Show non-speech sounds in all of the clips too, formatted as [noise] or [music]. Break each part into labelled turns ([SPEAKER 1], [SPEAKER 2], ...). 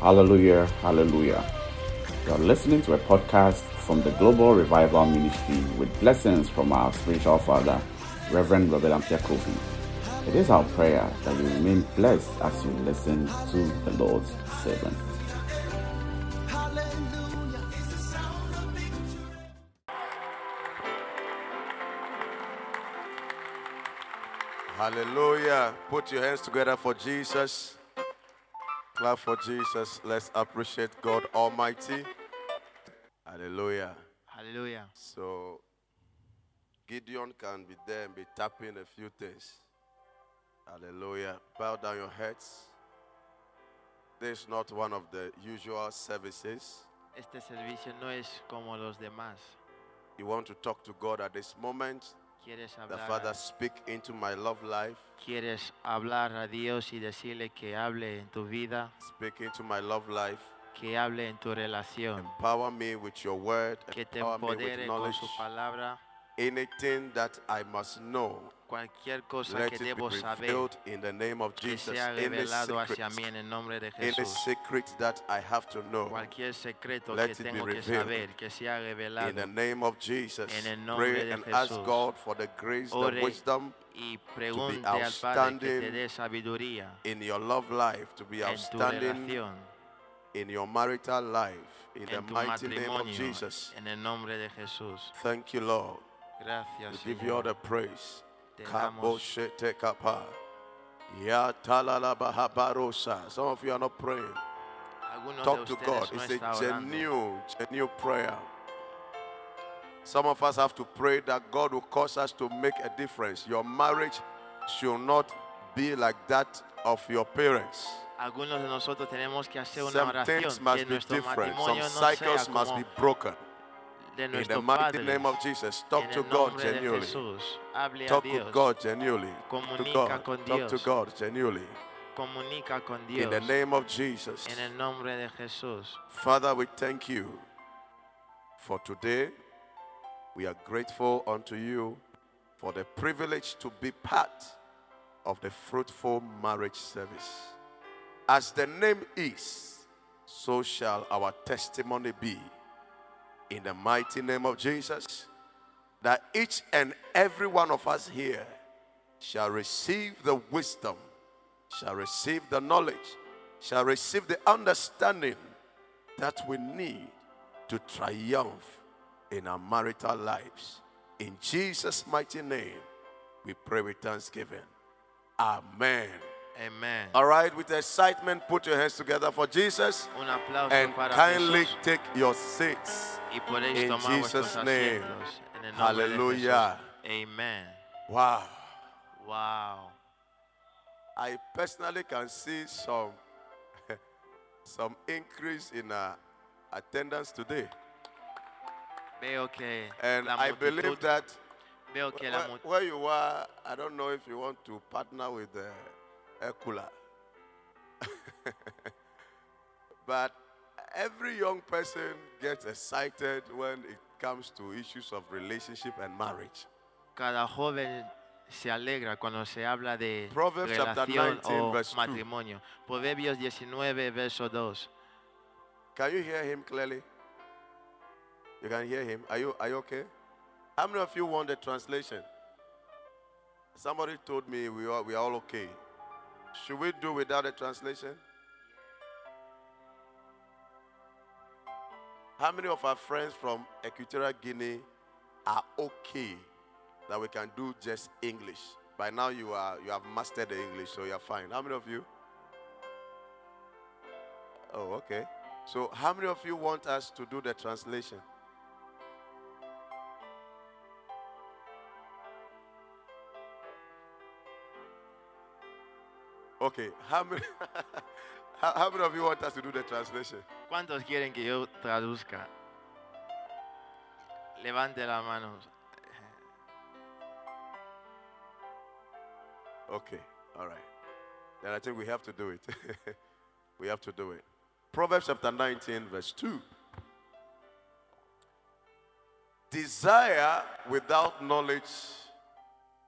[SPEAKER 1] Hallelujah, hallelujah. You're listening to a podcast from the Global Revival Ministry with blessings from our spiritual father, Reverend Robert Ampia Kofi. It is our prayer that you remain blessed as you listen to the Lord's servant.
[SPEAKER 2] Hallelujah. Put your hands together for Jesus. Clap for Jesus. Let's appreciate God Almighty. Hallelujah.
[SPEAKER 3] Hallelujah.
[SPEAKER 2] So, Gideon can be there and be tapping a few things. Hallelujah. Bow down your heads. This is not one of the usual services.
[SPEAKER 3] Este servicio no es como los demás.
[SPEAKER 2] You want to talk to God at this moment.
[SPEAKER 3] Quieres
[SPEAKER 2] The
[SPEAKER 3] hablar,
[SPEAKER 2] Father,
[SPEAKER 3] a,
[SPEAKER 2] speak into my love life,
[SPEAKER 3] quieres hablar a Dios y decirle que hable en tu vida,
[SPEAKER 2] speak into my love life.
[SPEAKER 3] que hable en tu relación,
[SPEAKER 2] Empower me with your word,
[SPEAKER 3] que te
[SPEAKER 2] empower me Em, oh, with
[SPEAKER 3] empodere con
[SPEAKER 2] knowledge.
[SPEAKER 3] su palabra.
[SPEAKER 2] Anything that I must know,
[SPEAKER 3] Cualquier cosa
[SPEAKER 2] let
[SPEAKER 3] que
[SPEAKER 2] it be
[SPEAKER 3] debo saber
[SPEAKER 2] revealed in the name of
[SPEAKER 3] que
[SPEAKER 2] Jesus.
[SPEAKER 3] sea
[SPEAKER 2] Any
[SPEAKER 3] revelado hacia mí
[SPEAKER 2] secret,
[SPEAKER 3] en el nombre de
[SPEAKER 2] any
[SPEAKER 3] Jesús.
[SPEAKER 2] secret that I have to know,
[SPEAKER 3] Cualquier secreto
[SPEAKER 2] Let
[SPEAKER 3] que
[SPEAKER 2] it be
[SPEAKER 3] tengo que
[SPEAKER 2] revealed
[SPEAKER 3] saber que sea
[SPEAKER 2] in the
[SPEAKER 3] revelado.
[SPEAKER 2] name of Jesus,
[SPEAKER 3] en el nombre
[SPEAKER 2] pray
[SPEAKER 3] de
[SPEAKER 2] and ask
[SPEAKER 3] Jesús.
[SPEAKER 2] God for the grace, the
[SPEAKER 3] Ore
[SPEAKER 2] wisdom
[SPEAKER 3] Y pregunte al Padre que te
[SPEAKER 2] outstanding
[SPEAKER 3] dé sabiduría
[SPEAKER 2] in your love life to be
[SPEAKER 3] en tu
[SPEAKER 2] outstanding
[SPEAKER 3] relación.
[SPEAKER 2] in your marital life. In the
[SPEAKER 3] en tu
[SPEAKER 2] mighty name of
[SPEAKER 3] matrimonio,
[SPEAKER 2] Jesus,
[SPEAKER 3] en el nombre de Jesús.
[SPEAKER 2] thank you, Lord. We
[SPEAKER 3] Gracias,
[SPEAKER 2] give you all
[SPEAKER 3] Señor.
[SPEAKER 2] the praise.
[SPEAKER 3] Te damos
[SPEAKER 2] Kaboshetekapa. Yatalalabahabarosa. Some of you are not praying.
[SPEAKER 3] algunos
[SPEAKER 2] Talk
[SPEAKER 3] de
[SPEAKER 2] to
[SPEAKER 3] ustedes
[SPEAKER 2] God.
[SPEAKER 3] no
[SPEAKER 2] It's
[SPEAKER 3] está
[SPEAKER 2] a
[SPEAKER 3] orando.
[SPEAKER 2] genuine, genuine prayer. Some of us have to pray that God will cause us to make a difference. Your marriage should not be like that of your parents.
[SPEAKER 3] Algunos de nosotros tenemos que hacer una
[SPEAKER 2] Some
[SPEAKER 3] oración
[SPEAKER 2] things
[SPEAKER 3] que
[SPEAKER 2] must be
[SPEAKER 3] nuestro
[SPEAKER 2] different. Some
[SPEAKER 3] matrimonio no
[SPEAKER 2] cycles
[SPEAKER 3] sea
[SPEAKER 2] must
[SPEAKER 3] como
[SPEAKER 2] be broken.
[SPEAKER 3] de
[SPEAKER 2] In the
[SPEAKER 3] nuestros
[SPEAKER 2] mighty
[SPEAKER 3] padres.
[SPEAKER 2] name of Jesus, talk
[SPEAKER 3] en
[SPEAKER 2] to
[SPEAKER 3] el
[SPEAKER 2] God
[SPEAKER 3] nombre de
[SPEAKER 2] genuinely.
[SPEAKER 3] Jesús, hable
[SPEAKER 2] Talk
[SPEAKER 3] a
[SPEAKER 2] to
[SPEAKER 3] Dios,
[SPEAKER 2] God genuinely. Talk to
[SPEAKER 3] Comunica
[SPEAKER 2] God.
[SPEAKER 3] con
[SPEAKER 2] Talk to
[SPEAKER 3] Dios.
[SPEAKER 2] God genuinely.
[SPEAKER 3] comunica con Dios.
[SPEAKER 2] In the name of Jesus.
[SPEAKER 3] en el nombre de Jesús.
[SPEAKER 2] Father, we thank you for today. We are grateful unto you for the privilege to be part of the fruitful marriage service. As the name is, so shall our testimony be. In the mighty name of Jesus, that each and every one of us here shall receive the wisdom, shall receive the knowledge, shall receive the understanding that we need to triumph in our marital lives. In Jesus' mighty name, we pray with thanksgiving. Amen.
[SPEAKER 3] Amén.
[SPEAKER 2] All right, with excitement, put your hands together for Jesus
[SPEAKER 3] Un aplauso
[SPEAKER 2] and
[SPEAKER 3] para
[SPEAKER 2] kindly
[SPEAKER 3] Jesús.
[SPEAKER 2] take your seats.
[SPEAKER 3] Y podéis
[SPEAKER 2] in
[SPEAKER 3] tomar vuestros
[SPEAKER 2] Jesus' name.
[SPEAKER 3] asientos. En el nombre
[SPEAKER 2] Hallelujah.
[SPEAKER 3] de Jesús. Amén.
[SPEAKER 2] Wow.
[SPEAKER 3] Wow.
[SPEAKER 2] I personally can see some, [laughs] some increase in our attendance today.
[SPEAKER 3] Veo que
[SPEAKER 2] And
[SPEAKER 3] la
[SPEAKER 2] I
[SPEAKER 3] multitud-
[SPEAKER 2] believe that
[SPEAKER 3] veo que la
[SPEAKER 2] Where,
[SPEAKER 3] mu-
[SPEAKER 2] where you are, I don't know if you want to partner with uh, the Ekula. [laughs] but every young person gets excited when it comes to issues of relationship and marriage.
[SPEAKER 3] cada joven se alegra cuando se habla de
[SPEAKER 2] Proverbs chapter
[SPEAKER 3] relación
[SPEAKER 2] 19
[SPEAKER 3] o
[SPEAKER 2] verse two.
[SPEAKER 3] matrimonio. Proverbios 19, verso 2.
[SPEAKER 2] Can you hear him clearly? You can hear him. Are you, are you okay? How many of you want the translation? Somebody told me we are, we are all okay. Should we do without a translation? How many of our friends from Equatorial Guinea are okay that we can do just English? By now you are you have mastered the English, so you're fine. How many of you? Oh, okay. So how many of you want us to do the translation? Okay, how many [laughs] how, how many of you want us to do the translation?
[SPEAKER 3] ¿Cuántos quieren que yo traduzca? Levante la mano.
[SPEAKER 2] Okay, all right. Then I think we have to do it. [laughs] we have to do it. Proverbs chapter 19, verse 2. Desire without knowledge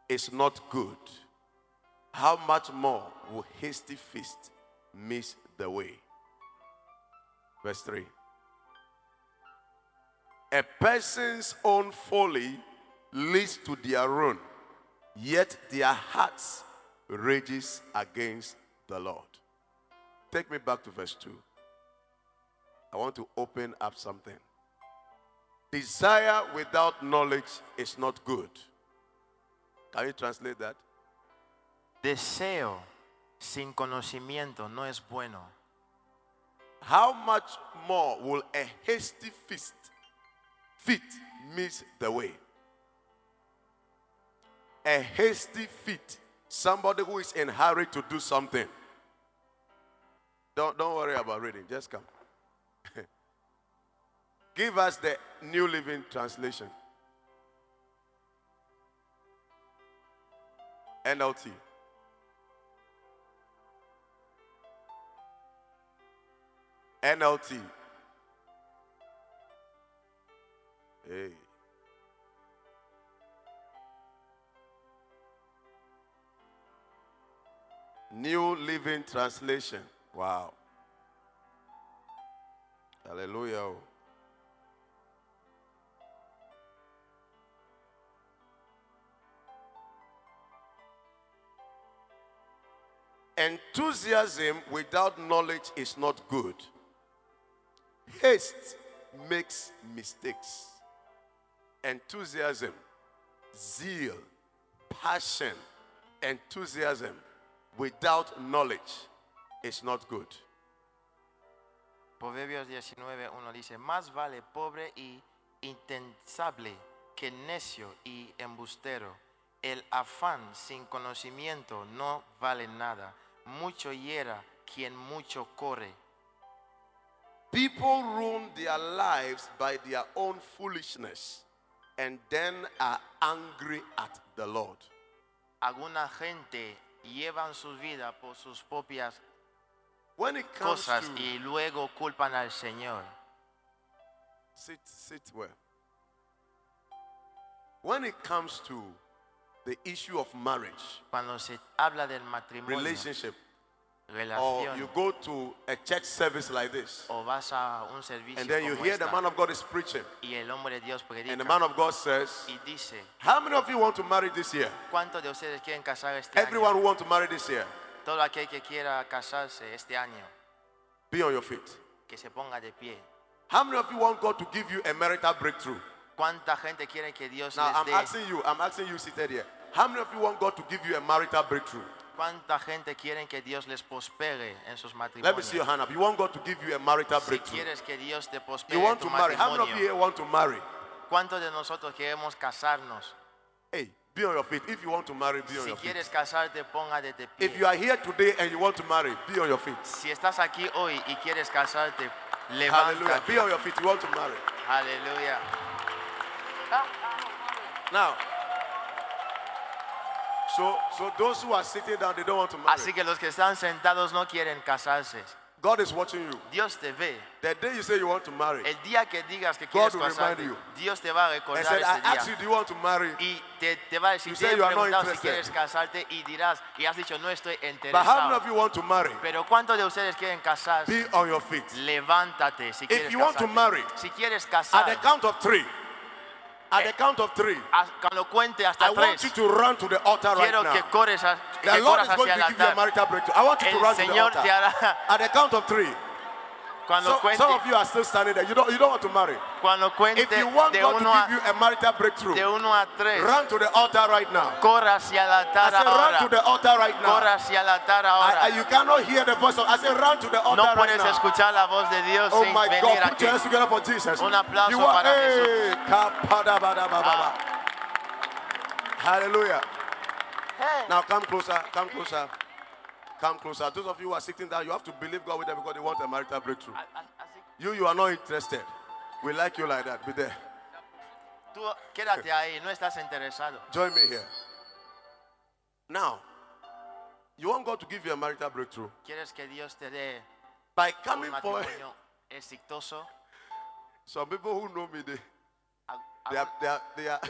[SPEAKER 2] is not good. How much more will hasty feast miss the way? Verse 3. A person's own folly leads to their ruin, yet their hearts rages against the Lord. Take me back to verse 2. I want to open up something. Desire without knowledge is not good. Can you translate that?
[SPEAKER 3] Deseo sin conocimiento no es bueno.
[SPEAKER 2] How much more will a hasty feast feet miss the way? A hasty feet, somebody who is in hurry to do something. Don't, don't worry about reading, just come. [laughs] Give us the New Living Translation. NLT. NLT. Hey. New Living Translation. Wow. Hallelujah. oh. Enthusiasm without knowledge is not good. Haste makes mistakes. Enthusiasm, zeal, passion, enthusiasm without knowledge is not good.
[SPEAKER 3] Proverbios 19, uno dice, más vale pobre y intensable que necio y embustero. El afán sin conocimiento no vale nada. Mucho hiera quien mucho corre.
[SPEAKER 2] People ruin their lives by their own foolishness and then are angry at the Lord.
[SPEAKER 3] Alguna gente llevan su vida por sus propias
[SPEAKER 2] When it comes
[SPEAKER 3] cosas
[SPEAKER 2] to
[SPEAKER 3] y luego culpan al Señor.
[SPEAKER 2] sit sit well. When it comes to the issue of marriage,
[SPEAKER 3] Cuando se habla del matrimonio,
[SPEAKER 2] relationship, or you
[SPEAKER 3] relación,
[SPEAKER 2] go to a church service like this,
[SPEAKER 3] o vas a un servicio
[SPEAKER 2] and then you
[SPEAKER 3] como
[SPEAKER 2] hear the
[SPEAKER 3] esta,
[SPEAKER 2] man of God is preaching,
[SPEAKER 3] y el hombre de Dios predica
[SPEAKER 2] and the man of God says,
[SPEAKER 3] y dice,
[SPEAKER 2] "How many of you want to marry this year?
[SPEAKER 3] ¿cuántos de ustedes quieren casar este
[SPEAKER 2] Everyone who
[SPEAKER 3] año?
[SPEAKER 2] want to marry this year,
[SPEAKER 3] Todo aquel que quiera casarse este año,
[SPEAKER 2] be on your feet.
[SPEAKER 3] que se ponga de pie.
[SPEAKER 2] How many of you want God to give you a marital breakthrough?"
[SPEAKER 3] ¿Cuánta gente quiere que Dios
[SPEAKER 2] Now
[SPEAKER 3] les
[SPEAKER 2] I'm
[SPEAKER 3] dé?
[SPEAKER 2] asking you, I'm asking you seated here. How many of you want God to give you a marital breakthrough?
[SPEAKER 3] ¿Cuánta gente quiere que Dios les prospere en sus matrimonios?
[SPEAKER 2] Let me see your hand up. You want God to give you a marital
[SPEAKER 3] si
[SPEAKER 2] breakthrough.
[SPEAKER 3] quieres que Dios te prospere
[SPEAKER 2] You want
[SPEAKER 3] en tu
[SPEAKER 2] to marry. How many of you
[SPEAKER 3] matrimonio,
[SPEAKER 2] here want to marry?
[SPEAKER 3] ¿cuántos de nosotros queremos casarnos?
[SPEAKER 2] Hey, be on your feet. If you want to marry, be on
[SPEAKER 3] Si
[SPEAKER 2] your feet.
[SPEAKER 3] quieres casarte, póngate de pie.
[SPEAKER 2] If you are here today and you want to marry, be on your feet.
[SPEAKER 3] Si estás aquí hoy y quieres casarte,
[SPEAKER 2] Hallelujah. Be
[SPEAKER 3] levántate.
[SPEAKER 2] on your feet. You want to marry.
[SPEAKER 3] Aleluya.
[SPEAKER 2] Now, so so those who are sitting down, they don't want to
[SPEAKER 3] Así
[SPEAKER 2] marry.
[SPEAKER 3] que los que están sentados no quieren casarse.
[SPEAKER 2] God is watching you.
[SPEAKER 3] Dios te ve.
[SPEAKER 2] The day you say you want to marry,
[SPEAKER 3] El día que digas que
[SPEAKER 2] God
[SPEAKER 3] quieres
[SPEAKER 2] will
[SPEAKER 3] casarte,
[SPEAKER 2] remind
[SPEAKER 3] Dios te va a
[SPEAKER 2] and
[SPEAKER 3] recordar
[SPEAKER 2] said, I asked
[SPEAKER 3] ese
[SPEAKER 2] you,
[SPEAKER 3] día.
[SPEAKER 2] do you want to marry?
[SPEAKER 3] Y te, te va a decir,
[SPEAKER 2] You
[SPEAKER 3] te
[SPEAKER 2] say
[SPEAKER 3] he
[SPEAKER 2] you are not
[SPEAKER 3] preguntado
[SPEAKER 2] interested.
[SPEAKER 3] si quieres casarte y dirás, y has dicho, no estoy
[SPEAKER 2] But how many of
[SPEAKER 3] interesado.
[SPEAKER 2] you want to marry?
[SPEAKER 3] Pero ¿cuántos de ustedes quieren casarse?
[SPEAKER 2] Be on your feet.
[SPEAKER 3] Levántate si quieres
[SPEAKER 2] you want to
[SPEAKER 3] casarte.
[SPEAKER 2] marry,
[SPEAKER 3] si quieres
[SPEAKER 2] At the
[SPEAKER 3] casar,
[SPEAKER 2] count of three. At
[SPEAKER 3] Eh.
[SPEAKER 2] the count of three.
[SPEAKER 3] haz- cuando cuente hasta
[SPEAKER 2] I want
[SPEAKER 3] tres,
[SPEAKER 2] you to run to the altar right
[SPEAKER 3] quiero
[SPEAKER 2] now.
[SPEAKER 3] que corres, a-
[SPEAKER 2] The
[SPEAKER 3] que
[SPEAKER 2] Lord
[SPEAKER 3] corras
[SPEAKER 2] is going
[SPEAKER 3] hacia el
[SPEAKER 2] to give you a
[SPEAKER 3] altar.
[SPEAKER 2] marital breakthrough. I want you to
[SPEAKER 3] El
[SPEAKER 2] run to the
[SPEAKER 3] Señor te
[SPEAKER 2] altar.
[SPEAKER 3] hará [laughs]
[SPEAKER 2] At the count of three.
[SPEAKER 3] cuando
[SPEAKER 2] So,
[SPEAKER 3] cuente,
[SPEAKER 2] some of you are still standing there. You don't, you don't want to marry.
[SPEAKER 3] cuando cuente
[SPEAKER 2] If you want
[SPEAKER 3] de
[SPEAKER 2] God to
[SPEAKER 3] uno a
[SPEAKER 2] give you a marital breakthrough,
[SPEAKER 3] de uno a tres,
[SPEAKER 2] run to the altar right now.
[SPEAKER 3] corra hacia el
[SPEAKER 2] I
[SPEAKER 3] altar
[SPEAKER 2] said,
[SPEAKER 3] ahora.
[SPEAKER 2] run to the altar right now.
[SPEAKER 3] Corra hacia el altar
[SPEAKER 2] I,
[SPEAKER 3] ahora.
[SPEAKER 2] I- you cannot hear the voice of. I said, run to the altar
[SPEAKER 3] no
[SPEAKER 2] right
[SPEAKER 3] puedes
[SPEAKER 2] now.
[SPEAKER 3] escuchar la voz de Dios
[SPEAKER 2] Oh
[SPEAKER 3] sin
[SPEAKER 2] my
[SPEAKER 3] venir
[SPEAKER 2] God, put
[SPEAKER 3] aquí.
[SPEAKER 2] your hands together for Jesus.
[SPEAKER 3] Un aplauso
[SPEAKER 2] you are,
[SPEAKER 3] para Jesús.
[SPEAKER 2] Hey, kapadabadababa. Hallelujah. Now come closer, come closer, come closer. Those of you who are sitting down, you have to believe God with them because they want a marital breakthrough.
[SPEAKER 3] A- a- así-
[SPEAKER 2] You, you are not interested. We like you like that. Be there.
[SPEAKER 3] Tú quédate ahí, no estás interesado.
[SPEAKER 2] Join me here. Now, you want God to give you a marital breakthrough
[SPEAKER 3] ¿Quieres que Dios te dé
[SPEAKER 2] by
[SPEAKER 3] un
[SPEAKER 2] coming forward.
[SPEAKER 3] matrimonio exitoso?
[SPEAKER 2] Some people who know me, they,
[SPEAKER 3] A- a-
[SPEAKER 2] they are, they are, they are,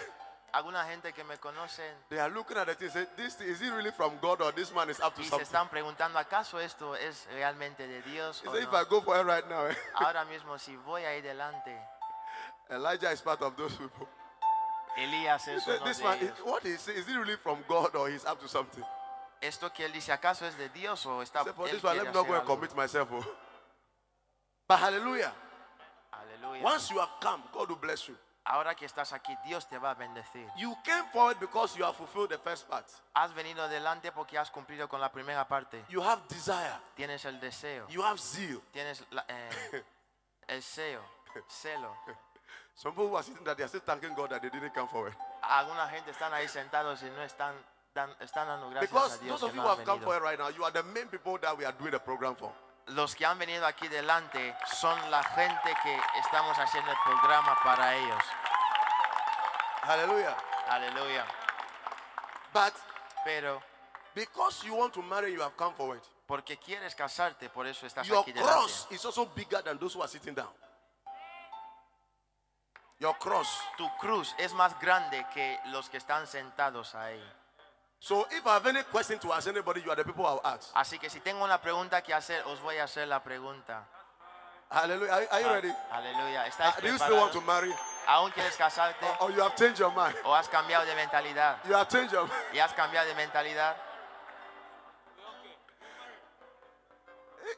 [SPEAKER 3] Alguna gente que me conocen
[SPEAKER 2] They are looking at it and say, "This thing, is it really from God or this man is up to
[SPEAKER 3] y se
[SPEAKER 2] something?"
[SPEAKER 3] están preguntando, ¿acaso esto es realmente de Dios
[SPEAKER 2] He
[SPEAKER 3] o
[SPEAKER 2] said, "If
[SPEAKER 3] no?
[SPEAKER 2] I go for it right now, eh,
[SPEAKER 3] Ahora mismo, si voy ahí delante,
[SPEAKER 2] Elijah is part of those people."
[SPEAKER 3] Elías
[SPEAKER 2] He
[SPEAKER 3] es
[SPEAKER 2] said,
[SPEAKER 3] uno
[SPEAKER 2] "This
[SPEAKER 3] de
[SPEAKER 2] man, is,
[SPEAKER 3] ellos.
[SPEAKER 2] what is is it really from God or he's up to something?" He
[SPEAKER 3] Esto que él dice, ¿acaso es de Dios o está
[SPEAKER 2] said, "For
[SPEAKER 3] él
[SPEAKER 2] this one, let me
[SPEAKER 3] quiere
[SPEAKER 2] not
[SPEAKER 3] hacer
[SPEAKER 2] go and
[SPEAKER 3] algo?
[SPEAKER 2] commit myself." oh." But hallelujah!
[SPEAKER 3] Aleluya.
[SPEAKER 2] Once you have come, God will bless you.
[SPEAKER 3] Ahora que estás aquí, Dios te va a bendecir.
[SPEAKER 2] You came forward because you have fulfilled the first part.
[SPEAKER 3] Has venido delante porque has cumplido con la primera parte.
[SPEAKER 2] You have desire.
[SPEAKER 3] Tienes el deseo.
[SPEAKER 2] You have zeal.
[SPEAKER 3] Tienes la- eh, el celo. Celo.
[SPEAKER 2] Some people who are sitting there, they are still thanking God that they didn't come forward.
[SPEAKER 3] Alguna gente están ahí sentados y no están, dan- están dando gracias
[SPEAKER 2] Because
[SPEAKER 3] a Dios.
[SPEAKER 2] those
[SPEAKER 3] que
[SPEAKER 2] of you
[SPEAKER 3] no
[SPEAKER 2] who
[SPEAKER 3] han
[SPEAKER 2] have come
[SPEAKER 3] venido.
[SPEAKER 2] forward right now, you are the main people that we are doing the program for.
[SPEAKER 3] Los que han venido aquí delante son la gente que estamos haciendo el programa para ellos.
[SPEAKER 2] Hallelujah.
[SPEAKER 3] Aleluya.
[SPEAKER 2] But
[SPEAKER 3] Pero
[SPEAKER 2] because you want to marry, you have come forward.
[SPEAKER 3] porque quieres casarte, por eso estás
[SPEAKER 2] Your
[SPEAKER 3] aquí delante.
[SPEAKER 2] cross is also bigger than those who are sitting down. Your cross.
[SPEAKER 3] Tu cruz es más grande que los que están sentados ahí.
[SPEAKER 2] So if I have any question to ask anybody, you are the people I will ask.
[SPEAKER 3] Así que si tengo una pregunta que hacer, os voy a hacer la pregunta.
[SPEAKER 2] Hallelujah. Are, are you ready?
[SPEAKER 3] Aleluya. ¿Estás
[SPEAKER 2] Uh, do you still want to
[SPEAKER 3] preparado?
[SPEAKER 2] marry? Oh,
[SPEAKER 3] ¿Aún quieres casarte?
[SPEAKER 2] Or, or you have changed your mind?
[SPEAKER 3] ¿O has cambiado de mentalidad?
[SPEAKER 2] You have changed your mind. [laughs]
[SPEAKER 3] ¿Y has cambiado de mentalidad?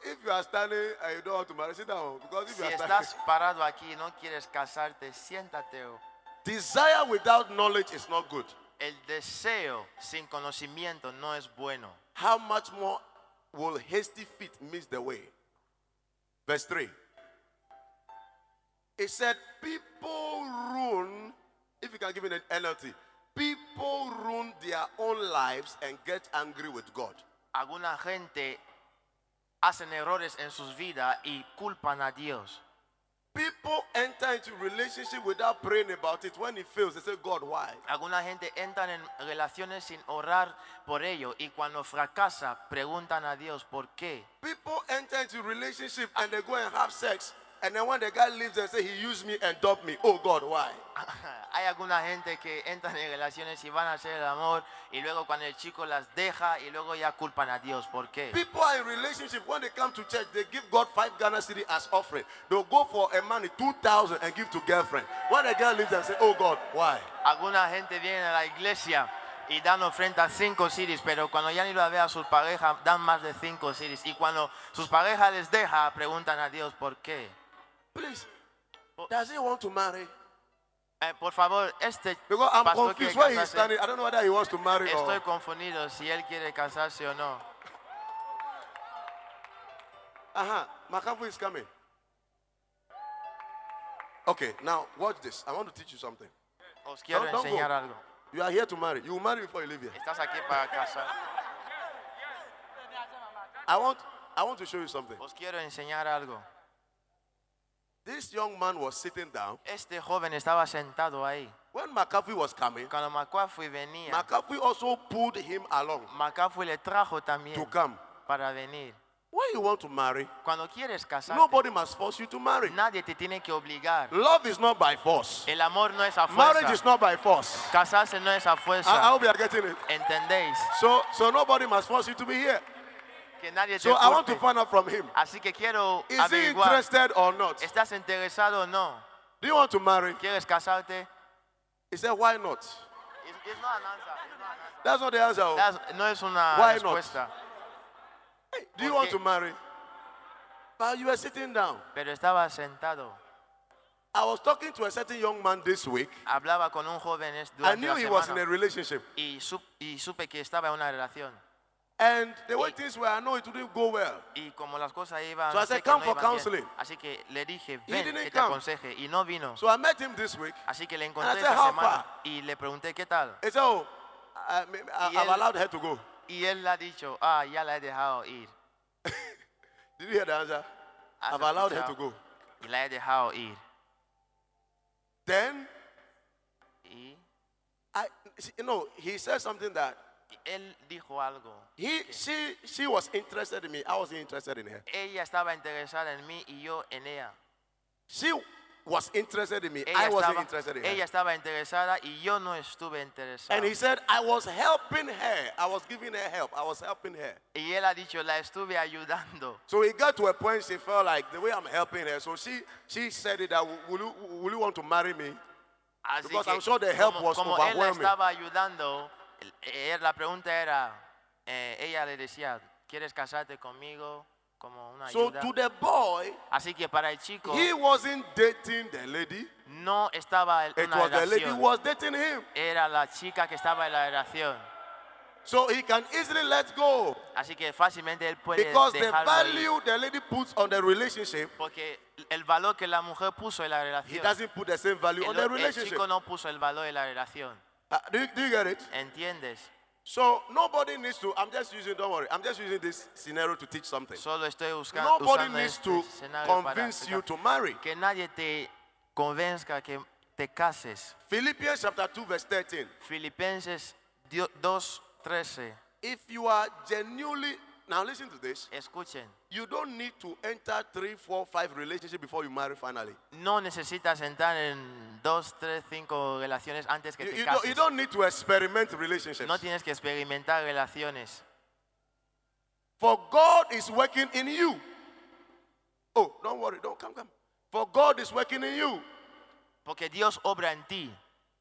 [SPEAKER 2] If you are standing and you don't want to marry, sit down. Because if
[SPEAKER 3] Si
[SPEAKER 2] you are standing,
[SPEAKER 3] estás parado aquí y no quieres casarte, siéntate. o-
[SPEAKER 2] desire without knowledge is not good.
[SPEAKER 3] El deseo sin conocimiento no es bueno.
[SPEAKER 2] How much more will hasty feet miss the way? Verse 3. It said, People ruin, if you can give me an NLT, people ruin their own lives and get angry with God.
[SPEAKER 3] Alguna gente hacen errores en sus vidas y culpan a Dios.
[SPEAKER 2] People enter into relationship without praying about it. When it fails, they say, God, why?
[SPEAKER 3] Alguna gente entran en relaciones sin orar por ello y cuando fracasa preguntan a Dios por qué.
[SPEAKER 2] People enter into relationship and they go and have sex. And then when the guy leaves, they say, He used me and dumped me. Oh God, why?
[SPEAKER 3] [coughs] Hay alguna gente que entran en relaciones y van a hacer el amor y luego cuando el chico las deja y luego ya culpan a Dios. ¿Por qué?
[SPEAKER 2] People are in relationship when they come to church, they give God five Ghana city as offering. They'll go for a money two thousand and give to girlfriend. When the girl leaves and say, "Oh God, why?"
[SPEAKER 3] Alguna gente viene a la iglesia y dan ofrenda cinco cities, pero cuando ya ni la ve a sus parejas dan más de cinco cities. Y cuando sus parejas les deja preguntan a Dios por qué.
[SPEAKER 2] Please, does he want to marry?
[SPEAKER 3] Eh, por favor, este
[SPEAKER 2] Because I'm
[SPEAKER 3] pastor quiere
[SPEAKER 2] confused where he's
[SPEAKER 3] casarse.
[SPEAKER 2] standing. I don't know whether he wants to marry
[SPEAKER 3] Estoy
[SPEAKER 2] or.
[SPEAKER 3] confundido si él quiere casarse o no.
[SPEAKER 2] Uh huh. Makafu is coming. Okay, now watch this. I want to teach you something.
[SPEAKER 3] Os quiero
[SPEAKER 2] Don't- don't go.
[SPEAKER 3] enseñar algo.
[SPEAKER 2] You are here to marry. You will marry before you leave here.
[SPEAKER 3] Estás aquí para casar.
[SPEAKER 2] I want. I want to show you something.
[SPEAKER 3] Os quiero enseñar algo.
[SPEAKER 2] This young man was sitting down
[SPEAKER 3] Este joven estaba sentado ahí.
[SPEAKER 2] when McAfee was coming.
[SPEAKER 3] Cuando McCaffrey venía,
[SPEAKER 2] McAfee also pulled him along
[SPEAKER 3] McCaffrey le trajo
[SPEAKER 2] to
[SPEAKER 3] también
[SPEAKER 2] come.
[SPEAKER 3] para venir.
[SPEAKER 2] When you want to marry,
[SPEAKER 3] Cuando quieres casarte,
[SPEAKER 2] nobody must force you to marry.
[SPEAKER 3] nadie te tiene que obligar.
[SPEAKER 2] Love is not by force.
[SPEAKER 3] El amor no es a
[SPEAKER 2] Marriage
[SPEAKER 3] fuerza.
[SPEAKER 2] is not by force.
[SPEAKER 3] Casarse no es a
[SPEAKER 2] I, I
[SPEAKER 3] fuerza.
[SPEAKER 2] hope you are getting it.
[SPEAKER 3] ¿Entendéis?
[SPEAKER 2] So, so nobody must force you to be here.
[SPEAKER 3] Que nadie te
[SPEAKER 2] So I want to
[SPEAKER 3] culpe.
[SPEAKER 2] find out from him.
[SPEAKER 3] Así que quiero
[SPEAKER 2] Is he
[SPEAKER 3] averiguar,
[SPEAKER 2] interested or not?
[SPEAKER 3] ¿estás interesado o no?
[SPEAKER 2] Do you want to marry?
[SPEAKER 3] ¿Quieres casarte?
[SPEAKER 2] He said, why not?
[SPEAKER 3] It's- it's not an answer, it's not an answer.
[SPEAKER 2] That's not the answer. oh.
[SPEAKER 3] That's- no es una
[SPEAKER 2] Why not?
[SPEAKER 3] respuesta.
[SPEAKER 2] Hey, Do you want to
[SPEAKER 3] Okay.
[SPEAKER 2] marry? But you were sitting down.
[SPEAKER 3] Pero estaba sentado.
[SPEAKER 2] I was talking to a certain young man this week.
[SPEAKER 3] Hablaba con un joven es-
[SPEAKER 2] I
[SPEAKER 3] durante
[SPEAKER 2] knew
[SPEAKER 3] la
[SPEAKER 2] he was in
[SPEAKER 3] semana.
[SPEAKER 2] a relationship.
[SPEAKER 3] y, sup- y supe que estaba en una relación.
[SPEAKER 2] And the way things were, I know it didn't go well.
[SPEAKER 3] Y como las cosas iban,
[SPEAKER 2] So I said,
[SPEAKER 3] sé que
[SPEAKER 2] "Come
[SPEAKER 3] no
[SPEAKER 2] for
[SPEAKER 3] iban bien".
[SPEAKER 2] counseling.
[SPEAKER 3] así que le dije,
[SPEAKER 2] didn't
[SPEAKER 3] ven, que te
[SPEAKER 2] come.
[SPEAKER 3] aconseje. Y no vino.
[SPEAKER 2] So I met him this week.
[SPEAKER 3] Así que le encontré
[SPEAKER 2] said,
[SPEAKER 3] esta
[SPEAKER 2] "How
[SPEAKER 3] semana y le pregunté, ¿qué tal?
[SPEAKER 2] He said, Oh, I, I,
[SPEAKER 3] Y
[SPEAKER 2] have
[SPEAKER 3] él-
[SPEAKER 2] allowed her to go.
[SPEAKER 3] Y él le ha dicho, ah, ya la he dejado ir.
[SPEAKER 2] Did you hear the answer?
[SPEAKER 3] Has
[SPEAKER 2] I've allowed her to
[SPEAKER 3] escuchado.
[SPEAKER 2] go.
[SPEAKER 3] Y la he dejado ir.
[SPEAKER 2] Then,
[SPEAKER 3] Y
[SPEAKER 2] I, you know, he said something that
[SPEAKER 3] y él dijo algo.
[SPEAKER 2] he, she, she was interested in me. I was interested in her.
[SPEAKER 3] Ella estaba interesada en mí y yo en ella.
[SPEAKER 2] She was interested in me.
[SPEAKER 3] Ella,
[SPEAKER 2] I wasn't
[SPEAKER 3] estaba,
[SPEAKER 2] interested in
[SPEAKER 3] ella
[SPEAKER 2] her.
[SPEAKER 3] estaba interesada y yo no estuve interesado.
[SPEAKER 2] And he said, I was helping her. I was giving her help. I was helping her.
[SPEAKER 3] y él ha dicho, la estuve ayudando.
[SPEAKER 2] So it got to a point she felt like the way I'm helping her. So she she said it that will you will you want to marry me?
[SPEAKER 3] Así
[SPEAKER 2] Because
[SPEAKER 3] que,
[SPEAKER 2] I'm sure the help
[SPEAKER 3] como,
[SPEAKER 2] was
[SPEAKER 3] como él la
[SPEAKER 2] overwhelming.
[SPEAKER 3] estaba ayudando, el- eh, la pregunta era, eh, ella le decía, ¿quieres casarte conmigo? Como una
[SPEAKER 2] So
[SPEAKER 3] ayuda.
[SPEAKER 2] to the boy,
[SPEAKER 3] Así que para el chico
[SPEAKER 2] he wasn't dating the lady.
[SPEAKER 3] no estaba en
[SPEAKER 2] It
[SPEAKER 3] una
[SPEAKER 2] was the lady who
[SPEAKER 3] relación.
[SPEAKER 2] was dating him.
[SPEAKER 3] Era la chica que estaba en la relación.
[SPEAKER 2] So he can easily let go.
[SPEAKER 3] Así que fácilmente él puede
[SPEAKER 2] Because the
[SPEAKER 3] dejarlo ir.
[SPEAKER 2] value the lady puts on the relationship,
[SPEAKER 3] Porque el valor que la mujer puso en la
[SPEAKER 2] he
[SPEAKER 3] relación,
[SPEAKER 2] doesn't put the same value on
[SPEAKER 3] el,
[SPEAKER 2] the
[SPEAKER 3] el
[SPEAKER 2] relationship.
[SPEAKER 3] chico no puso el valor en la relación.
[SPEAKER 2] Uh, do, you, do you get it?
[SPEAKER 3] ¿Entiendes?
[SPEAKER 2] So nobody needs to. I'm just using. Don't worry. I'm just using this scenario to teach something.
[SPEAKER 3] Solo estoy buscando
[SPEAKER 2] Nobody
[SPEAKER 3] usando
[SPEAKER 2] needs
[SPEAKER 3] este
[SPEAKER 2] to
[SPEAKER 3] escenario para
[SPEAKER 2] convince you
[SPEAKER 3] explicar-
[SPEAKER 2] to marry.
[SPEAKER 3] que nadie te convenzca que te cases.
[SPEAKER 2] Philippians chapter two verse thirteen.
[SPEAKER 3] Filipenses 2:13.
[SPEAKER 2] If you are genuinely now listen to this,
[SPEAKER 3] Escuchen,
[SPEAKER 2] you don't need to enter three, four, five relationship before you marry finally.
[SPEAKER 3] no necesitas entrar en dos, tres, cinco relaciones antes que
[SPEAKER 2] You,
[SPEAKER 3] te
[SPEAKER 2] you don't, you
[SPEAKER 3] cases.
[SPEAKER 2] don't need to experiment relationships.
[SPEAKER 3] no tienes que experimentar relaciones.
[SPEAKER 2] For God is working in you. Oh, don't worry, don't come, come. For God is working in you,
[SPEAKER 3] Porque Dios obra en ti,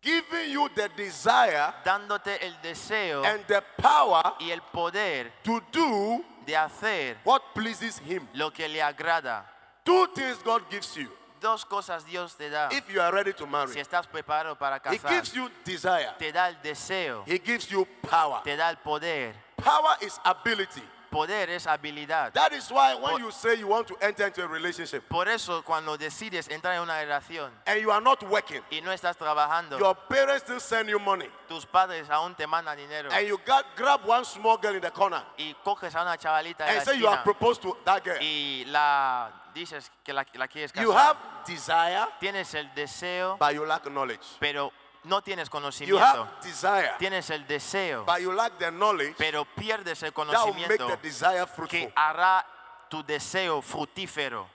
[SPEAKER 2] giving you the desire
[SPEAKER 3] dándote el deseo
[SPEAKER 2] and the power
[SPEAKER 3] y el poder
[SPEAKER 2] to do
[SPEAKER 3] de hacer
[SPEAKER 2] what pleases Him.
[SPEAKER 3] lo que le agrada.
[SPEAKER 2] Two things God gives you
[SPEAKER 3] Dos cosas Dios te da
[SPEAKER 2] if you are ready to marry.
[SPEAKER 3] si estás preparado para
[SPEAKER 2] He
[SPEAKER 3] casar.
[SPEAKER 2] gives you desire.
[SPEAKER 3] Te da el deseo,
[SPEAKER 2] He gives you power.
[SPEAKER 3] te da el poder.
[SPEAKER 2] Power is ability.
[SPEAKER 3] Poder es habilidad.
[SPEAKER 2] That is why when
[SPEAKER 3] But-
[SPEAKER 2] you say you want to enter into a relationship
[SPEAKER 3] Por eso cuando decides entrar en una relación
[SPEAKER 2] and you are not working,
[SPEAKER 3] y no estás trabajando,
[SPEAKER 2] your parents still send you money,
[SPEAKER 3] tus padres aún te mandan dinero
[SPEAKER 2] and you got, grab one small girl in the corner
[SPEAKER 3] y coges a una chavalita de
[SPEAKER 2] and
[SPEAKER 3] la
[SPEAKER 2] say you are
[SPEAKER 3] esquina
[SPEAKER 2] proposed to that girl.
[SPEAKER 3] y la dices que la, la quieres
[SPEAKER 2] You
[SPEAKER 3] casar.
[SPEAKER 2] have desire,
[SPEAKER 3] tienes el deseo,
[SPEAKER 2] but you lack knowledge.
[SPEAKER 3] pero no tienes
[SPEAKER 2] You
[SPEAKER 3] conocimiento.
[SPEAKER 2] have desire,
[SPEAKER 3] Tienes el deseo,
[SPEAKER 2] but you lack the knowledge
[SPEAKER 3] pero pierdes el
[SPEAKER 2] that will make the
[SPEAKER 3] conocimiento
[SPEAKER 2] desire fruitful.
[SPEAKER 3] que hará tu deseo fructífero.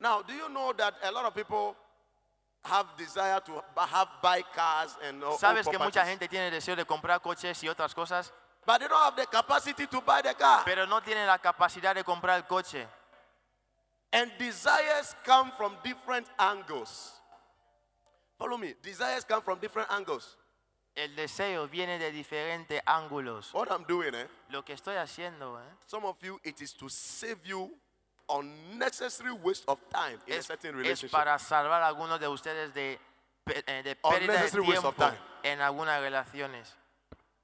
[SPEAKER 2] Now, do you know that a lot of people have desire to b- have buy cars and all
[SPEAKER 3] Sabes que mucha
[SPEAKER 2] properties,
[SPEAKER 3] gente tiene deseo de comprar coches y otras cosas,
[SPEAKER 2] but they don't have the capacity to buy the car.
[SPEAKER 3] pero no tienen la capacidad de comprar el coche.
[SPEAKER 2] And desires come from different angles. Follow me. Desires come from different angles.
[SPEAKER 3] El deseo viene de diferentes ángulos.
[SPEAKER 2] What I'm doing, eh?
[SPEAKER 3] Lo que estoy haciendo eh,
[SPEAKER 2] Some of you, it is to save you unnecessary waste of time in a
[SPEAKER 3] es,
[SPEAKER 2] certain
[SPEAKER 3] es
[SPEAKER 2] relationship.
[SPEAKER 3] para salvar a algunos de ustedes de, pe- eh, de pérdida de
[SPEAKER 2] Unnecessary waste
[SPEAKER 3] tiempo
[SPEAKER 2] of time.
[SPEAKER 3] en algunas relaciones.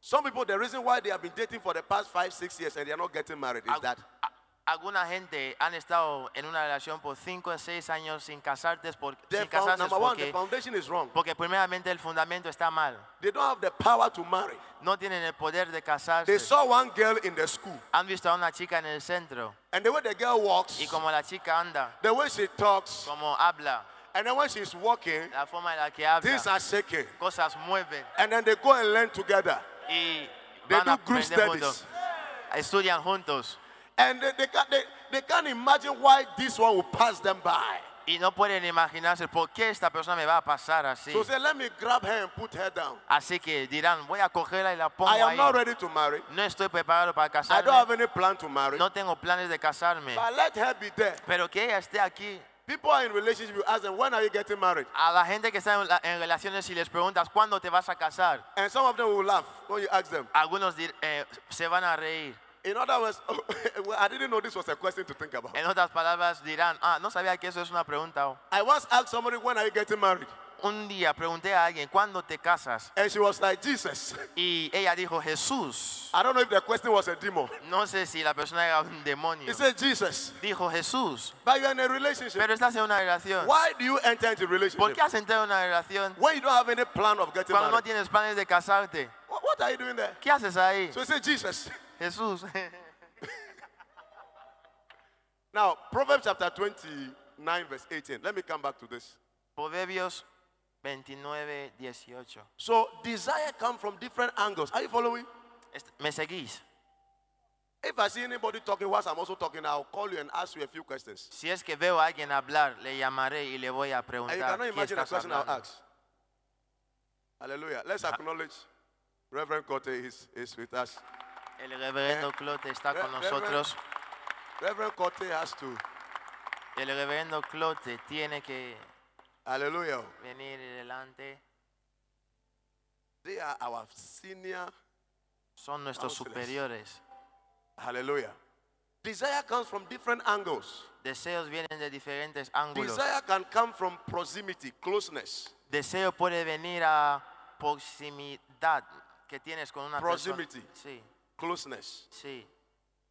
[SPEAKER 2] Some people, the reason why they have been dating for the past five, six years and they are not getting married is
[SPEAKER 3] Al-
[SPEAKER 2] that
[SPEAKER 3] a- alguna gente han estado en una relación por 5 o 6 años sin casarse, por,
[SPEAKER 2] they
[SPEAKER 3] sin
[SPEAKER 2] found-
[SPEAKER 3] casarse
[SPEAKER 2] number one, the
[SPEAKER 3] porque,
[SPEAKER 2] foundation is wrong.
[SPEAKER 3] porque primeramente el fundamento está mal.
[SPEAKER 2] They don't have the power to marry.
[SPEAKER 3] No tienen el poder de
[SPEAKER 2] They
[SPEAKER 3] casarse.
[SPEAKER 2] saw one girl in the school,
[SPEAKER 3] Han visto a una chica en el centro
[SPEAKER 2] and the way the girl walks,
[SPEAKER 3] y como la chica anda,
[SPEAKER 2] the way she talks,
[SPEAKER 3] como habla,
[SPEAKER 2] and then when she's walking,
[SPEAKER 3] la forma en la que habla,
[SPEAKER 2] things are shaking.
[SPEAKER 3] cosas mueven.
[SPEAKER 2] And then they go and learn together.
[SPEAKER 3] y
[SPEAKER 2] They
[SPEAKER 3] van
[SPEAKER 2] do
[SPEAKER 3] a
[SPEAKER 2] group
[SPEAKER 3] aprender
[SPEAKER 2] studies.
[SPEAKER 3] juntos. Estudian juntos
[SPEAKER 2] And they, they, can't, they, they can't imagine why this one will pass them by.
[SPEAKER 3] y no pueden imaginarse por qué esta persona me va a pasar así.
[SPEAKER 2] So say, let me grab her and put her down.
[SPEAKER 3] Así que dirán, voy a cogerla y la pongo
[SPEAKER 2] I am
[SPEAKER 3] ahí.
[SPEAKER 2] not ready to marry.
[SPEAKER 3] No estoy preparado para
[SPEAKER 2] I don't have
[SPEAKER 3] casarme.
[SPEAKER 2] any plan to marry.
[SPEAKER 3] No tengo planes de casarme.
[SPEAKER 2] But let her be there.
[SPEAKER 3] Pero que ella esté aquí.
[SPEAKER 2] People are in relationship. You ask them, when are you getting married?
[SPEAKER 3] A la gente que está en, la- en relaciones y les preguntas, ¿cuándo te vas a casar?
[SPEAKER 2] And some of them will laugh when you ask them.
[SPEAKER 3] Algunos dir- eh, se van a reír.
[SPEAKER 2] In other words, [laughs] well, I didn't know this was a question to think about.
[SPEAKER 3] En otras palabras, dirán, ah, no sabía que eso es una pregunta.
[SPEAKER 2] I once asked somebody, when are you getting married?
[SPEAKER 3] Un día pregunté a alguien, ¿cuándo te casas?
[SPEAKER 2] And she was like, Jesus. [laughs]
[SPEAKER 3] Y ella dijo, Jesús.
[SPEAKER 2] I don't know if the question was a demon.
[SPEAKER 3] No sé si la persona era un demonio.
[SPEAKER 2] He said, Jesus.
[SPEAKER 3] Dijo Jesús,
[SPEAKER 2] But you're in a relationship.
[SPEAKER 3] pero estás en una relación.
[SPEAKER 2] Why do you enter into
[SPEAKER 3] ¿Por
[SPEAKER 2] relationship?
[SPEAKER 3] qué has entrado en una relación
[SPEAKER 2] When you don't have any plan of getting
[SPEAKER 3] cuando no
[SPEAKER 2] married.
[SPEAKER 3] tienes planes de casarte?
[SPEAKER 2] What, what are you doing there?
[SPEAKER 3] ¿Qué haces ahí?
[SPEAKER 2] So he said, Jesus.
[SPEAKER 3] Jesús. [laughs]
[SPEAKER 2] Now, Proverbs chapter 29, verse 18. Let me come back to this.
[SPEAKER 3] Proverbios 29, 18.
[SPEAKER 2] So desire come from different angles. Are you following?
[SPEAKER 3] Est- ¿Me seguís?
[SPEAKER 2] If I see anybody talking whilst I'm also talking, I'll call you and ask you a few questions.
[SPEAKER 3] Si es que veo a alguien hablar, le llamaré y le voy a
[SPEAKER 2] And you
[SPEAKER 3] preguntar.
[SPEAKER 2] cannot
[SPEAKER 3] ¿qué
[SPEAKER 2] imagine the
[SPEAKER 3] estás
[SPEAKER 2] question I'll
[SPEAKER 3] hablando?
[SPEAKER 2] ask. Hallelujah. Let's acknowledge Reverend Cote is, is with us.
[SPEAKER 3] El reverendo Clote está
[SPEAKER 2] Re-
[SPEAKER 3] con
[SPEAKER 2] reverendo-
[SPEAKER 3] nosotros.
[SPEAKER 2] Reverend Cote has to,
[SPEAKER 3] El reverendo Clote tiene que
[SPEAKER 2] hallelujah.
[SPEAKER 3] venir delante.
[SPEAKER 2] They are our senior,
[SPEAKER 3] Son nuestros
[SPEAKER 2] Counselors.
[SPEAKER 3] superiores.
[SPEAKER 2] hallelujah. Desire comes from different angles.
[SPEAKER 3] Deseos vienen de diferentes ángulos.
[SPEAKER 2] Desire can come from proximity, closeness.
[SPEAKER 3] Deseo puede venir a proximidad que tienes con una
[SPEAKER 2] Proximity.
[SPEAKER 3] persona. Sí,
[SPEAKER 2] Closeness.
[SPEAKER 3] sí.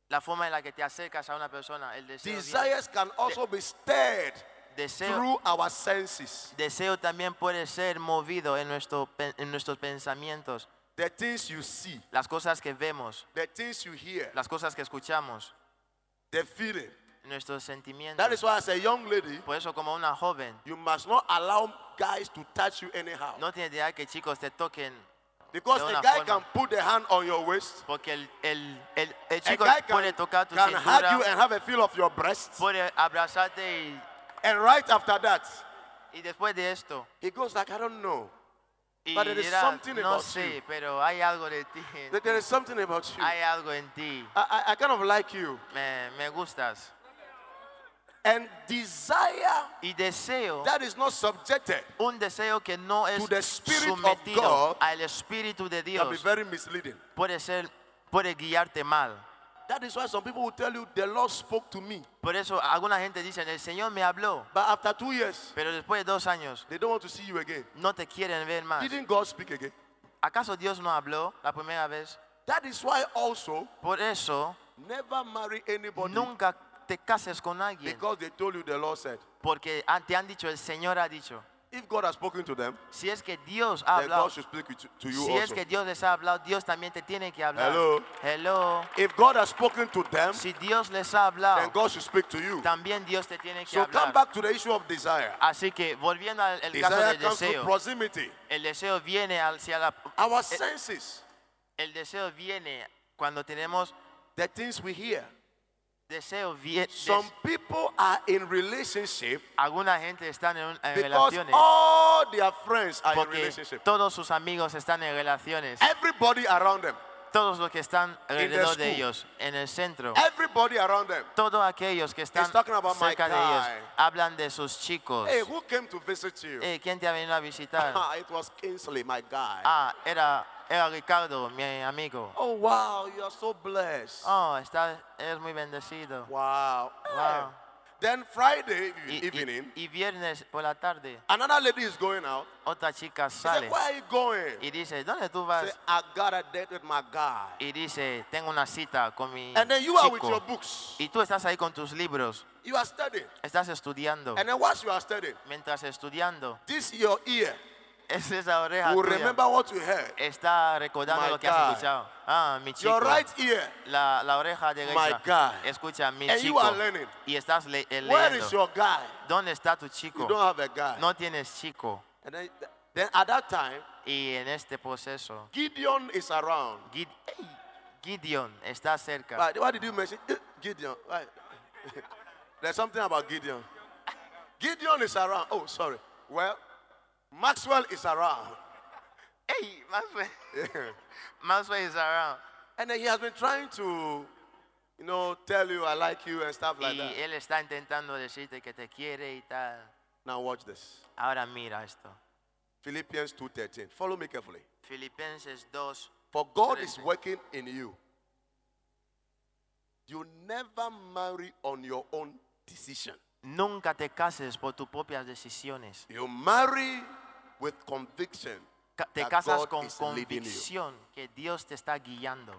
[SPEAKER 3] La forma en la que te acercas a una persona, el deseo. viene-
[SPEAKER 2] Desires can also be stirred
[SPEAKER 3] deseo,
[SPEAKER 2] through our senses.
[SPEAKER 3] deseo también puede ser movido en, nuestro, pen- en nuestros pensamientos.
[SPEAKER 2] The things you see,
[SPEAKER 3] Las cosas que vemos,
[SPEAKER 2] the things you hear,
[SPEAKER 3] las cosas que escuchamos,
[SPEAKER 2] the feeling.
[SPEAKER 3] nuestros
[SPEAKER 2] That is
[SPEAKER 3] sentimientos.
[SPEAKER 2] why, as a young lady,
[SPEAKER 3] Por eso como una joven,
[SPEAKER 2] you must not allow guys to touch you anyhow.
[SPEAKER 3] no tienes idea que chicos te toquen.
[SPEAKER 2] Because
[SPEAKER 3] de
[SPEAKER 2] a
[SPEAKER 3] una
[SPEAKER 2] guy
[SPEAKER 3] forma.
[SPEAKER 2] can put the hand on your waist,
[SPEAKER 3] Porque el, el, el, el
[SPEAKER 2] a
[SPEAKER 3] chico
[SPEAKER 2] guy can,
[SPEAKER 3] puede tocar tu
[SPEAKER 2] can hug you
[SPEAKER 3] cintura,
[SPEAKER 2] and have a feel of your breast.
[SPEAKER 3] puede abrazarte y,
[SPEAKER 2] And right after that,
[SPEAKER 3] y después de esto,
[SPEAKER 2] he goes like, I don't know.
[SPEAKER 3] y
[SPEAKER 2] But there is
[SPEAKER 3] dirá,
[SPEAKER 2] something
[SPEAKER 3] no
[SPEAKER 2] about
[SPEAKER 3] sé,
[SPEAKER 2] you."
[SPEAKER 3] pero hay algo de ti, en
[SPEAKER 2] That
[SPEAKER 3] ti.
[SPEAKER 2] there is something about you. I,
[SPEAKER 3] hay algo en ti,
[SPEAKER 2] I, I kind of like you.
[SPEAKER 3] me, me gustas.
[SPEAKER 2] And desire
[SPEAKER 3] Y deseo,
[SPEAKER 2] that is not subjected
[SPEAKER 3] un deseo que no es
[SPEAKER 2] To the Spirit of
[SPEAKER 3] sometido
[SPEAKER 2] God
[SPEAKER 3] al Espíritu de
[SPEAKER 2] can be
[SPEAKER 3] Dios,
[SPEAKER 2] very misleading.
[SPEAKER 3] puede, ser, puede guiarte mal.
[SPEAKER 2] That is why some people will tell you, the Lord spoke to me.
[SPEAKER 3] Por eso alguna gente dice, el Señor me habló,
[SPEAKER 2] But after two years,
[SPEAKER 3] pero después de dos años
[SPEAKER 2] they don't want to see you again.
[SPEAKER 3] no te quieren ver más.
[SPEAKER 2] Didn't God speak again?
[SPEAKER 3] ¿Acaso Dios no habló la primera vez?
[SPEAKER 2] That is why also
[SPEAKER 3] Por eso
[SPEAKER 2] never marry anybody
[SPEAKER 3] Nunca te cases con alguien
[SPEAKER 2] because they told you the Lord said.
[SPEAKER 3] porque han- te han dicho, el Señor ha dicho.
[SPEAKER 2] If God has spoken to them,
[SPEAKER 3] Si es que Dios ha
[SPEAKER 2] then God
[SPEAKER 3] hablado,
[SPEAKER 2] should speak to, to you
[SPEAKER 3] si es
[SPEAKER 2] also.
[SPEAKER 3] que Dios les ha hablado, Dios también te tiene que hablar.
[SPEAKER 2] Hello.
[SPEAKER 3] Hello.
[SPEAKER 2] If God has spoken to them,
[SPEAKER 3] Si Dios les ha
[SPEAKER 2] then
[SPEAKER 3] hablado,
[SPEAKER 2] God should speak to you.
[SPEAKER 3] también Dios te tiene que
[SPEAKER 2] So come
[SPEAKER 3] hablar.
[SPEAKER 2] back to the issue of desire.
[SPEAKER 3] Así que volviendo al el caso
[SPEAKER 2] Desire
[SPEAKER 3] del
[SPEAKER 2] comes through
[SPEAKER 3] deseo,
[SPEAKER 2] proximity.
[SPEAKER 3] el deseo viene hacia la,
[SPEAKER 2] Our
[SPEAKER 3] el,
[SPEAKER 2] senses,
[SPEAKER 3] el deseo viene cuando tenemos
[SPEAKER 2] the things we hear.
[SPEAKER 3] deseo viene.
[SPEAKER 2] Some people are in relationship
[SPEAKER 3] Alguna gente está en, un- en
[SPEAKER 2] because
[SPEAKER 3] Eh, relaciones
[SPEAKER 2] all their friends are in
[SPEAKER 3] porque
[SPEAKER 2] relationship.
[SPEAKER 3] todos sus amigos están en relaciones.
[SPEAKER 2] Everybody around them,
[SPEAKER 3] todos los que están alrededor
[SPEAKER 2] school.
[SPEAKER 3] de ellos, en el centro,
[SPEAKER 2] everybody around them.
[SPEAKER 3] todos aquellos que están
[SPEAKER 2] talking about my
[SPEAKER 3] cerca de ellos,
[SPEAKER 2] guy.
[SPEAKER 3] hablan de sus chicos.
[SPEAKER 2] Hey, who came to visit you?
[SPEAKER 3] Eh, ¿Quién te ha venido a
[SPEAKER 2] [laughs]
[SPEAKER 3] visitar?
[SPEAKER 2] Ah, it was Kingsley, my guy.
[SPEAKER 3] ah, era, era Ricardo, mi amigo.
[SPEAKER 2] Oh wow, you are so blessed.
[SPEAKER 3] Oh, está, eres muy bendecido.
[SPEAKER 2] Wow.
[SPEAKER 3] Wow.
[SPEAKER 2] Then Friday e-,
[SPEAKER 3] Y, y-
[SPEAKER 2] evening,
[SPEAKER 3] y viernes por la tarde,
[SPEAKER 2] another lady is going out.
[SPEAKER 3] otra chica
[SPEAKER 2] She said,
[SPEAKER 3] sale
[SPEAKER 2] Where are you going?
[SPEAKER 3] y dice, ¿dónde tú
[SPEAKER 2] She
[SPEAKER 3] vas?
[SPEAKER 2] said, I got a date with my guy.
[SPEAKER 3] Y dice, tengo una cita con mi
[SPEAKER 2] And then you are with your
[SPEAKER 3] chico.
[SPEAKER 2] books.
[SPEAKER 3] Y tú estás ahí con tus libros,
[SPEAKER 2] You are studying.
[SPEAKER 3] estás estudiando.
[SPEAKER 2] And then once you are studying,
[SPEAKER 3] Mientras estudiando, [laughs]
[SPEAKER 2] this your ear
[SPEAKER 3] es esa oreja
[SPEAKER 2] will
[SPEAKER 3] tuya.
[SPEAKER 2] remember what you heard.
[SPEAKER 3] está recordando
[SPEAKER 2] My
[SPEAKER 3] lo que has
[SPEAKER 2] God.
[SPEAKER 3] escuchado. Ah, mi chico.
[SPEAKER 2] Your right ear.
[SPEAKER 3] la, la oreja derecha.
[SPEAKER 2] God.
[SPEAKER 3] Escucha, mi
[SPEAKER 2] And you
[SPEAKER 3] chico.
[SPEAKER 2] are learning.
[SPEAKER 3] Y estás le- eh,
[SPEAKER 2] Where
[SPEAKER 3] leyendo.
[SPEAKER 2] is your guy?
[SPEAKER 3] ¿Dónde está tu
[SPEAKER 2] You
[SPEAKER 3] chico?
[SPEAKER 2] don't have a guy.
[SPEAKER 3] No tienes chico.
[SPEAKER 2] And then, then at that time,
[SPEAKER 3] Y en este proceso,
[SPEAKER 2] Gideon is around.
[SPEAKER 3] Gid- ey, Gideon está cerca.
[SPEAKER 2] Why, why did you mention eh, Gideon? Why? [laughs] There's something about Gideon. Gideon is around. Oh, sorry. Well, Maxwell is around.
[SPEAKER 3] Hey, Maxwell. Maxwell is around.
[SPEAKER 2] And then he has been trying to, you know, tell you I like you and stuff like
[SPEAKER 3] y
[SPEAKER 2] that.
[SPEAKER 3] él está intentando decirte que te quiere y tal.
[SPEAKER 2] Now watch this.
[SPEAKER 3] Ahora mira esto.
[SPEAKER 2] Philippians 2:13. Follow me carefully.
[SPEAKER 3] Filipenses 2.
[SPEAKER 2] For God is
[SPEAKER 3] Interesting.
[SPEAKER 2] working in you. You never marry on your own decision.
[SPEAKER 3] Nunca te cases por tus propias decisiones.
[SPEAKER 2] You marry with conviction.
[SPEAKER 3] Ca- te
[SPEAKER 2] that
[SPEAKER 3] casas
[SPEAKER 2] God
[SPEAKER 3] con
[SPEAKER 2] is leading you.
[SPEAKER 3] convicción que Dios te está guiando.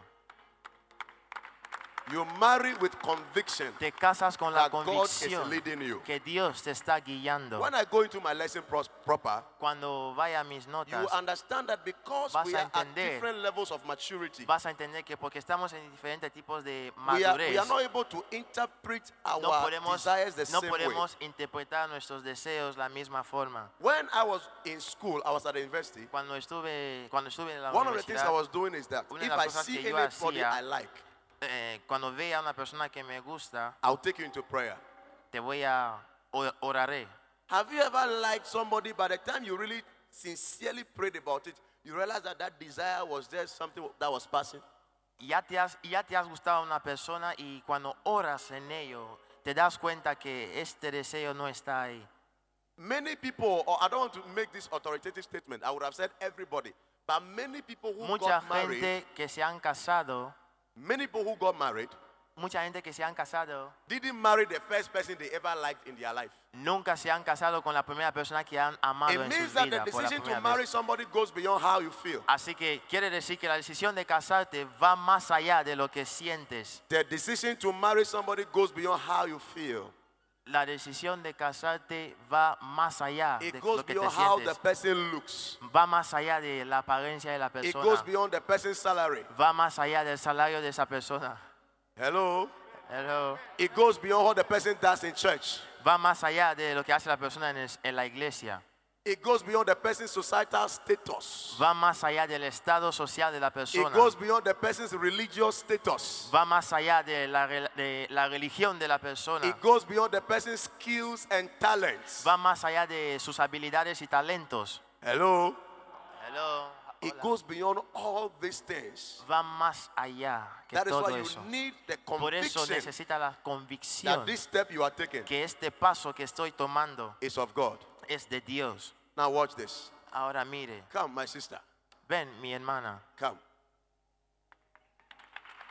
[SPEAKER 2] You marry with conviction.
[SPEAKER 3] Te casas con la
[SPEAKER 2] that God is
[SPEAKER 3] convicción
[SPEAKER 2] leading you.
[SPEAKER 3] que Dios te está guiando.
[SPEAKER 2] When I go into my lesson pros- proper,
[SPEAKER 3] Cuando vaya a mis
[SPEAKER 2] you
[SPEAKER 3] notas,
[SPEAKER 2] will understand that because
[SPEAKER 3] Vas
[SPEAKER 2] we
[SPEAKER 3] a
[SPEAKER 2] are at
[SPEAKER 3] entender.
[SPEAKER 2] different levels of maturity,
[SPEAKER 3] vas a entender que porque estamos en diferentes tipos de
[SPEAKER 2] we are, we
[SPEAKER 3] madurez,
[SPEAKER 2] are not able to interpret our
[SPEAKER 3] no podemos,
[SPEAKER 2] desires the
[SPEAKER 3] no
[SPEAKER 2] same way.
[SPEAKER 3] podemos interpretar nuestros deseos la misma forma.
[SPEAKER 2] When I was in school, I was at the university.
[SPEAKER 3] Cuando estuve, cuando estuve en la
[SPEAKER 2] One of the things I
[SPEAKER 3] universidad,
[SPEAKER 2] was doing is that
[SPEAKER 3] Una de
[SPEAKER 2] if
[SPEAKER 3] las
[SPEAKER 2] I
[SPEAKER 3] cosas
[SPEAKER 2] see
[SPEAKER 3] que yo
[SPEAKER 2] anybody
[SPEAKER 3] hacía-
[SPEAKER 2] I like,
[SPEAKER 3] eh, cuando vea a una persona que me gusta,
[SPEAKER 2] I'll take you into prayer.
[SPEAKER 3] te voy a o- oraré.
[SPEAKER 2] Have you ever liked somebody by the time you really sincerely prayed about it, you realize that that desire was just something that was passing?
[SPEAKER 3] Ya te has, ya te has gustado una persona y cuando oras en ello, te das cuenta que este deseo no está ahí.
[SPEAKER 2] Many people, or I don't want to make this authoritative statement, I would have said everybody, but many people who
[SPEAKER 3] Mucha
[SPEAKER 2] got married,
[SPEAKER 3] gente que se han casado,
[SPEAKER 2] many people who got married
[SPEAKER 3] mucha gente que se han casado,
[SPEAKER 2] didn't marry the first person they ever liked in their life.
[SPEAKER 3] nunca se han casado con la primera persona que han amado
[SPEAKER 2] it
[SPEAKER 3] en
[SPEAKER 2] means
[SPEAKER 3] sus
[SPEAKER 2] that the
[SPEAKER 3] vidas por la
[SPEAKER 2] decision to
[SPEAKER 3] primera
[SPEAKER 2] marry
[SPEAKER 3] vez.
[SPEAKER 2] somebody goes beyond how you feel.
[SPEAKER 3] Así que quiere decir que la decisión de casarte va más allá de lo que sientes.
[SPEAKER 2] The decision to marry somebody goes beyond how you feel.
[SPEAKER 3] La decisión de casarte va más allá Ah, de
[SPEAKER 2] It goes
[SPEAKER 3] lo que te
[SPEAKER 2] beyond how the
[SPEAKER 3] sientes.
[SPEAKER 2] person looks.
[SPEAKER 3] Va más allá de la apariencia de la
[SPEAKER 2] It goes
[SPEAKER 3] persona.
[SPEAKER 2] beyond the person's salary.
[SPEAKER 3] Va más allá del salario de esa persona.
[SPEAKER 2] Hello.
[SPEAKER 3] Hello.
[SPEAKER 2] It goes beyond what the person does in church.
[SPEAKER 3] Va más allá de lo que hace la persona en, es- en la iglesia.
[SPEAKER 2] It goes beyond the person's societal status.
[SPEAKER 3] Va más allá del estado social de la
[SPEAKER 2] It
[SPEAKER 3] persona.
[SPEAKER 2] goes beyond the person's religious status.
[SPEAKER 3] Va más allá de la, rel- de la religión de la persona.
[SPEAKER 2] It goes beyond the person's skills and talents.
[SPEAKER 3] Va más allá de sus habilidades y talentos.
[SPEAKER 2] Hello.
[SPEAKER 3] Hello.
[SPEAKER 2] It
[SPEAKER 3] Hola.
[SPEAKER 2] goes beyond all these things.
[SPEAKER 3] va más allá que
[SPEAKER 2] That is
[SPEAKER 3] todo
[SPEAKER 2] why
[SPEAKER 3] eso.
[SPEAKER 2] you need the
[SPEAKER 3] Por eso
[SPEAKER 2] conviction
[SPEAKER 3] necesita la
[SPEAKER 2] that
[SPEAKER 3] convicción
[SPEAKER 2] this step you are taking
[SPEAKER 3] que este paso que estoy tomando
[SPEAKER 2] is of God.
[SPEAKER 3] es de Dios.
[SPEAKER 2] Now watch this.
[SPEAKER 3] Ahora mire,
[SPEAKER 2] Come, my sister.
[SPEAKER 3] ven mi hermana.
[SPEAKER 2] Come.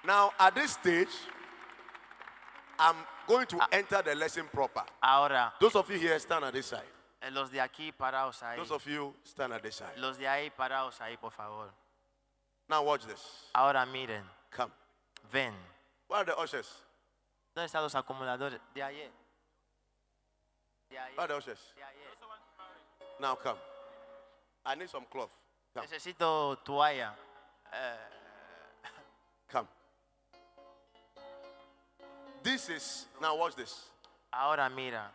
[SPEAKER 2] Now, at this stage, I'm going to enter the lesson proper.
[SPEAKER 3] Ahora,
[SPEAKER 2] Those of you here, stand at this side.
[SPEAKER 3] eh, los de aquí paraos ahí.
[SPEAKER 2] Those of you, stand at this side.
[SPEAKER 3] Los de ahí paraos ahí, por favor.
[SPEAKER 2] Now, watch this.
[SPEAKER 3] Ahora miren,
[SPEAKER 2] Come.
[SPEAKER 3] ven.
[SPEAKER 2] Where are the ushers?
[SPEAKER 3] ¿Dónde están los acumuladores? De ayer. De
[SPEAKER 2] Where are
[SPEAKER 3] ayer.
[SPEAKER 2] the ushers?
[SPEAKER 3] De ayer.
[SPEAKER 2] Now, come. I need some cloth. Come.
[SPEAKER 3] Necesito toalla. Eh,
[SPEAKER 2] Come. This is, now, watch this.
[SPEAKER 3] Ahora mira,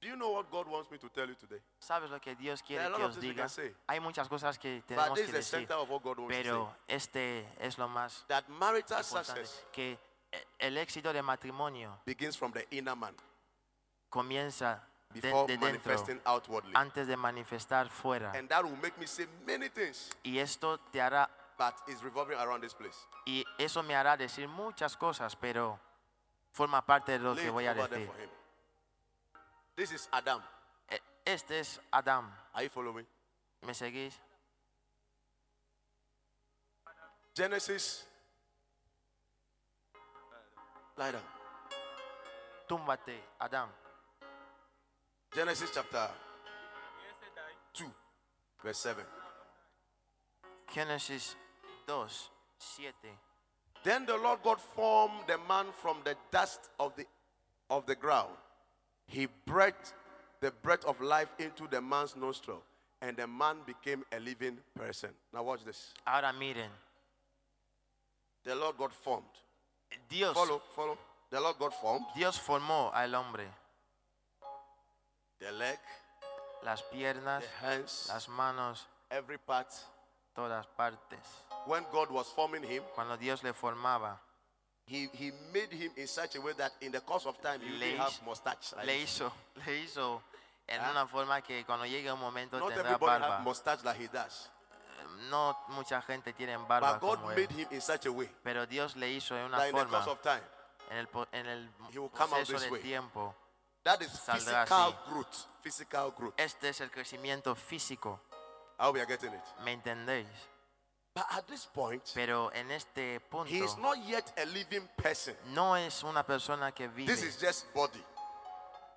[SPEAKER 2] Do you know what God wants me to tell you today?
[SPEAKER 3] ¿sabes lo que Dios
[SPEAKER 2] There are a
[SPEAKER 3] quiere
[SPEAKER 2] lot
[SPEAKER 3] que
[SPEAKER 2] of
[SPEAKER 3] os
[SPEAKER 2] things we
[SPEAKER 3] diga?
[SPEAKER 2] can say.
[SPEAKER 3] Hay muchas cosas que
[SPEAKER 2] But
[SPEAKER 3] tenemos
[SPEAKER 2] this
[SPEAKER 3] que
[SPEAKER 2] is the
[SPEAKER 3] decir.
[SPEAKER 2] center of what God wants me to say.
[SPEAKER 3] Pero este es lo más
[SPEAKER 2] That marital
[SPEAKER 3] importante,
[SPEAKER 2] success
[SPEAKER 3] que e- el éxito del matrimonio
[SPEAKER 2] begins from the inner man
[SPEAKER 3] comienza de,
[SPEAKER 2] before
[SPEAKER 3] de dentro,
[SPEAKER 2] manifesting outwardly.
[SPEAKER 3] antes de manifestar fuera.
[SPEAKER 2] And that will make me say many things,
[SPEAKER 3] Y esto te hará,
[SPEAKER 2] but it's revolving around this place.
[SPEAKER 3] y eso me hará decir muchas cosas, pero forma parte de lo
[SPEAKER 2] Lay
[SPEAKER 3] que
[SPEAKER 2] it
[SPEAKER 3] voy a
[SPEAKER 2] over there
[SPEAKER 3] decir.
[SPEAKER 2] for him. This is Adam.
[SPEAKER 3] E- Este es Adán,
[SPEAKER 2] Are you following?
[SPEAKER 3] ¿me seguís?
[SPEAKER 2] Genesis. Lie down.
[SPEAKER 3] Túmbate, Adán.
[SPEAKER 2] Genesis chapter 2, verse 7.
[SPEAKER 3] Génesis 2, 7.
[SPEAKER 2] Then the Lord God formed the man from the dust of the of the ground. He breathed the breath of life into the man's nostril, and the man became a living person. Now watch this.
[SPEAKER 3] Ahora miren,
[SPEAKER 2] The Lord God formed.
[SPEAKER 3] Dios,
[SPEAKER 2] Follow, follow. The Lord God formed
[SPEAKER 3] Dios formó al hombre,
[SPEAKER 2] the leg,
[SPEAKER 3] las
[SPEAKER 2] the
[SPEAKER 3] piernas,
[SPEAKER 2] hands,
[SPEAKER 3] las manos,
[SPEAKER 2] every part.
[SPEAKER 3] todas partes.
[SPEAKER 2] When God was forming him,
[SPEAKER 3] Cuando Dios le formaba,
[SPEAKER 2] he, he made him in such a way that in the course of time he
[SPEAKER 3] Le
[SPEAKER 2] will have
[SPEAKER 3] hizo-
[SPEAKER 2] mustache. like
[SPEAKER 3] le
[SPEAKER 2] this.
[SPEAKER 3] hizo, [laughs] le hizo en
[SPEAKER 2] Ah.
[SPEAKER 3] una forma que cuando llegue un momento
[SPEAKER 2] Not
[SPEAKER 3] tendrá
[SPEAKER 2] everybody
[SPEAKER 3] barba. Eh,
[SPEAKER 2] has mustache like he does.
[SPEAKER 3] No mucha gente tiene
[SPEAKER 2] But
[SPEAKER 3] barba
[SPEAKER 2] God
[SPEAKER 3] como él,
[SPEAKER 2] made him in such a way
[SPEAKER 3] pero Dios le hizo en una
[SPEAKER 2] that in the
[SPEAKER 3] forma
[SPEAKER 2] course of time.
[SPEAKER 3] en el, po- en el
[SPEAKER 2] he will come out
[SPEAKER 3] proceso
[SPEAKER 2] this
[SPEAKER 3] del
[SPEAKER 2] way.
[SPEAKER 3] tiempo.
[SPEAKER 2] That is
[SPEAKER 3] Saldrá
[SPEAKER 2] physical
[SPEAKER 3] así.
[SPEAKER 2] growth. Physical growth.
[SPEAKER 3] Este es el crecimiento físico,
[SPEAKER 2] How we are getting it.
[SPEAKER 3] ¿me entendéis?
[SPEAKER 2] But at this point,
[SPEAKER 3] Pero en este punto
[SPEAKER 2] he is not yet a living person.
[SPEAKER 3] no es una persona que vive,
[SPEAKER 2] This is just body.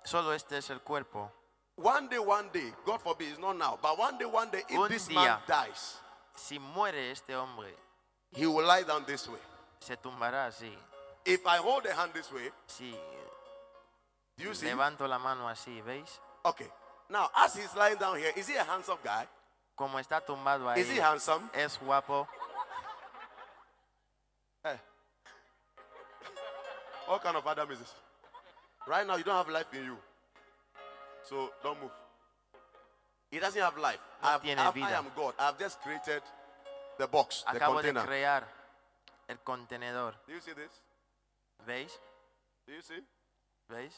[SPEAKER 3] solo este es el cuerpo.
[SPEAKER 2] One day, one day, God forbid, it's not now, but one day, one day, if
[SPEAKER 3] Un
[SPEAKER 2] this
[SPEAKER 3] día.
[SPEAKER 2] man dies,
[SPEAKER 3] Si muere este hombre,
[SPEAKER 2] he will lie down this way.
[SPEAKER 3] se tumbará así.
[SPEAKER 2] If I hold the hand this way,
[SPEAKER 3] Si
[SPEAKER 2] do you see?
[SPEAKER 3] levanto la mano así, ¿veis?
[SPEAKER 2] Okay. Now, as he's lying down here, is he a handsome guy?
[SPEAKER 3] Como está tumbado ahí.
[SPEAKER 2] Is he handsome?
[SPEAKER 3] es guapo.
[SPEAKER 2] What kind of Adam is this? Right now, you don't have life in you. So don't move. He doesn't have life.
[SPEAKER 3] No
[SPEAKER 2] I've-
[SPEAKER 3] tiene
[SPEAKER 2] I've- I
[SPEAKER 3] vida.
[SPEAKER 2] am God. I've just created the box, the
[SPEAKER 3] Acabo de
[SPEAKER 2] container.
[SPEAKER 3] crear el contenedor.
[SPEAKER 2] Do you see this?
[SPEAKER 3] ¿Veis?
[SPEAKER 2] Do you see?
[SPEAKER 3] ¿Veis?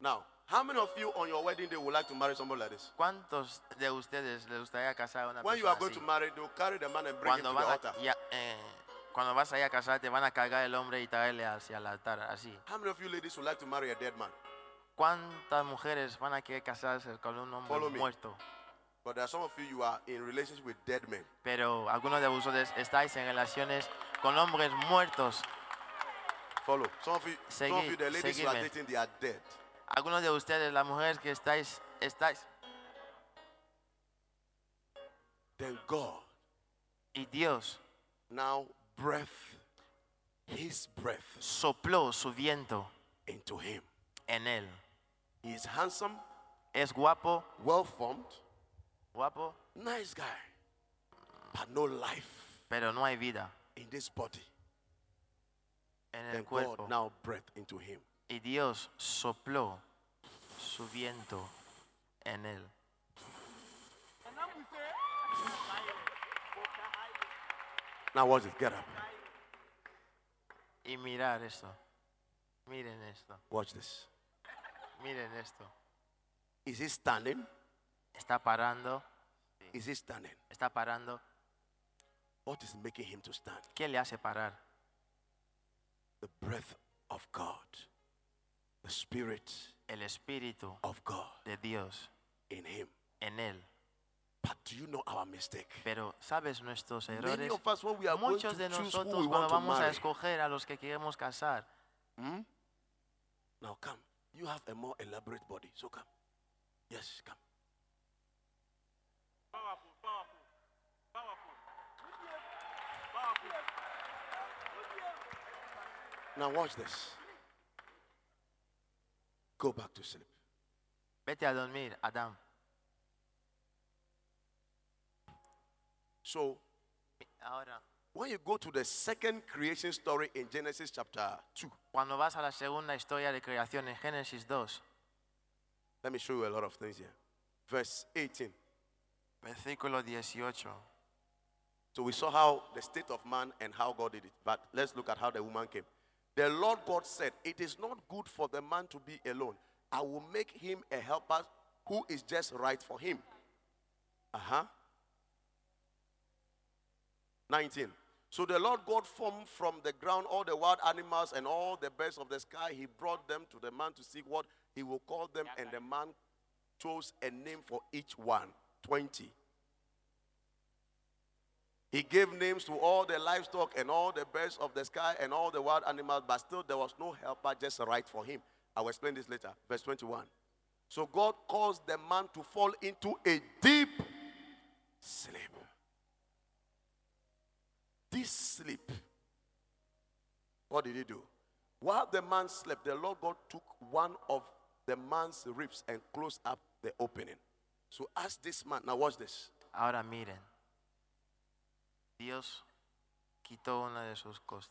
[SPEAKER 2] Now, how many of you on your wedding day would like to marry somebody like this?
[SPEAKER 3] ¿Cuántos de ustedes les gustaría casar a una
[SPEAKER 2] When you
[SPEAKER 3] persona
[SPEAKER 2] are going
[SPEAKER 3] así?
[SPEAKER 2] to marry, they'll carry the man and bring him to
[SPEAKER 3] cuando
[SPEAKER 2] the
[SPEAKER 3] vas,
[SPEAKER 2] altar.
[SPEAKER 3] a, ya- eh, cuando vas a ir a casar te van a cargar el hombre y traerle hacia el altar, así.
[SPEAKER 2] How many of you ladies would like to marry a dead man?
[SPEAKER 3] ¿Cuántas mujeres van a querer casarse con un hombre
[SPEAKER 2] Follow me.
[SPEAKER 3] muerto?
[SPEAKER 2] But there are some of you, you are in relationship with dead men.
[SPEAKER 3] Pero algunos de vosotros estáis en relaciones con hombres muertos.
[SPEAKER 2] Follow. Some of you, some of
[SPEAKER 3] Segui-
[SPEAKER 2] you the ladies you are
[SPEAKER 3] seguime.
[SPEAKER 2] dating, they are dead.
[SPEAKER 3] Algunos de ustedes, las mujeres que estáis, estáis.
[SPEAKER 2] Then God
[SPEAKER 3] Y Dios
[SPEAKER 2] now breath, his breath
[SPEAKER 3] sopló su viento
[SPEAKER 2] into him.
[SPEAKER 3] en él.
[SPEAKER 2] He is handsome,
[SPEAKER 3] Es guapo,
[SPEAKER 2] well formed,
[SPEAKER 3] guapo,
[SPEAKER 2] nice guy, but no life
[SPEAKER 3] pero no hay vida
[SPEAKER 2] in this body.
[SPEAKER 3] en el
[SPEAKER 2] Then
[SPEAKER 3] cuerpo.
[SPEAKER 2] God now breath into him.
[SPEAKER 3] Y Dios sopló su viento en él.
[SPEAKER 2] Now watch this. Get up.
[SPEAKER 3] Y mirar esto. Miren esto.
[SPEAKER 2] Watch this.
[SPEAKER 3] Miren esto.
[SPEAKER 2] Is he standing?
[SPEAKER 3] Está parando.
[SPEAKER 2] Is he standing?
[SPEAKER 3] Está parando.
[SPEAKER 2] What is making him to stand?
[SPEAKER 3] ¿Qué le hace parar?
[SPEAKER 2] The breath of God, the spirit
[SPEAKER 3] El Espíritu
[SPEAKER 2] of God
[SPEAKER 3] de Dios
[SPEAKER 2] in him.
[SPEAKER 3] en él.
[SPEAKER 2] But do you know our mistake?
[SPEAKER 3] Pero, ¿sabes nuestros
[SPEAKER 2] Many
[SPEAKER 3] errores?
[SPEAKER 2] of us, when we are going to
[SPEAKER 3] Muchos de
[SPEAKER 2] choose who we
[SPEAKER 3] nosotros
[SPEAKER 2] want
[SPEAKER 3] cuando
[SPEAKER 2] to
[SPEAKER 3] vamos a
[SPEAKER 2] marry,
[SPEAKER 3] escoger a los que queremos casar,
[SPEAKER 2] now come. You have a more elaborate body, so come. Yes, come. Now watch this. Go back to sleep.
[SPEAKER 3] vete a dormir, Adán.
[SPEAKER 2] So
[SPEAKER 3] Ahora,
[SPEAKER 2] when you go to the second creation story in Genesis chapter two,
[SPEAKER 3] cuando vas a la segunda historia de creación en Génesis 2,
[SPEAKER 2] let me show you a lot of things here. Verse 18.
[SPEAKER 3] versículo 18.
[SPEAKER 2] So we saw how the state of man and how God did it. But let's look at how the woman came. The Lord God said, It is not good for the man to be alone. I will make him a helper who is just right for him. Uh huh. 19. So the Lord God formed from the ground all the wild animals and all the birds of the sky. He brought them to the man to see what he will call them, and the man chose a name for each one. 20. He gave names to all the livestock and all the birds of the sky and all the wild animals, but still there was no helper just right for him. I will explain this later. Verse 21. So God caused the man to fall into a deep sleep. This sleep, what did he do? While the man slept, the Lord God took one of the man's ribs and closed up the opening. So as this man, now watch this.
[SPEAKER 3] Ahora miren, Dios quitó una de sus cos-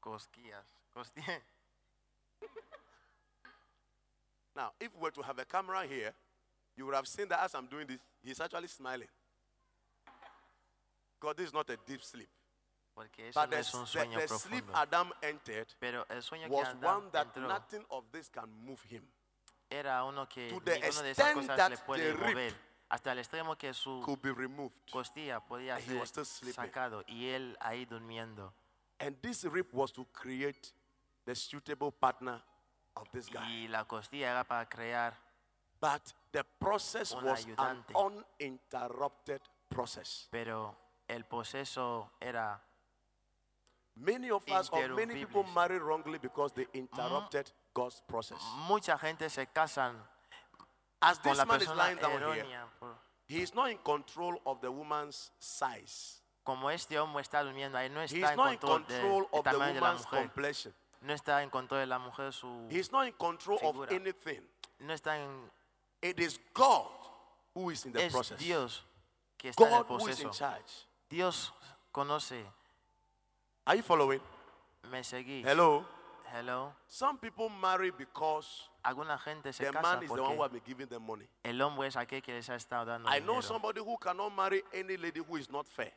[SPEAKER 3] cosquillas. [laughs] Costi-
[SPEAKER 2] Now, if we were to have a camera here, you would have seen that as I'm doing this, he's actually smiling. God, this is not a deep sleep.
[SPEAKER 3] Porque eso
[SPEAKER 2] But
[SPEAKER 3] no
[SPEAKER 2] the,
[SPEAKER 3] es un
[SPEAKER 2] the,
[SPEAKER 3] sueño
[SPEAKER 2] the sleep
[SPEAKER 3] profundo.
[SPEAKER 2] Adam entered
[SPEAKER 3] Pero el sueño que
[SPEAKER 2] was
[SPEAKER 3] Adán
[SPEAKER 2] one that
[SPEAKER 3] entró
[SPEAKER 2] nothing of this can move him.
[SPEAKER 3] era uno que
[SPEAKER 2] to the
[SPEAKER 3] ninguna de esas
[SPEAKER 2] extent
[SPEAKER 3] cosas
[SPEAKER 2] that
[SPEAKER 3] le
[SPEAKER 2] the
[SPEAKER 3] puede
[SPEAKER 2] rib
[SPEAKER 3] mover. Hasta el extremo que su
[SPEAKER 2] Could be removed.
[SPEAKER 3] costilla Pues podía
[SPEAKER 2] and he was
[SPEAKER 3] ser
[SPEAKER 2] still sleeping.
[SPEAKER 3] sacado y él ahí durmiendo.
[SPEAKER 2] And this rib was to create the suitable partner of this guy.
[SPEAKER 3] Y la costilla era para crear,
[SPEAKER 2] But the process
[SPEAKER 3] Un
[SPEAKER 2] was an
[SPEAKER 3] ayudante.
[SPEAKER 2] uninterrupted process.
[SPEAKER 3] pero el proceso era...
[SPEAKER 2] Many of us or many people
[SPEAKER 3] Interrumpibles. Mm.
[SPEAKER 2] marry wrongly because they interrupted God's process.
[SPEAKER 3] Mucha gente se casan
[SPEAKER 2] As
[SPEAKER 3] con
[SPEAKER 2] this
[SPEAKER 3] la
[SPEAKER 2] man is
[SPEAKER 3] persona
[SPEAKER 2] lying down here,
[SPEAKER 3] errónea. por-
[SPEAKER 2] He is not in control of the woman's size.
[SPEAKER 3] como este hombre está durmiendo ahí, no
[SPEAKER 2] He is
[SPEAKER 3] está en
[SPEAKER 2] not in
[SPEAKER 3] control
[SPEAKER 2] control
[SPEAKER 3] del
[SPEAKER 2] of the
[SPEAKER 3] tamaño de la
[SPEAKER 2] woman's
[SPEAKER 3] mujer.
[SPEAKER 2] complexion.
[SPEAKER 3] No está en control de la mujer, su,
[SPEAKER 2] He is not in control of
[SPEAKER 3] Figura.
[SPEAKER 2] anything.
[SPEAKER 3] no está en...
[SPEAKER 2] It is God who is in the
[SPEAKER 3] Es
[SPEAKER 2] process.
[SPEAKER 3] Dios que está en el
[SPEAKER 2] God who is in
[SPEAKER 3] proceso.
[SPEAKER 2] charge.
[SPEAKER 3] Dios conoce,
[SPEAKER 2] Are you following?
[SPEAKER 3] me seguí.
[SPEAKER 2] Hello.
[SPEAKER 3] Hello.
[SPEAKER 2] Some people marry because
[SPEAKER 3] Alguna gente se
[SPEAKER 2] the
[SPEAKER 3] casa
[SPEAKER 2] man is the one who
[SPEAKER 3] porque
[SPEAKER 2] has been giving them money.
[SPEAKER 3] el hombre es aquel que les ha estado dando
[SPEAKER 2] I know
[SPEAKER 3] dinero.
[SPEAKER 2] somebody who cannot marry any lady who is not fair.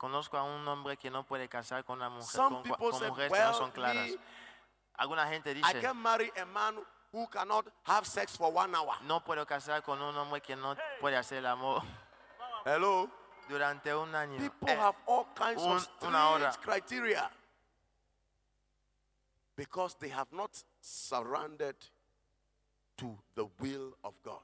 [SPEAKER 3] Conozco a un hombre que no puede casar con una mujer
[SPEAKER 2] Some
[SPEAKER 3] con, cua-
[SPEAKER 2] people
[SPEAKER 3] con
[SPEAKER 2] say,
[SPEAKER 3] mujeres que
[SPEAKER 2] "Well,
[SPEAKER 3] no son claras.
[SPEAKER 2] me,
[SPEAKER 3] Alguna gente
[SPEAKER 2] I
[SPEAKER 3] dice,
[SPEAKER 2] can marry a man who cannot have sex for one hour.
[SPEAKER 3] no puedo casar con un hombre que no puede hacer el amor [laughs]
[SPEAKER 2] Hello?
[SPEAKER 3] durante un año.
[SPEAKER 2] People
[SPEAKER 3] Eh,
[SPEAKER 2] have all kinds
[SPEAKER 3] un-
[SPEAKER 2] of strange
[SPEAKER 3] una hora.
[SPEAKER 2] criteria because they have not surrendered to the will of God.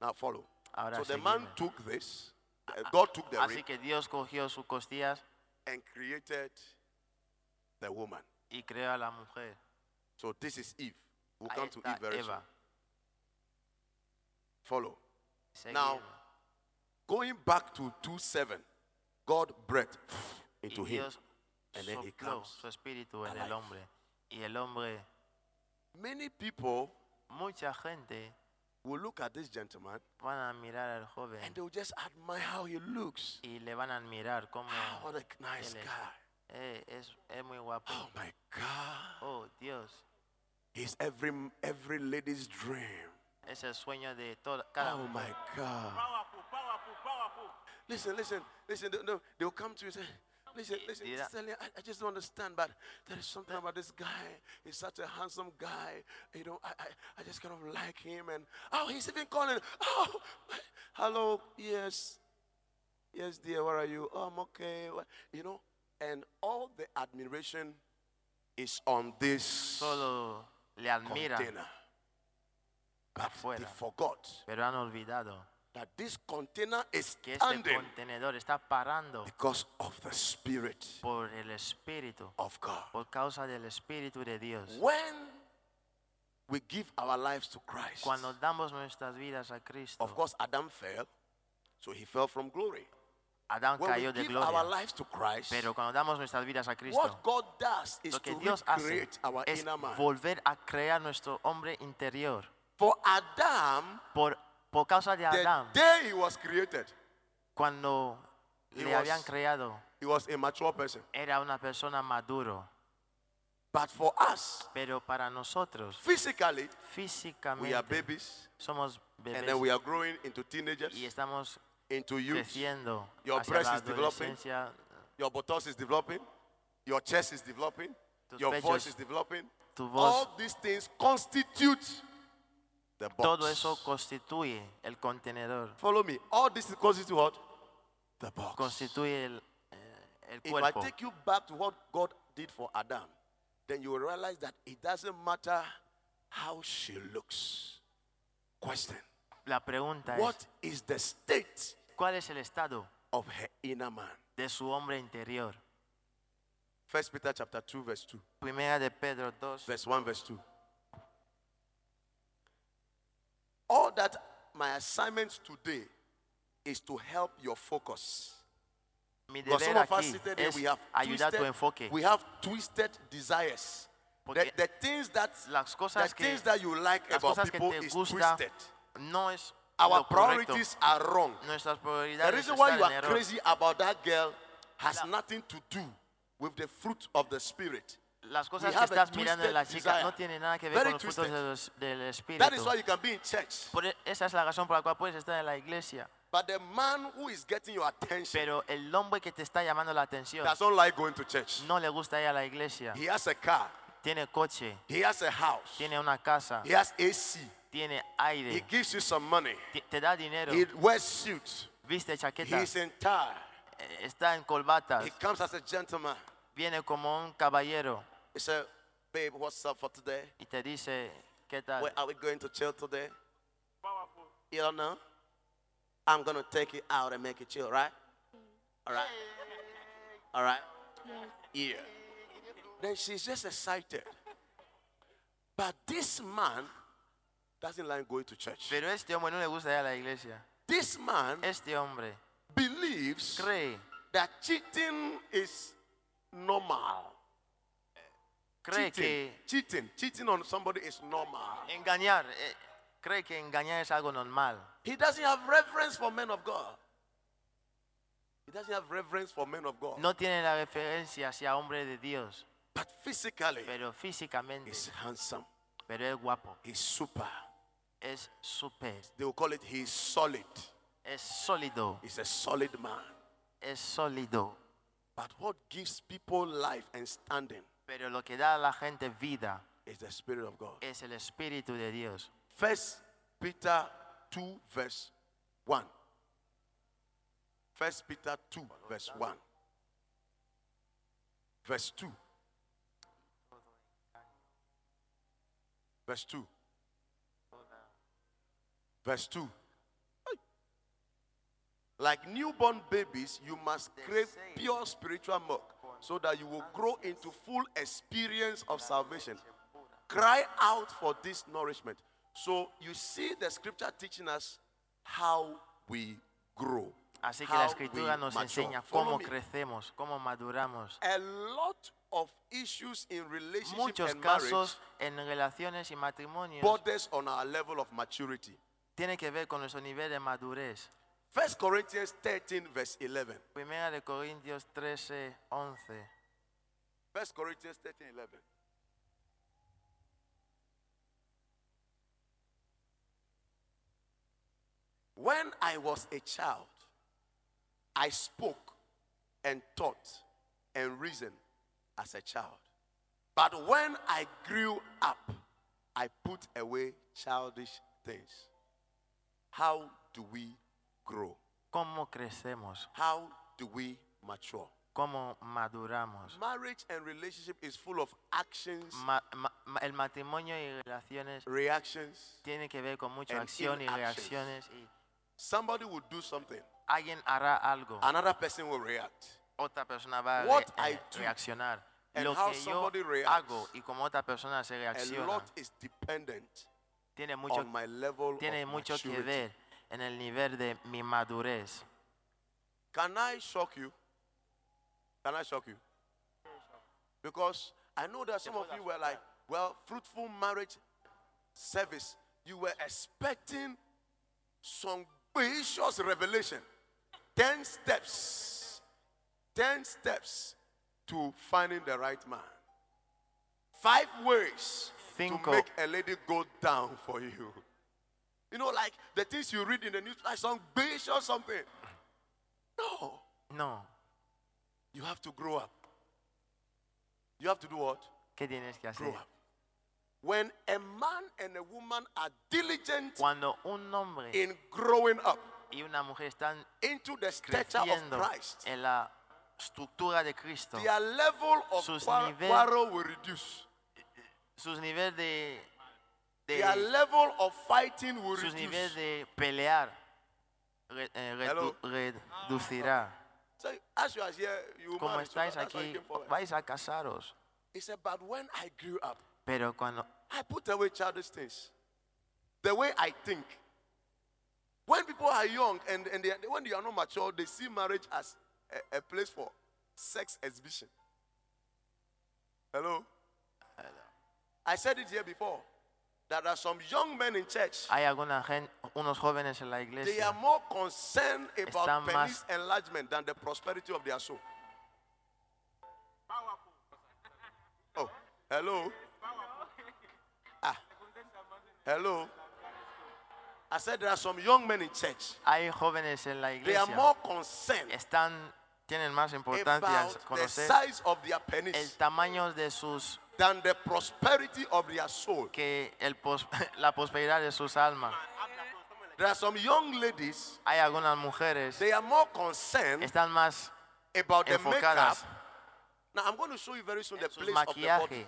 [SPEAKER 2] Now follow.
[SPEAKER 3] Ahora
[SPEAKER 2] so the
[SPEAKER 3] seguime.
[SPEAKER 2] man took this, uh, God took the
[SPEAKER 3] Así
[SPEAKER 2] ring
[SPEAKER 3] que Dios cogió sus costillas
[SPEAKER 2] and created the woman.
[SPEAKER 3] y creó a la mujer.
[SPEAKER 2] So this is Eve. We'll
[SPEAKER 3] Ahí
[SPEAKER 2] come to
[SPEAKER 3] está
[SPEAKER 2] Eve very soon.
[SPEAKER 3] Eva.
[SPEAKER 2] Follow.
[SPEAKER 3] Seguime.
[SPEAKER 2] Going back to 2 7, God breathed into
[SPEAKER 3] y
[SPEAKER 2] him.
[SPEAKER 3] Dios
[SPEAKER 2] and then he
[SPEAKER 3] sopló
[SPEAKER 2] comes
[SPEAKER 3] su espíritu en el
[SPEAKER 2] alive.
[SPEAKER 3] hombre. Y el hombre,
[SPEAKER 2] Many people
[SPEAKER 3] mucha gente
[SPEAKER 2] will look at this gentleman
[SPEAKER 3] van a mirar al joven
[SPEAKER 2] and they'll just admire how he looks.
[SPEAKER 3] y le van a admirar como
[SPEAKER 2] Ah, what a nice
[SPEAKER 3] Ele-
[SPEAKER 2] guy.
[SPEAKER 3] "Eh, es, es muy
[SPEAKER 2] [gasps]
[SPEAKER 3] guapo.
[SPEAKER 2] Oh my God.
[SPEAKER 3] Oh Dios,
[SPEAKER 2] He's every every lady's dream.
[SPEAKER 3] es el sueño de toda, cada
[SPEAKER 2] Oh
[SPEAKER 3] uno.
[SPEAKER 2] my God. Listen, listen, listen. No, no, they'll come to you and say, listen, listen,
[SPEAKER 3] Yeah.
[SPEAKER 2] Stanley, I, I just don't understand, but there is something about this guy. He's such a handsome guy. You know, I, I, I just kind of like him. And oh, he's even calling. Oh, hello. Yes. Yes, dear. Where are you? Oh, I'm okay. Wha- You know, and all the admiration is on this
[SPEAKER 3] Solo le admira,
[SPEAKER 2] container. But they
[SPEAKER 3] afuera.
[SPEAKER 2] forgot
[SPEAKER 3] pero han olvidado
[SPEAKER 2] that this container is
[SPEAKER 3] que este
[SPEAKER 2] standing
[SPEAKER 3] contenedor está parando
[SPEAKER 2] because of the Spirit
[SPEAKER 3] por el Espíritu,
[SPEAKER 2] of God.
[SPEAKER 3] por causa del Espíritu de Dios.
[SPEAKER 2] When we give our lives to Christ,
[SPEAKER 3] Cuando damos nuestras vidas a Cristo,
[SPEAKER 2] of course, Adam fell, so he fell from glory.
[SPEAKER 3] Adán
[SPEAKER 2] When we
[SPEAKER 3] Ah, cayó de
[SPEAKER 2] give our
[SPEAKER 3] gloria.
[SPEAKER 2] lives to Christ,
[SPEAKER 3] Pero cuando damos nuestras vidas a Cristo,
[SPEAKER 2] what God does is
[SPEAKER 3] lo
[SPEAKER 2] to
[SPEAKER 3] que Dios hace
[SPEAKER 2] recreate our
[SPEAKER 3] es
[SPEAKER 2] inner man.
[SPEAKER 3] volver a crear nuestro hombre interior.
[SPEAKER 2] For Adam,
[SPEAKER 3] Por, por causa de Adán,
[SPEAKER 2] the day he was created,
[SPEAKER 3] cuando
[SPEAKER 2] He
[SPEAKER 3] le habían
[SPEAKER 2] was-
[SPEAKER 3] creado,
[SPEAKER 2] he was a mature person.
[SPEAKER 3] era una persona maduro.
[SPEAKER 2] But for us,
[SPEAKER 3] Pero para nosotros,
[SPEAKER 2] physically, we are
[SPEAKER 3] físicamente,
[SPEAKER 2] babies,
[SPEAKER 3] somos
[SPEAKER 2] and then we
[SPEAKER 3] bebés
[SPEAKER 2] are growing into teenagers,
[SPEAKER 3] y estamos
[SPEAKER 2] into youth.
[SPEAKER 3] creciendo
[SPEAKER 2] Your
[SPEAKER 3] hacia la
[SPEAKER 2] breast is developing.
[SPEAKER 3] adolescencia.
[SPEAKER 2] Your buttocks is developing. Your chest is developing.
[SPEAKER 3] Tus
[SPEAKER 2] your voice
[SPEAKER 3] pechos,
[SPEAKER 2] is developing.
[SPEAKER 3] tu voz.
[SPEAKER 2] All these things constitute the box.
[SPEAKER 3] Todo eso constituye el contenedor,
[SPEAKER 2] Follow me. All this constitute what? The box.
[SPEAKER 3] constituye el, eh, el
[SPEAKER 2] if I
[SPEAKER 3] cuerpo.
[SPEAKER 2] take you back to what God did for Adam, then you will realize that it doesn't matter how she looks. Question.
[SPEAKER 3] La pregunta es,
[SPEAKER 2] What is the state
[SPEAKER 3] ¿cuál es el estado
[SPEAKER 2] of her inner man?
[SPEAKER 3] de su hombre interior?
[SPEAKER 2] First Peter chapter 2, verse 2.
[SPEAKER 3] Primera de Pedro 2,
[SPEAKER 2] verse 1 verse 2 all that my assignment today is to help your focus
[SPEAKER 3] mi
[SPEAKER 2] because some
[SPEAKER 3] deber
[SPEAKER 2] of us
[SPEAKER 3] aquí
[SPEAKER 2] seated here
[SPEAKER 3] es
[SPEAKER 2] we have
[SPEAKER 3] ayudar tu enfoque.
[SPEAKER 2] twisted, we have twisted desires the,
[SPEAKER 3] Porque
[SPEAKER 2] the things that
[SPEAKER 3] las
[SPEAKER 2] the
[SPEAKER 3] cosas que-
[SPEAKER 2] things that you like
[SPEAKER 3] Las
[SPEAKER 2] about
[SPEAKER 3] cosas que
[SPEAKER 2] people
[SPEAKER 3] te
[SPEAKER 2] is
[SPEAKER 3] gusta
[SPEAKER 2] twisted
[SPEAKER 3] no es
[SPEAKER 2] our
[SPEAKER 3] lo correcto.
[SPEAKER 2] priorities are wrong
[SPEAKER 3] Nuestras
[SPEAKER 2] the
[SPEAKER 3] prioridades
[SPEAKER 2] reason
[SPEAKER 3] están
[SPEAKER 2] why you
[SPEAKER 3] en
[SPEAKER 2] are
[SPEAKER 3] error.
[SPEAKER 2] crazy about that girl has
[SPEAKER 3] La-
[SPEAKER 2] nothing to do with the fruit of the spirit
[SPEAKER 3] Las
[SPEAKER 2] we
[SPEAKER 3] cosas que
[SPEAKER 2] have a
[SPEAKER 3] estás mirando
[SPEAKER 2] twisted
[SPEAKER 3] en la chica no
[SPEAKER 2] desire.
[SPEAKER 3] tienen nada que ver
[SPEAKER 2] Very
[SPEAKER 3] con los frutos
[SPEAKER 2] twisted.
[SPEAKER 3] de los- del
[SPEAKER 2] that is
[SPEAKER 3] espíritu.
[SPEAKER 2] why you can be in church
[SPEAKER 3] Por e- esa es la razón por la cual puedes estar en la iglesia.
[SPEAKER 2] But the man who is getting your attention
[SPEAKER 3] Pero el hombre que te está llamando la atención
[SPEAKER 2] doesn't like going to church.
[SPEAKER 3] no le gusta ir a la iglesia.
[SPEAKER 2] He has a car.
[SPEAKER 3] Tiene coche,
[SPEAKER 2] He has a house.
[SPEAKER 3] tiene una casa,
[SPEAKER 2] He has AC.
[SPEAKER 3] tiene
[SPEAKER 2] He
[SPEAKER 3] aire,
[SPEAKER 2] gives you some money.
[SPEAKER 3] ti- te da dinero,
[SPEAKER 2] He wears suits.
[SPEAKER 3] viste chaqueta,
[SPEAKER 2] He's in tie.
[SPEAKER 3] eh, está en colbatas,
[SPEAKER 2] He comes as a gentleman.
[SPEAKER 3] viene como un caballero
[SPEAKER 2] He said, "Babe, what's up for today?
[SPEAKER 3] y te dice, ¿qué tal?
[SPEAKER 2] Where are we going to chill today? You don't know? I'm gonna take you out and make you chill, right? All right. All right. Yeah. Then she's just excited. But this man doesn't like going to church.
[SPEAKER 3] Pero este hombre no le gusta ir a la iglesia.
[SPEAKER 2] This man
[SPEAKER 3] Este hombre
[SPEAKER 2] believes
[SPEAKER 3] cree,
[SPEAKER 2] that cheating is normal.
[SPEAKER 3] cree
[SPEAKER 2] Cheating,
[SPEAKER 3] que
[SPEAKER 2] cheating, cheating on somebody is normal.
[SPEAKER 3] engañar, eh, cree que engañar es algo normal.
[SPEAKER 2] He doesn't have reverence for men of God. He doesn't have reverence for men of God.
[SPEAKER 3] No tiene la referencia hacia hombre de Dios,
[SPEAKER 2] But physically,
[SPEAKER 3] pero físicamente,
[SPEAKER 2] he's handsome.
[SPEAKER 3] pero es guapo,
[SPEAKER 2] He's super.
[SPEAKER 3] es súper,
[SPEAKER 2] They will call it he's solid.
[SPEAKER 3] es sólido,
[SPEAKER 2] He's a solid man.
[SPEAKER 3] es sólido.
[SPEAKER 2] But what gives people life and standing
[SPEAKER 3] Pero lo que da a la gente vida
[SPEAKER 2] is the Spirit of God.
[SPEAKER 3] es el Espíritu de Dios.
[SPEAKER 2] First Peter 2, verse 1. First Peter 2, verse 1. Verse 2. Verse 2. Verse 2. Hey. Like newborn babies, you must crave pure spiritual milk so that you will grow into full experience of salvation. Cry out for this nourishment. So you see the scripture teaching us how we grow.
[SPEAKER 3] Así que
[SPEAKER 2] how
[SPEAKER 3] la
[SPEAKER 2] we
[SPEAKER 3] escritura nos
[SPEAKER 2] mature.
[SPEAKER 3] enseña
[SPEAKER 2] Follow
[SPEAKER 3] cómo
[SPEAKER 2] me.
[SPEAKER 3] crecemos, cómo maduramos.
[SPEAKER 2] A lot of issues in relationship
[SPEAKER 3] Muchos
[SPEAKER 2] and marriage
[SPEAKER 3] casos en relaciones y matrimonios
[SPEAKER 2] borders on our level of maturity.
[SPEAKER 3] tiene que ver con nuestro nivel de madurez.
[SPEAKER 2] First Corinthians 13, verse 11.
[SPEAKER 3] Primera de Corintios 13, 11.
[SPEAKER 2] First Corinthians 13, 11. When I was a child, I spoke and taught and reasoned as a child. But when I grew up, I put away childish things. How do we grow?
[SPEAKER 3] ¿Cómo crecemos?
[SPEAKER 2] How do we mature?
[SPEAKER 3] ¿Cómo maduramos?
[SPEAKER 2] Marriage and relationship is full of actions,
[SPEAKER 3] Ma- ma- ma- el matrimonio y relaciones
[SPEAKER 2] reactions.
[SPEAKER 3] tiene que ver con mucha
[SPEAKER 2] And
[SPEAKER 3] acción y
[SPEAKER 2] inactions.
[SPEAKER 3] reacciones. Y
[SPEAKER 2] Somebody will do something,
[SPEAKER 3] alguien hará algo,
[SPEAKER 2] another person will react.
[SPEAKER 3] otra persona va a
[SPEAKER 2] Ah.
[SPEAKER 3] re-
[SPEAKER 2] What I
[SPEAKER 3] eh,
[SPEAKER 2] do
[SPEAKER 3] reaccionar.
[SPEAKER 2] and
[SPEAKER 3] Lo
[SPEAKER 2] how
[SPEAKER 3] que yo
[SPEAKER 2] somebody reacts
[SPEAKER 3] hago y como otra persona se
[SPEAKER 2] A
[SPEAKER 3] reacciona
[SPEAKER 2] lot is dependent
[SPEAKER 3] tiene mucho,
[SPEAKER 2] on my level
[SPEAKER 3] tiene
[SPEAKER 2] of
[SPEAKER 3] mucho que
[SPEAKER 2] maturity.
[SPEAKER 3] ver en el nivel de mi madurez.
[SPEAKER 2] Can I shock you? Can I shock you? Because I know that some of you were like, well, fruitful marriage service, you were expecting some gracious revelation. 10 steps, 10 steps to finding the right man. Five ways to
[SPEAKER 3] Cinco.
[SPEAKER 2] make a lady go down for you. You know, like the things you read in the news, like some gracious something. No.
[SPEAKER 3] No,
[SPEAKER 2] You have to grow up. You have to do what?
[SPEAKER 3] ¿qué tienes que
[SPEAKER 2] Grow
[SPEAKER 3] hacer?
[SPEAKER 2] up. When a man and a woman are diligent
[SPEAKER 3] Cuando un hombre
[SPEAKER 2] in growing up
[SPEAKER 3] y una mujer están
[SPEAKER 2] into the stature of
[SPEAKER 3] creciendo
[SPEAKER 2] Christ,
[SPEAKER 3] en la estructura de Cristo,
[SPEAKER 2] their level of
[SPEAKER 3] Sus
[SPEAKER 2] quar-
[SPEAKER 3] nivel-
[SPEAKER 2] quarrel will reduce.
[SPEAKER 3] sus niveles de,
[SPEAKER 2] Their
[SPEAKER 3] de,
[SPEAKER 2] level of fighting will
[SPEAKER 3] sus
[SPEAKER 2] reduce.
[SPEAKER 3] niveles de pelear re- eh, redu- reducirá.
[SPEAKER 2] So as you are here, you
[SPEAKER 3] Como
[SPEAKER 2] married, so that-
[SPEAKER 3] estáis
[SPEAKER 2] that's why you
[SPEAKER 3] aquí,
[SPEAKER 2] came forward.
[SPEAKER 3] vais a casaros.
[SPEAKER 2] He said, but when I grew up,
[SPEAKER 3] Pero cuando
[SPEAKER 2] I put away childish things. The way I think. When people are young and, and they, are- when they are not mature, they see marriage as a, a place for sex exhibition. Hello? Hello. I said it here before. There are some young men in church.
[SPEAKER 3] hay alguna gente, unos jóvenes en la
[SPEAKER 2] They
[SPEAKER 3] iglesia
[SPEAKER 2] are more concerned about
[SPEAKER 3] Están
[SPEAKER 2] penis
[SPEAKER 3] más-
[SPEAKER 2] enlargement than the prosperity of their soul. Oh, hello. Ah, hello. I said there are some young men in church.
[SPEAKER 3] Hay jóvenes en la
[SPEAKER 2] They are
[SPEAKER 3] iglesia
[SPEAKER 2] more concerned
[SPEAKER 3] están tienen más importancia
[SPEAKER 2] about the
[SPEAKER 3] conocer
[SPEAKER 2] size of their
[SPEAKER 3] el
[SPEAKER 2] penis
[SPEAKER 3] tamaño de sus
[SPEAKER 2] than the prosperity of their soul.
[SPEAKER 3] que el pos- [laughs] la prosperidad de sus almas.
[SPEAKER 2] There are some young ladies.
[SPEAKER 3] Hay algunas mujeres
[SPEAKER 2] They are more concerned
[SPEAKER 3] están más
[SPEAKER 2] about the makeup
[SPEAKER 3] enfocadas
[SPEAKER 2] Now I'm going to show you very soon the
[SPEAKER 3] su
[SPEAKER 2] place of the body.
[SPEAKER 3] maquillaje.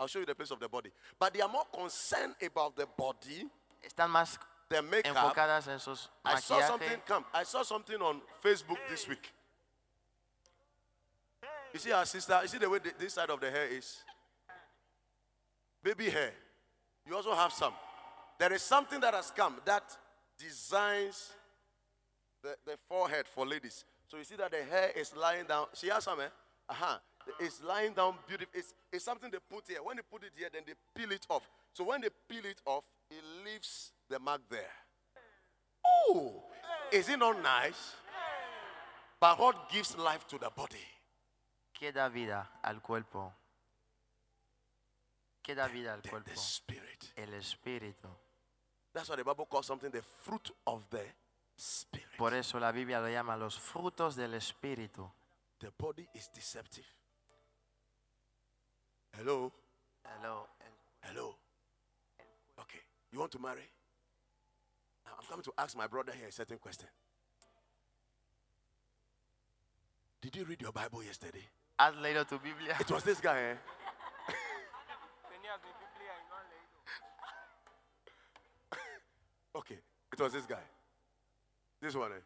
[SPEAKER 2] I'll show you the place of the body. But they are more concerned about the body,
[SPEAKER 3] están más
[SPEAKER 2] the makeup.
[SPEAKER 3] enfocadas en sus
[SPEAKER 2] I saw something
[SPEAKER 3] maquillaje.
[SPEAKER 2] come. I saw something on Facebook this week. You see our sister, you see the way the, this side of the hair is? Baby hair. You also have some. There is something that has come that designs the, the forehead for ladies. So you see that the hair is lying down. She has some, eh? Uh-huh. It's lying down beautiful. It's, it's something they put here. When they put it here, then they peel it off. So when they peel it off, it leaves the mark there. Oh, is it not nice? But what gives life to the body?
[SPEAKER 3] que da vida al cuerpo. Que da vida al
[SPEAKER 2] The,
[SPEAKER 3] cuerpo.
[SPEAKER 2] the spirit.
[SPEAKER 3] El espíritu.
[SPEAKER 2] That's why the Bible calls something the fruit of the spirit.
[SPEAKER 3] Por eso la Biblia lo llama los frutos del espíritu.
[SPEAKER 2] The body is deceptive. Hello?
[SPEAKER 3] Hello.
[SPEAKER 2] Hello? Okay. You want to marry? Now, I'm coming to ask my brother here a certain question. Did you read your Bible yesterday?
[SPEAKER 3] Has leído tu
[SPEAKER 2] [laughs]
[SPEAKER 3] Biblia.
[SPEAKER 2] It was this guy, eh? Okay. It was this guy. This one, eh?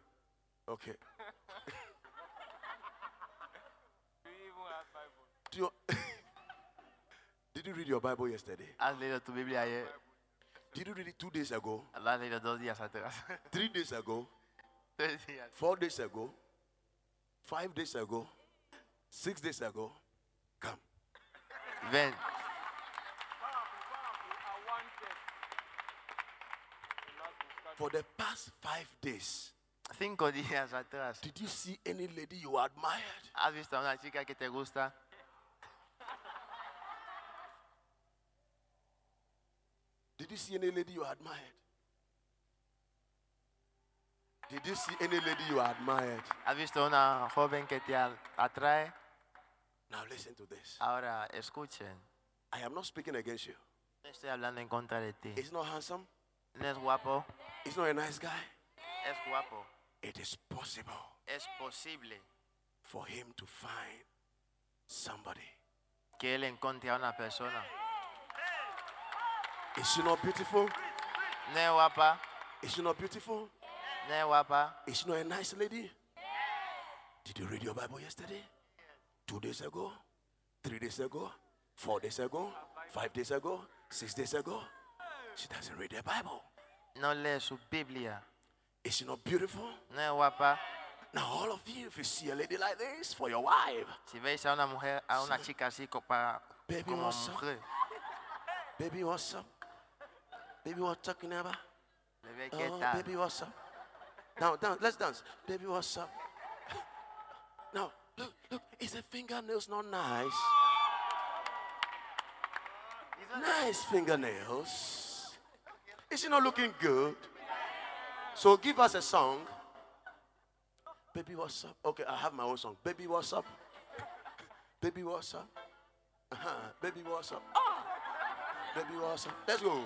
[SPEAKER 2] Okay. [laughs] Do you, [laughs] did you read your Bible yesterday?
[SPEAKER 3] Has leído tu Biblia ayer.
[SPEAKER 2] Did you read it two days ago?
[SPEAKER 3] Lo has leído dos días atrás. [laughs]
[SPEAKER 2] Three days ago?
[SPEAKER 3] Tres días.
[SPEAKER 2] four days ago, five days ago, six days ago, come.
[SPEAKER 3] Ven.
[SPEAKER 2] For the past five days,
[SPEAKER 3] Cinco días atrás.
[SPEAKER 2] did you see any lady you admired?
[SPEAKER 3] ¿Has visto a una chica que te gusta?
[SPEAKER 2] Did you see any lady you admired? Did you see any lady you admired?
[SPEAKER 3] ¿Has visto a una joven que te a- atrae?
[SPEAKER 2] Now listen to this.
[SPEAKER 3] Ahora escuchen.
[SPEAKER 2] I am not speaking against you.
[SPEAKER 3] No estoy hablando en contra de ti.
[SPEAKER 2] It's not handsome.
[SPEAKER 3] No es guapo.
[SPEAKER 2] It's not a nice guy.
[SPEAKER 3] Es guapo.
[SPEAKER 2] It is possible
[SPEAKER 3] Es posible
[SPEAKER 2] for him to find somebody.
[SPEAKER 3] que él encuentre a una persona.
[SPEAKER 2] Is she not beautiful?
[SPEAKER 3] No es guapa.
[SPEAKER 2] Is she not beautiful?
[SPEAKER 3] No es guapa.
[SPEAKER 2] Is she not a nice lady? Did you read your Bible yesterday? Two days ago? Three days ago? Four days ago? Five days ago? Six days ago? She doesn't read her Bible.
[SPEAKER 3] No lee su Biblia.
[SPEAKER 2] Is she not beautiful?
[SPEAKER 3] No es guapa.
[SPEAKER 2] Now, all of you, if you see a lady like this for your wife,
[SPEAKER 3] Si veis a una mujer, a una chica así co- para,
[SPEAKER 2] Baby,
[SPEAKER 3] como
[SPEAKER 2] what's up?
[SPEAKER 3] mujer,
[SPEAKER 2] baby, what's up? Baby, what's talking about?
[SPEAKER 3] le ve qué
[SPEAKER 2] Oh,
[SPEAKER 3] tal.
[SPEAKER 2] baby, what's up? Now, dance, let's dance. Baby, what's up? Now, look, look, is the fingernails not nice? Nice fingernails. Is she not looking good? So give us a song. Baby, what's up? Okay, I have my own song. Baby, what's up? Baby, what's up? Uh-huh. Baby, what's up? Ah! Baby, what's up? Let's go.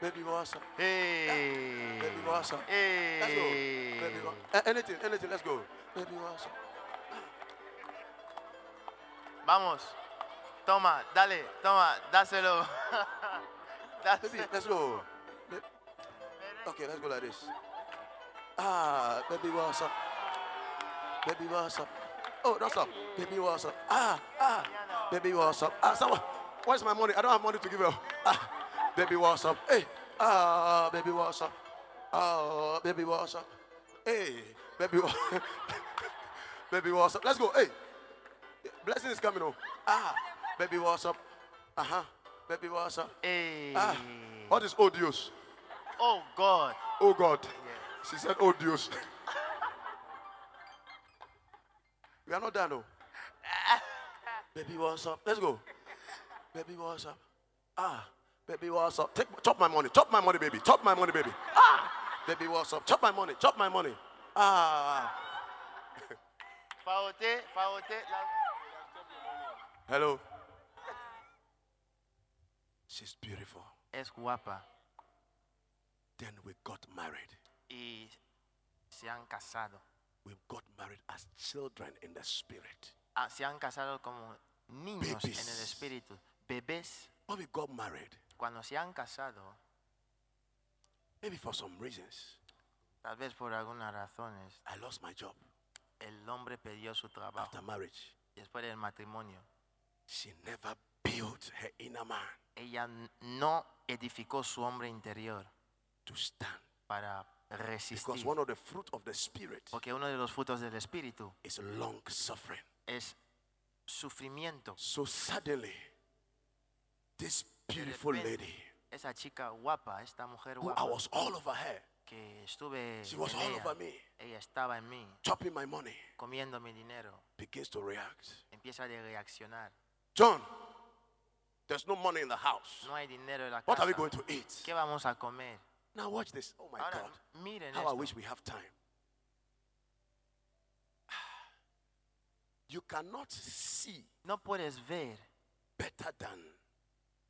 [SPEAKER 2] Baby, what's up?
[SPEAKER 3] Hey.
[SPEAKER 2] Baby, what's up?
[SPEAKER 3] Hey.
[SPEAKER 2] Let's go. Baby, wa- a- anything, anything. Let's go. Hmm. Baby, what's up?
[SPEAKER 3] Vamos. Toma, dale, toma, dáselo. [laughs]
[SPEAKER 2] Baby,
[SPEAKER 3] dáselo.
[SPEAKER 2] let's go. Ba- Okay, let's go like this. Ah, baby, what's up? Baby, what's up? Oh, that's up. Baby, what's up? Ah, ah. Baby, what's up? Ah, someone. Where's my money? I don't have money to give you. Ah, baby, what's up? Hey, ah, baby, what's up? Ah, baby, what's up? Hey, baby, wha- [laughs] baby, what's up? Let's go. Hey, blessing is coming on. Ah, baby, what's up? Uh huh. Baby, what's up?
[SPEAKER 3] Hey.
[SPEAKER 2] Ah, what is odious?
[SPEAKER 3] Oh God.
[SPEAKER 2] Oh God. She said, Oh Dios. [laughs] we are not done though. baby, what's up? Let's go. Baby, what's up? Ah, baby, what's up? Take, chop my money. Chop my money, baby. Chop my money, baby. Ah, baby, what's up? Chop my money. Chop my money. Ah.
[SPEAKER 3] Faote, faote. la-
[SPEAKER 2] Hello. She's beautiful.
[SPEAKER 3] Es guapa
[SPEAKER 2] Then we got married.
[SPEAKER 3] y se han casado.
[SPEAKER 2] We got married as children in the spirit.
[SPEAKER 3] Ah, se han casado como niños
[SPEAKER 2] Babies.
[SPEAKER 3] en el espíritu, bebés.
[SPEAKER 2] When we got married,
[SPEAKER 3] Cuando se han casado,
[SPEAKER 2] maybe for some reasons,
[SPEAKER 3] tal vez por algunas razones,
[SPEAKER 2] I lost my job
[SPEAKER 3] el hombre perdió su trabajo
[SPEAKER 2] after marriage.
[SPEAKER 3] después del matrimonio.
[SPEAKER 2] She never built her inner man
[SPEAKER 3] Ella n- no edificó su hombre interior
[SPEAKER 2] to stand.
[SPEAKER 3] para
[SPEAKER 2] Because
[SPEAKER 3] resistir.
[SPEAKER 2] one of the fruit of the spirit
[SPEAKER 3] Porque uno de los frutos del espíritu
[SPEAKER 2] is long suffering.
[SPEAKER 3] es sufrimiento.
[SPEAKER 2] So suddenly, this beautiful
[SPEAKER 3] repente,
[SPEAKER 2] lady,
[SPEAKER 3] Esa chica guapa, esta mujer
[SPEAKER 2] who I
[SPEAKER 3] guapa
[SPEAKER 2] was all over her,
[SPEAKER 3] que estuve
[SPEAKER 2] she was
[SPEAKER 3] en
[SPEAKER 2] all
[SPEAKER 3] ella,
[SPEAKER 2] over me,
[SPEAKER 3] ella estaba en mí,
[SPEAKER 2] chopping my money,
[SPEAKER 3] comiendo mi dinero,
[SPEAKER 2] begins to react.
[SPEAKER 3] empieza a reaccionar.
[SPEAKER 2] John, there's no money in the house.
[SPEAKER 3] No hay dinero en la
[SPEAKER 2] What
[SPEAKER 3] casa.
[SPEAKER 2] are we going to eat?
[SPEAKER 3] ¿Qué vamos a comer?
[SPEAKER 2] Now watch this. Oh my
[SPEAKER 3] Ahora,
[SPEAKER 2] God.
[SPEAKER 3] miren
[SPEAKER 2] How I
[SPEAKER 3] esto.
[SPEAKER 2] wish we have time. [sighs] You cannot see
[SPEAKER 3] No puedes ver,
[SPEAKER 2] better than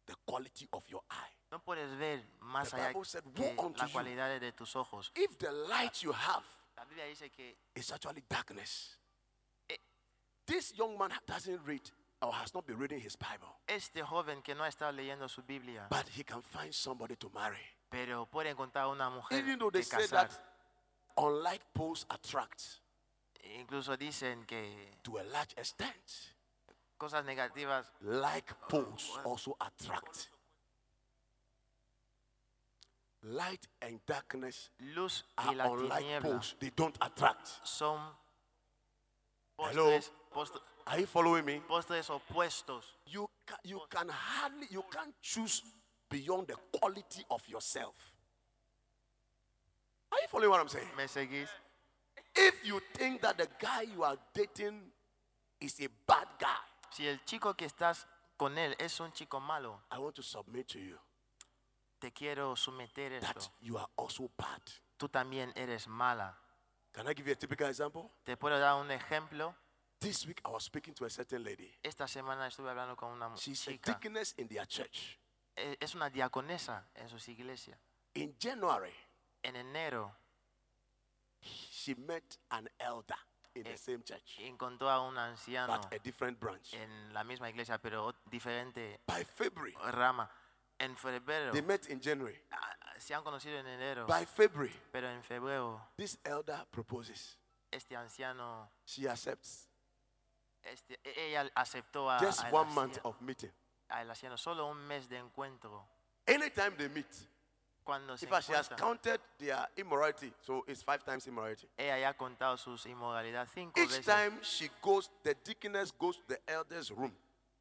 [SPEAKER 2] the quality of your eye.
[SPEAKER 3] no puedes ver más
[SPEAKER 2] The
[SPEAKER 3] allá
[SPEAKER 2] Bible said,
[SPEAKER 3] que
[SPEAKER 2] "Woe unto
[SPEAKER 3] las
[SPEAKER 2] you."
[SPEAKER 3] cualidades de tus ojos.
[SPEAKER 2] If the light you have
[SPEAKER 3] La Biblia dice que
[SPEAKER 2] is actually darkness,
[SPEAKER 3] Eh.
[SPEAKER 2] this young man doesn't read or has not been reading his Bible,
[SPEAKER 3] este joven que no ha estado leyendo su Biblia,
[SPEAKER 2] but he can find somebody to marry.
[SPEAKER 3] pero puede encontrar una mujer
[SPEAKER 2] Even though they
[SPEAKER 3] que
[SPEAKER 2] say
[SPEAKER 3] casar.
[SPEAKER 2] that unlike poles attract
[SPEAKER 3] Incluso dicen que
[SPEAKER 2] to a large extent,
[SPEAKER 3] cosas negativas
[SPEAKER 2] like poles also attract. Light and darkness
[SPEAKER 3] luz y
[SPEAKER 2] are
[SPEAKER 3] la
[SPEAKER 2] unlike
[SPEAKER 3] tiniebla
[SPEAKER 2] poles. They don't attract.
[SPEAKER 3] son
[SPEAKER 2] Hello?
[SPEAKER 3] postres, post-
[SPEAKER 2] Are you following me?
[SPEAKER 3] postres opuestos.
[SPEAKER 2] You can, you can hardly you can't choose beyond the quality of yourself. Are you following what I'm saying?
[SPEAKER 3] ¿Me seguís?
[SPEAKER 2] If you think that the guy you are dating is a bad guy,
[SPEAKER 3] Si el chico que estás con él es un chico malo,
[SPEAKER 2] I want to submit to you
[SPEAKER 3] te quiero someter
[SPEAKER 2] that
[SPEAKER 3] esto.
[SPEAKER 2] you are also bad.
[SPEAKER 3] Tú también eres mala.
[SPEAKER 2] Can I give you a typical example?
[SPEAKER 3] Te puedo dar un ejemplo.
[SPEAKER 2] This week I was speaking to a certain lady.
[SPEAKER 3] Esta semana estuve hablando con una mu-
[SPEAKER 2] She's a
[SPEAKER 3] chica.
[SPEAKER 2] deaconess in their church.
[SPEAKER 3] Eh, Es una diaconesa en sus iglesias.
[SPEAKER 2] In January,
[SPEAKER 3] En enero
[SPEAKER 2] she met an elder in the same church,
[SPEAKER 3] encontró a un anciano
[SPEAKER 2] but a different branch.
[SPEAKER 3] en la misma iglesia, pero ot- diferente
[SPEAKER 2] By February,
[SPEAKER 3] rama. En febrero
[SPEAKER 2] they met in January.
[SPEAKER 3] ah, se han conocido en enero,
[SPEAKER 2] By February,
[SPEAKER 3] pero en febrero
[SPEAKER 2] this elder proposes.
[SPEAKER 3] este anciano,
[SPEAKER 2] She accepts.
[SPEAKER 3] este, e- ella aceptó a,
[SPEAKER 2] Just
[SPEAKER 3] al
[SPEAKER 2] one
[SPEAKER 3] anciano-
[SPEAKER 2] month of meeting.
[SPEAKER 3] al anciano, solo un mes de encuentro.
[SPEAKER 2] Anytime they meet,
[SPEAKER 3] Cuando se
[SPEAKER 2] in fact, she has
[SPEAKER 3] encuentran,
[SPEAKER 2] counted their immorality, so it's five times immorality.
[SPEAKER 3] ella ya ha contado sus inmoralidades cinco
[SPEAKER 2] Each
[SPEAKER 3] veces.
[SPEAKER 2] time she goes, the deaconess goes to the elder's room.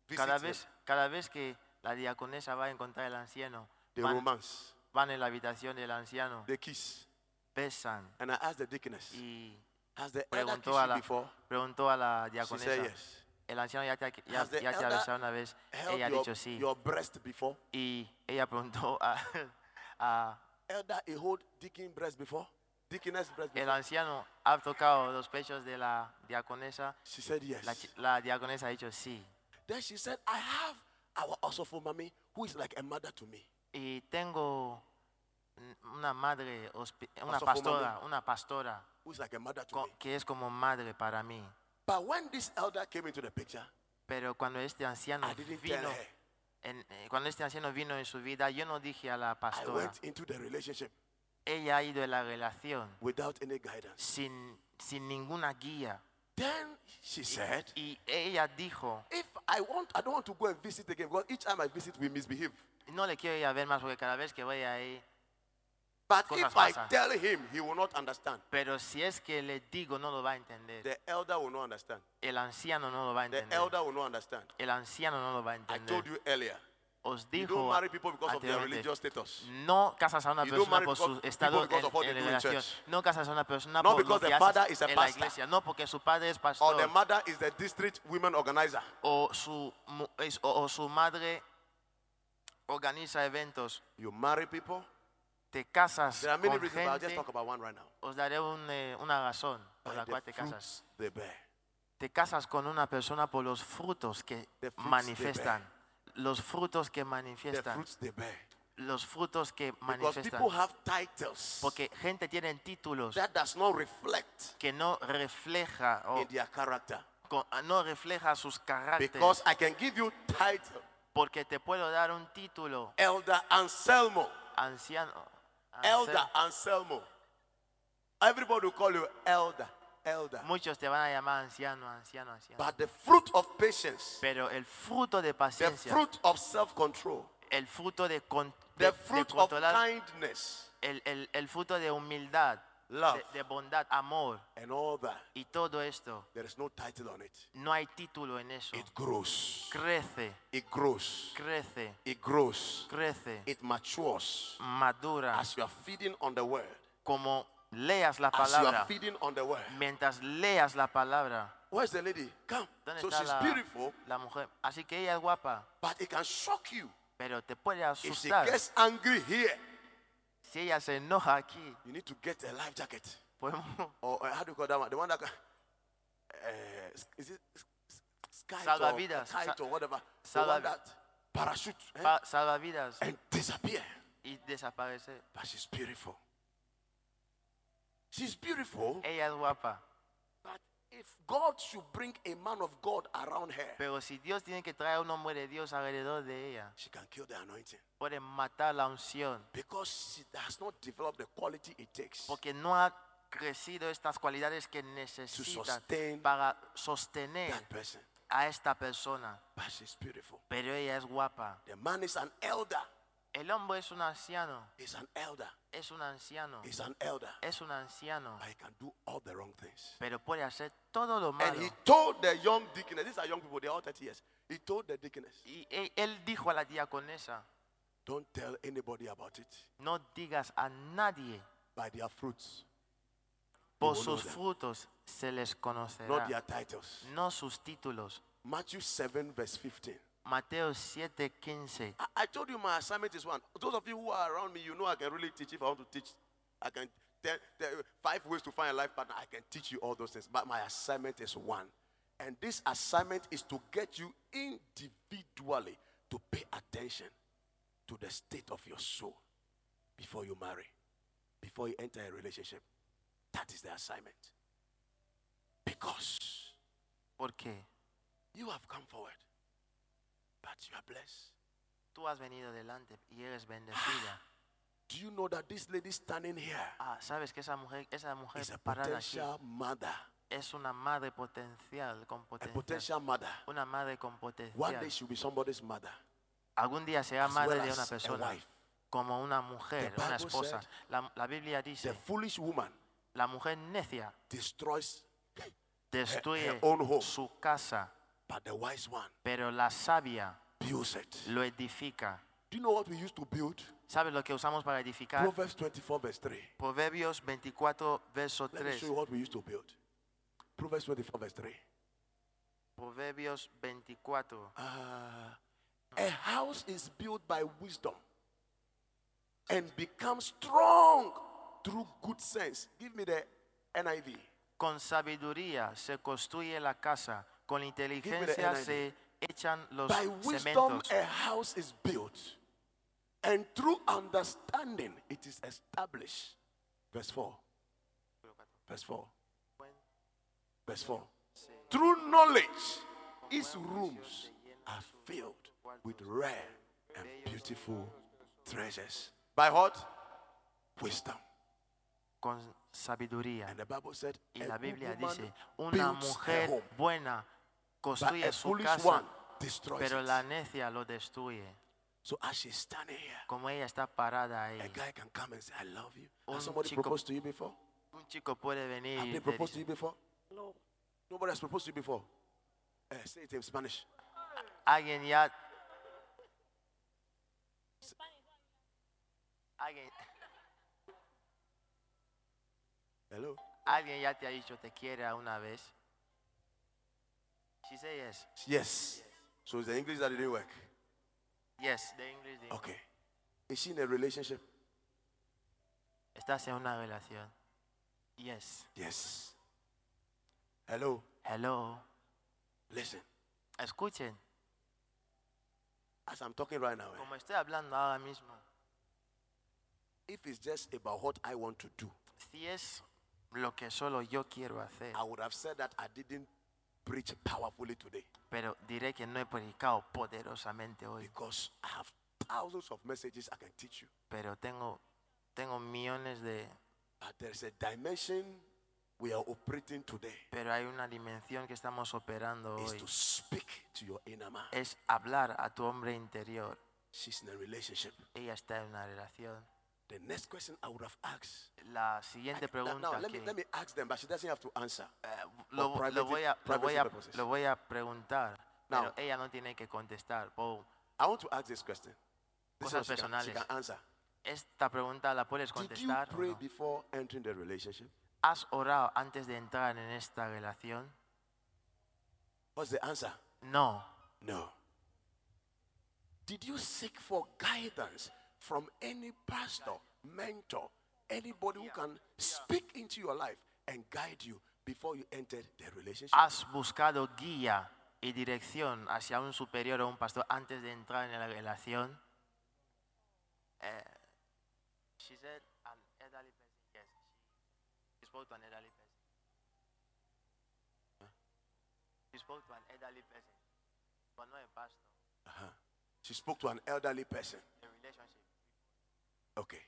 [SPEAKER 2] visits
[SPEAKER 3] cada
[SPEAKER 2] him.
[SPEAKER 3] vez, cada vez que la diaconesa va a encontrar al anciano,
[SPEAKER 2] They
[SPEAKER 3] van,
[SPEAKER 2] romance,
[SPEAKER 3] van en la habitación del anciano,
[SPEAKER 2] they kiss.
[SPEAKER 3] besan
[SPEAKER 2] And I asked the deaconess,
[SPEAKER 3] y
[SPEAKER 2] Has the elder
[SPEAKER 3] preguntó
[SPEAKER 2] kissed
[SPEAKER 3] a
[SPEAKER 2] you
[SPEAKER 3] la,
[SPEAKER 2] before?
[SPEAKER 3] preguntó a la
[SPEAKER 2] She said
[SPEAKER 3] diaconesa.
[SPEAKER 2] yes.
[SPEAKER 3] El anciano ya te, ha- ya,
[SPEAKER 2] Has the
[SPEAKER 3] ya te ha
[SPEAKER 2] elder
[SPEAKER 3] besado una vez.
[SPEAKER 2] Held
[SPEAKER 3] Ella ha
[SPEAKER 2] your,
[SPEAKER 3] dicho sí.
[SPEAKER 2] your breast before?
[SPEAKER 3] Y ella preguntó a, [laughs] a-
[SPEAKER 2] Elder, he hold deacon breast before? Deaconess breast
[SPEAKER 3] el
[SPEAKER 2] before?
[SPEAKER 3] anciano ha tocado los pechos de la diaconesa.
[SPEAKER 2] She said yes.
[SPEAKER 3] La, chi- la diaconesa ha dicho sí.
[SPEAKER 2] Then she said, I have our also mommy who is like a mother to me.
[SPEAKER 3] Y tengo n- una madre, hospi- una
[SPEAKER 2] Pastor Fumami.
[SPEAKER 3] pastora, una pastora
[SPEAKER 2] Who is like a mother to
[SPEAKER 3] co-
[SPEAKER 2] me.
[SPEAKER 3] que es como madre para mí.
[SPEAKER 2] But when this elder came into the picture,
[SPEAKER 3] Pero cuando este anciano
[SPEAKER 2] I didn't tell
[SPEAKER 3] vino,
[SPEAKER 2] her.
[SPEAKER 3] en- eh, cuando este anciano vino en su vida, yo no dije a la
[SPEAKER 2] I
[SPEAKER 3] pastora.
[SPEAKER 2] went into the relationship
[SPEAKER 3] Ella ha ido en la relación
[SPEAKER 2] without any guidance.
[SPEAKER 3] sin, sin ninguna guía.
[SPEAKER 2] Then she said,
[SPEAKER 3] Y ella dijo,
[SPEAKER 2] If I want, I don't want to go and visit again because each time I visit, we misbehave.
[SPEAKER 3] no le quiero ir a ver más porque cada vez que voy ahí.
[SPEAKER 2] But
[SPEAKER 3] Cosas
[SPEAKER 2] if I
[SPEAKER 3] pasan.
[SPEAKER 2] tell him, he will not understand.
[SPEAKER 3] Pero si es que le digo, no lo va a entender.
[SPEAKER 2] The elder will not understand.
[SPEAKER 3] El anciano no lo va a
[SPEAKER 2] The
[SPEAKER 3] entender.
[SPEAKER 2] elder will not understand.
[SPEAKER 3] El anciano no lo va a
[SPEAKER 2] I told
[SPEAKER 3] entender.
[SPEAKER 2] you earlier.
[SPEAKER 3] Os
[SPEAKER 2] You don't
[SPEAKER 3] dijo
[SPEAKER 2] marry people because of their
[SPEAKER 3] anteriormente,
[SPEAKER 2] religious status.
[SPEAKER 3] No casas a una
[SPEAKER 2] You don't marry
[SPEAKER 3] persona por su
[SPEAKER 2] because-
[SPEAKER 3] estado
[SPEAKER 2] people because of what
[SPEAKER 3] en,
[SPEAKER 2] they
[SPEAKER 3] en
[SPEAKER 2] do in
[SPEAKER 3] relación.
[SPEAKER 2] church.
[SPEAKER 3] No casas a una persona
[SPEAKER 2] Not
[SPEAKER 3] por
[SPEAKER 2] because
[SPEAKER 3] lo
[SPEAKER 2] the
[SPEAKER 3] que
[SPEAKER 2] father
[SPEAKER 3] haces
[SPEAKER 2] is a
[SPEAKER 3] en la
[SPEAKER 2] pastor.
[SPEAKER 3] iglesia. No porque su padre es
[SPEAKER 2] Or
[SPEAKER 3] pastor
[SPEAKER 2] the mother is the district women organizer.
[SPEAKER 3] o su, mu- es- o- o su madre organiza eventos.
[SPEAKER 2] You marry people.
[SPEAKER 3] Te casas
[SPEAKER 2] There are many
[SPEAKER 3] con
[SPEAKER 2] reasons, but I'll just
[SPEAKER 3] gente.
[SPEAKER 2] talk about one right now.
[SPEAKER 3] Os daré un, eh, una razón por
[SPEAKER 2] By
[SPEAKER 3] la
[SPEAKER 2] the
[SPEAKER 3] cual te casas.
[SPEAKER 2] fruits they bear.
[SPEAKER 3] Te casas con una persona por los frutos que
[SPEAKER 2] The fruits they
[SPEAKER 3] manifiestan. Los frutos que
[SPEAKER 2] The
[SPEAKER 3] manifiestan.
[SPEAKER 2] fruits they bear.
[SPEAKER 3] Los frutos que
[SPEAKER 2] Because
[SPEAKER 3] manifiestan.
[SPEAKER 2] people have titles
[SPEAKER 3] Porque gente tiene títulos
[SPEAKER 2] that does not reflect
[SPEAKER 3] que no refleja o
[SPEAKER 2] in their character.
[SPEAKER 3] co- ah, no refleja sus
[SPEAKER 2] Because
[SPEAKER 3] caracteres.
[SPEAKER 2] I can give you title,
[SPEAKER 3] Porque te puedo dar un título
[SPEAKER 2] Elder Anselmo.
[SPEAKER 3] anciano.
[SPEAKER 2] Elder
[SPEAKER 3] anciano.
[SPEAKER 2] Anselmo. Everybody will call you elder, elder.
[SPEAKER 3] Muchos te van a llamar anciano, anciano, anciano.
[SPEAKER 2] But the fruit of patience,
[SPEAKER 3] Pero el fruto de
[SPEAKER 2] the
[SPEAKER 3] paciencia,
[SPEAKER 2] fruit of self-control,
[SPEAKER 3] el fruto de, con- de-
[SPEAKER 2] the
[SPEAKER 3] de
[SPEAKER 2] fruit of
[SPEAKER 3] controlar,
[SPEAKER 2] kindness,
[SPEAKER 3] el, el- el fruto de humildad,
[SPEAKER 2] Love.
[SPEAKER 3] de- de bondad, amor.
[SPEAKER 2] and all that.
[SPEAKER 3] Y todo esto,
[SPEAKER 2] There is no title on it.
[SPEAKER 3] no hay título en eso.
[SPEAKER 2] It grows.
[SPEAKER 3] Crece,
[SPEAKER 2] It grows.
[SPEAKER 3] crece,
[SPEAKER 2] It grows.
[SPEAKER 3] crece,
[SPEAKER 2] It matures.
[SPEAKER 3] madura.
[SPEAKER 2] As you are feeding on the word.
[SPEAKER 3] Como leas la
[SPEAKER 2] As you are
[SPEAKER 3] palabra,
[SPEAKER 2] feeding on the word.
[SPEAKER 3] mientras leas la palabra,
[SPEAKER 2] Where's the lady? Come.
[SPEAKER 3] ¿dónde
[SPEAKER 2] So
[SPEAKER 3] está
[SPEAKER 2] she's
[SPEAKER 3] la,
[SPEAKER 2] beautiful,
[SPEAKER 3] la mujer? Así que ella es guapa,
[SPEAKER 2] but it can shock you.
[SPEAKER 3] pero te puede
[SPEAKER 2] If she
[SPEAKER 3] asustar.
[SPEAKER 2] gets angry here,
[SPEAKER 3] Si ella se enoja aquí,
[SPEAKER 2] you need to get a life jacket.
[SPEAKER 3] podemos
[SPEAKER 2] Oh, eh, Or uh, how do you call that one? The one that can, uh, s- is it s- s- skite
[SPEAKER 3] Salvavidas.
[SPEAKER 2] or kite
[SPEAKER 3] Sa-
[SPEAKER 2] or whatever? The one
[SPEAKER 3] salvavi-
[SPEAKER 2] that parachute eh,
[SPEAKER 3] Pa- salva vidas
[SPEAKER 2] and disappear.
[SPEAKER 3] y desaparece.
[SPEAKER 2] But she's beautiful. She's beautiful.
[SPEAKER 3] Ella es guapa.
[SPEAKER 2] But if God should bring a man of God around her,
[SPEAKER 3] Pero si Dios tiene que traer un hombre de Dios alrededor de ella,
[SPEAKER 2] she can kill the anointing
[SPEAKER 3] puede matar la unción.
[SPEAKER 2] because she has not developed the quality it takes
[SPEAKER 3] Porque no ha crecido estas cualidades que
[SPEAKER 2] to
[SPEAKER 3] necesitan
[SPEAKER 2] sustain
[SPEAKER 3] para sostener
[SPEAKER 2] that person.
[SPEAKER 3] a esta persona.
[SPEAKER 2] But she's beautiful.
[SPEAKER 3] Pero ella es guapa.
[SPEAKER 2] The man is an elder.
[SPEAKER 3] El hombre es un anciano.
[SPEAKER 2] He's an elder.
[SPEAKER 3] Es un anciano.
[SPEAKER 2] He's an elder.
[SPEAKER 3] Es un anciano.
[SPEAKER 2] But he can do all the wrong things.
[SPEAKER 3] Pero puede hacer todo lo
[SPEAKER 2] And
[SPEAKER 3] malo.
[SPEAKER 2] he told the young deaconess, these are young people, they're all 30 years. He told the deaconess,
[SPEAKER 3] Y e- él dijo a la diaconesa,
[SPEAKER 2] don't tell anybody about it
[SPEAKER 3] no digas a nadie,
[SPEAKER 2] by their fruits,
[SPEAKER 3] por
[SPEAKER 2] will
[SPEAKER 3] sus
[SPEAKER 2] know them.
[SPEAKER 3] frutos se les
[SPEAKER 2] not
[SPEAKER 3] conocerá,
[SPEAKER 2] their titles.
[SPEAKER 3] no sus títulos.
[SPEAKER 2] Matthew 7, verse 15.
[SPEAKER 3] Mateo 7, 15.
[SPEAKER 2] I, I told you my assignment is one. Those of you who are around me, you know I can really teach if I want to teach. I can tell, tell you five ways to find a life partner. I can teach you all those things. But my assignment is one. And this assignment is to get you individually to pay attention to the state of your soul before you marry, before you enter a relationship. That is the assignment. Because
[SPEAKER 3] Porque
[SPEAKER 2] you have come forward, but you are blessed.
[SPEAKER 3] tú has venido delante y eres bendecida.
[SPEAKER 2] Do you know that this lady standing here
[SPEAKER 3] Ah, sabes que esa mujer, esa mujer
[SPEAKER 2] is a
[SPEAKER 3] parada aquí
[SPEAKER 2] potential mother?
[SPEAKER 3] es una madre potencial con
[SPEAKER 2] A
[SPEAKER 3] potencial.
[SPEAKER 2] potential mother.
[SPEAKER 3] Una madre con
[SPEAKER 2] One day
[SPEAKER 3] potencial.
[SPEAKER 2] she'll be somebody's mother.
[SPEAKER 3] Algún día será
[SPEAKER 2] as
[SPEAKER 3] madre
[SPEAKER 2] well
[SPEAKER 3] de una
[SPEAKER 2] as a
[SPEAKER 3] persona,
[SPEAKER 2] wife.
[SPEAKER 3] como una mujer,
[SPEAKER 2] The
[SPEAKER 3] una
[SPEAKER 2] Bible
[SPEAKER 3] esposa.
[SPEAKER 2] said-
[SPEAKER 3] La, la Biblia
[SPEAKER 2] The
[SPEAKER 3] dice,
[SPEAKER 2] foolish woman
[SPEAKER 3] la mujer necia
[SPEAKER 2] destroys,
[SPEAKER 3] destruye
[SPEAKER 2] Eh, own home.
[SPEAKER 3] su casa,
[SPEAKER 2] but the wise one
[SPEAKER 3] pero la sabia
[SPEAKER 2] builds it.
[SPEAKER 3] lo edifica.
[SPEAKER 2] Do you know what we used to build?
[SPEAKER 3] ¿Sabes lo que usamos para edificar?
[SPEAKER 2] Proverbs 24, verse 3.
[SPEAKER 3] Proverbios 24, verso
[SPEAKER 2] Let me
[SPEAKER 3] 3.
[SPEAKER 2] show you what we used to build. Proverbs 24, verse 3.
[SPEAKER 3] Proverbios 24.
[SPEAKER 2] Ah, a house is built by wisdom and becomes strong through good sense. Give me the NIV.
[SPEAKER 3] Con sabiduría se construye la casa, con inteligencia
[SPEAKER 2] NIV.
[SPEAKER 3] se echan los
[SPEAKER 2] By wisdom,
[SPEAKER 3] cementos.
[SPEAKER 2] a house is built, and through understanding, it is established. Verse 4. Verse 4. Verse 4. Through knowledge, its rooms are filled with rare and beautiful treasures. By what? Wisdom.
[SPEAKER 3] Con sabiduría.
[SPEAKER 2] And the Bible said,
[SPEAKER 3] Y
[SPEAKER 2] a
[SPEAKER 3] la
[SPEAKER 2] good
[SPEAKER 3] Biblia
[SPEAKER 2] woman
[SPEAKER 3] dice, una
[SPEAKER 2] builds her home,
[SPEAKER 3] mujer buena
[SPEAKER 2] but a
[SPEAKER 3] construye su
[SPEAKER 2] foolish
[SPEAKER 3] casa,
[SPEAKER 2] one destroys
[SPEAKER 3] pero
[SPEAKER 2] it.
[SPEAKER 3] la necia lo destruye.
[SPEAKER 2] So as she's standing here,
[SPEAKER 3] Como ella está parada
[SPEAKER 2] A
[SPEAKER 3] ahí.
[SPEAKER 2] guy can come and say, I love you.
[SPEAKER 3] Un
[SPEAKER 2] Has somebody
[SPEAKER 3] chico-
[SPEAKER 2] proposed to you before?
[SPEAKER 3] Un chico puede venir
[SPEAKER 2] Have
[SPEAKER 3] y
[SPEAKER 2] they
[SPEAKER 3] te
[SPEAKER 2] proposed to
[SPEAKER 3] dice,
[SPEAKER 2] you before? No. Nobody has proposed to you before. Eh, say it in Spanish.
[SPEAKER 3] alguien ya... Alguien,
[SPEAKER 2] Hello?
[SPEAKER 3] alguien ya te ha dicho te quiere una vez. She say yes.
[SPEAKER 2] Yes. So it's the English that didn't work.
[SPEAKER 3] Yes, the English. the-
[SPEAKER 2] Okay. Is she in a relationship?
[SPEAKER 3] Estás en una relación. Yes.
[SPEAKER 2] Yes. Hello?
[SPEAKER 3] Hello.
[SPEAKER 2] Listen.
[SPEAKER 3] Escuchen,
[SPEAKER 2] As I'm talking right now, eh,
[SPEAKER 3] como estoy hablando ahora mismo,
[SPEAKER 2] if it's just about what I want to do,
[SPEAKER 3] si es lo que solo yo quiero hacer,
[SPEAKER 2] I would have said that I didn't preach powerfully today
[SPEAKER 3] pero diré que no he predicado poderosamente hoy,
[SPEAKER 2] because I have thousands of messages I can teach you.
[SPEAKER 3] pero tengo, tengo millones de...
[SPEAKER 2] But Uh, there is a dimension we are operating today.
[SPEAKER 3] Pero hay una dimensión que estamos operando
[SPEAKER 2] is
[SPEAKER 3] hoy.
[SPEAKER 2] to speak to your inner man.
[SPEAKER 3] Es hablar a tu hombre interior.
[SPEAKER 2] She's in a relationship.
[SPEAKER 3] Ella está en una relación.
[SPEAKER 2] The next question I would have asked.
[SPEAKER 3] La siguiente
[SPEAKER 2] Now-
[SPEAKER 3] pregunta
[SPEAKER 2] now, let,
[SPEAKER 3] que
[SPEAKER 2] me, let me ask them, but she doesn't have to answer.
[SPEAKER 3] eh, lo,
[SPEAKER 2] for
[SPEAKER 3] lo
[SPEAKER 2] privacy-
[SPEAKER 3] voy a, lo,
[SPEAKER 2] privacy
[SPEAKER 3] voy a,
[SPEAKER 2] purposes.
[SPEAKER 3] lo voy a preguntar,
[SPEAKER 2] Now.
[SPEAKER 3] pero ella no tiene que contestar. Paul.
[SPEAKER 2] I want to ask this question. This
[SPEAKER 3] Cosas
[SPEAKER 2] one she can, she
[SPEAKER 3] personales.
[SPEAKER 2] can answer.
[SPEAKER 3] Esta pregunta la puedes
[SPEAKER 2] Did you
[SPEAKER 3] contestar. o
[SPEAKER 2] pray
[SPEAKER 3] no?
[SPEAKER 2] before entering the relationship?
[SPEAKER 3] ¿Has orado antes de entrar en esta relación?
[SPEAKER 2] What's the answer?
[SPEAKER 3] No.
[SPEAKER 2] No. Did you seek for guidance from any pastor, mentor, anybody who can speak into your life and guide you before you entered the relationship.
[SPEAKER 3] Has buscado guía y dirección hacia un superior o un pastor antes de entrar en la relación. Eh, she said um, an elderly person. Yes, she spoke to an elderly person. She spoke to an elderly person, but not a pastor.
[SPEAKER 2] Uh-huh. She spoke to an elderly person.
[SPEAKER 3] The relationship.
[SPEAKER 2] Okay.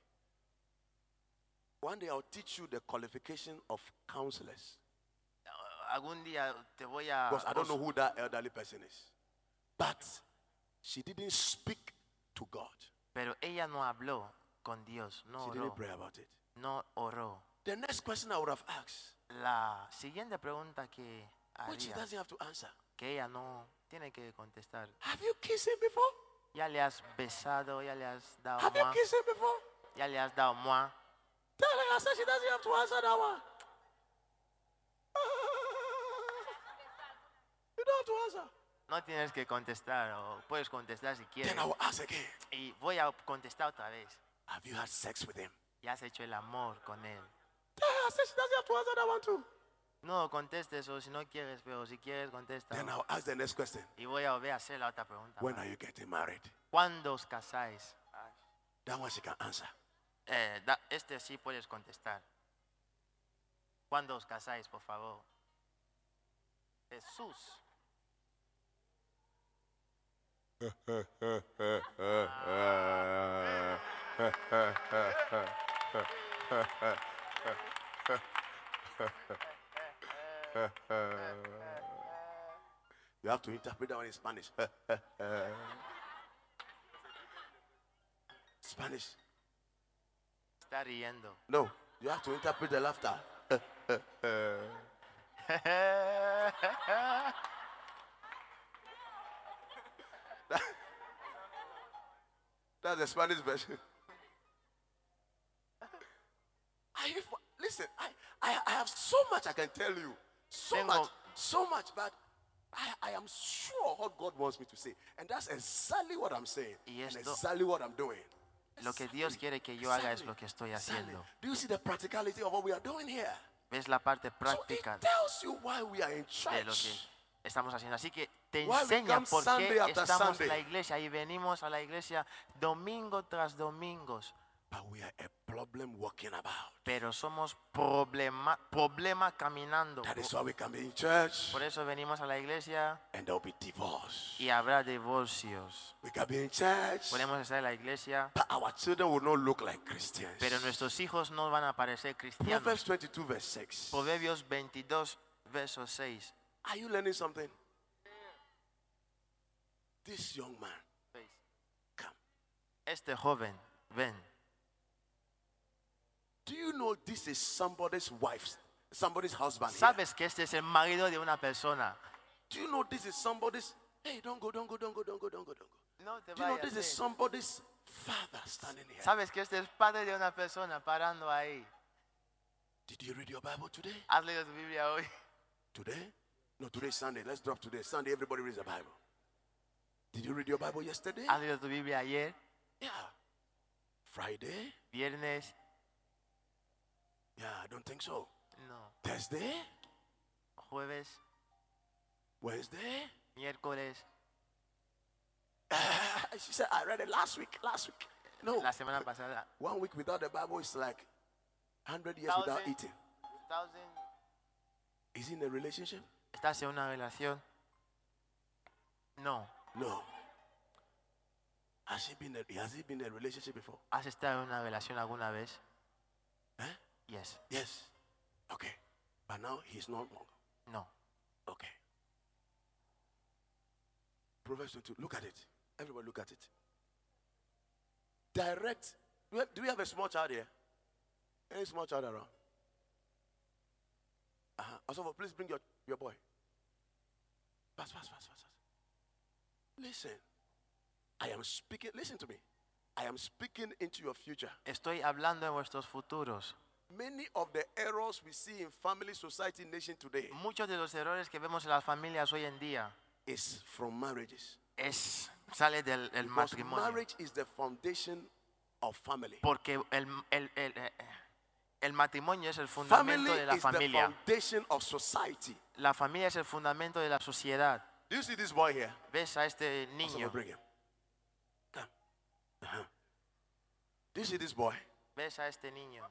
[SPEAKER 2] One day I'll teach you the qualification of counselors.
[SPEAKER 3] Uh, Algún día te voy a.
[SPEAKER 2] Because I don't know who that elderly person is. But she didn't speak to God.
[SPEAKER 3] Pero ella no habló con Dios, no
[SPEAKER 2] She
[SPEAKER 3] oró,
[SPEAKER 2] didn't pray about it.
[SPEAKER 3] no oró.
[SPEAKER 2] The next question I would have asked,
[SPEAKER 3] La siguiente pregunta que
[SPEAKER 2] which she
[SPEAKER 3] haría,
[SPEAKER 2] doesn't have to answer.
[SPEAKER 3] que ella no tiene que contestar.
[SPEAKER 2] Have you kissed him before?
[SPEAKER 3] Ya le has besado, ya le has dado
[SPEAKER 2] Have you
[SPEAKER 3] mua,
[SPEAKER 2] kissed him before?
[SPEAKER 3] ya le has dado mua.
[SPEAKER 2] Tell her I said she doesn't have to answer that one. [laughs] you don't have to answer.
[SPEAKER 3] No tienes que contestar o puedes contestar si quieres.
[SPEAKER 2] Then I will ask again.
[SPEAKER 3] Y voy a contestar otra vez.
[SPEAKER 2] Have you had sex with him?
[SPEAKER 3] Ya has hecho el amor con él.
[SPEAKER 2] Tell her I said she doesn't have to answer that one too.
[SPEAKER 3] No contestes o si no quieres, pero si quieres contesta.
[SPEAKER 2] Then I'll ask the next question.
[SPEAKER 3] Y voy a volver a hacer la otra pregunta.
[SPEAKER 2] When are you getting married?
[SPEAKER 3] ¿Cuándo os casáis?
[SPEAKER 2] That one she can answer.
[SPEAKER 3] Eh, da- este sí puedes contestar. ¿Cuándo os casáis, por favor? Jesús.
[SPEAKER 2] You have to interpret that one in Spanish. [laughs] Spanish.
[SPEAKER 3] Está riendo.
[SPEAKER 2] No, you have to interpret the laughter. That's the Spanish version. [laughs] I have, listen, I, I, I have so much I can tell you. So
[SPEAKER 3] Then
[SPEAKER 2] much,
[SPEAKER 3] go-
[SPEAKER 2] so much, but I, I am sure what God wants me to say. And that's exactly what I'm saying.
[SPEAKER 3] Y
[SPEAKER 2] and
[SPEAKER 3] esto-
[SPEAKER 2] exactly what I'm doing.
[SPEAKER 3] Lo que Dios quiere que yo haga es lo que estoy
[SPEAKER 2] Exactly.
[SPEAKER 3] haciendo.
[SPEAKER 2] Do you see the practicality of what we are doing here?
[SPEAKER 3] [laughs] ¿Ves la parte
[SPEAKER 2] So it
[SPEAKER 3] práctica
[SPEAKER 2] tells you why we are in
[SPEAKER 3] de lo
[SPEAKER 2] church.
[SPEAKER 3] que estamos haciendo? Así que te
[SPEAKER 2] Why we
[SPEAKER 3] enseña
[SPEAKER 2] come
[SPEAKER 3] por
[SPEAKER 2] Sunday
[SPEAKER 3] qué
[SPEAKER 2] after
[SPEAKER 3] estamos
[SPEAKER 2] Sunday.
[SPEAKER 3] en la iglesia y venimos a la iglesia domingo tras domingos.
[SPEAKER 2] But we are a problem walking about.
[SPEAKER 3] Pero somos problema, problema caminando.
[SPEAKER 2] That is why we can be in church
[SPEAKER 3] Por eso venimos a la iglesia
[SPEAKER 2] and there'll be divorce.
[SPEAKER 3] y habrá divorcios.
[SPEAKER 2] We can be in church,
[SPEAKER 3] Podemos estar en la iglesia,
[SPEAKER 2] but our children will not look like Christians.
[SPEAKER 3] pero nuestros hijos no van a parecer
[SPEAKER 2] Proverbs
[SPEAKER 3] cristianos.
[SPEAKER 2] 22, verse 6.
[SPEAKER 3] Proverbios 22, verso 6.
[SPEAKER 2] Are you learning something? This young man, come.
[SPEAKER 3] Este joven, ven,
[SPEAKER 2] Do you know this is somebody's wife, somebody's husband? here?
[SPEAKER 3] sabes que este es el marido de una persona.
[SPEAKER 2] Do you know this is somebody's? Hey, don't go, don't go, don't go, don't go, don't go, don't go.
[SPEAKER 3] No te
[SPEAKER 2] Do you know
[SPEAKER 3] vayas,
[SPEAKER 2] this is
[SPEAKER 3] ven.
[SPEAKER 2] somebody's father standing here?
[SPEAKER 3] Sabes que este es padre de una persona parando ahí.
[SPEAKER 2] Did you read your Bible today?
[SPEAKER 3] Has leído tu Biblia [laughs] hoy.
[SPEAKER 2] Today? No, today is Sunday. Let's drop today. Sunday, everybody reads the Bible. Did you read your Bible yesterday?
[SPEAKER 3] Has leído tu Biblia ayer,
[SPEAKER 2] Yeah. Friday?
[SPEAKER 3] viernes.
[SPEAKER 2] Yeah, I don't think so.
[SPEAKER 3] No,
[SPEAKER 2] Thursday?
[SPEAKER 3] jueves,
[SPEAKER 2] Wednesday? [laughs]
[SPEAKER 3] miércoles,
[SPEAKER 2] Ah, she said, I read it last week. Last week. No.
[SPEAKER 3] la semana pasada.
[SPEAKER 2] One week without the Bible is like 100 years without
[SPEAKER 3] Thousand.
[SPEAKER 2] eating. Is he in a relationship?
[SPEAKER 3] ¿Estás en una relación? No.
[SPEAKER 2] No. Has he been a, has he been in a relationship before?
[SPEAKER 3] ¿Has estado en una relación alguna vez?
[SPEAKER 2] Huh?
[SPEAKER 3] ¿Eh? Yes.
[SPEAKER 2] Yes. Okay. But now he's not wrong.
[SPEAKER 3] No.
[SPEAKER 2] Okay. Proverbs 22. Look at it. Everybody look at it. Direct. Do we have, do we have a small child here? Any small child around? Uh-huh. Also, please bring your, your boy. Pass, pass, pass, pass, pass. Listen. I am speaking. Listen to me. I am speaking into your future.
[SPEAKER 3] Estoy hablando de vuestros futuros.
[SPEAKER 2] Many of the errors we see in family, society, nation today
[SPEAKER 3] Muchos de los errores que vemos en las familias hoy en día
[SPEAKER 2] is from marriages.
[SPEAKER 3] es sale del del
[SPEAKER 2] Because
[SPEAKER 3] matrimonio.
[SPEAKER 2] marriage is the foundation of family.
[SPEAKER 3] Porque el, el- el- eh, eh, El matrimonio es el fundamento
[SPEAKER 2] Family
[SPEAKER 3] de la
[SPEAKER 2] is the
[SPEAKER 3] familia.
[SPEAKER 2] foundation of society.
[SPEAKER 3] La familia es el fundamento de la sociedad.
[SPEAKER 2] Do you see this boy here?
[SPEAKER 3] Ves a este
[SPEAKER 2] Someone
[SPEAKER 3] niño,
[SPEAKER 2] bring him. Come. Uh-huh. Do you see this boy?
[SPEAKER 3] ves a este niño,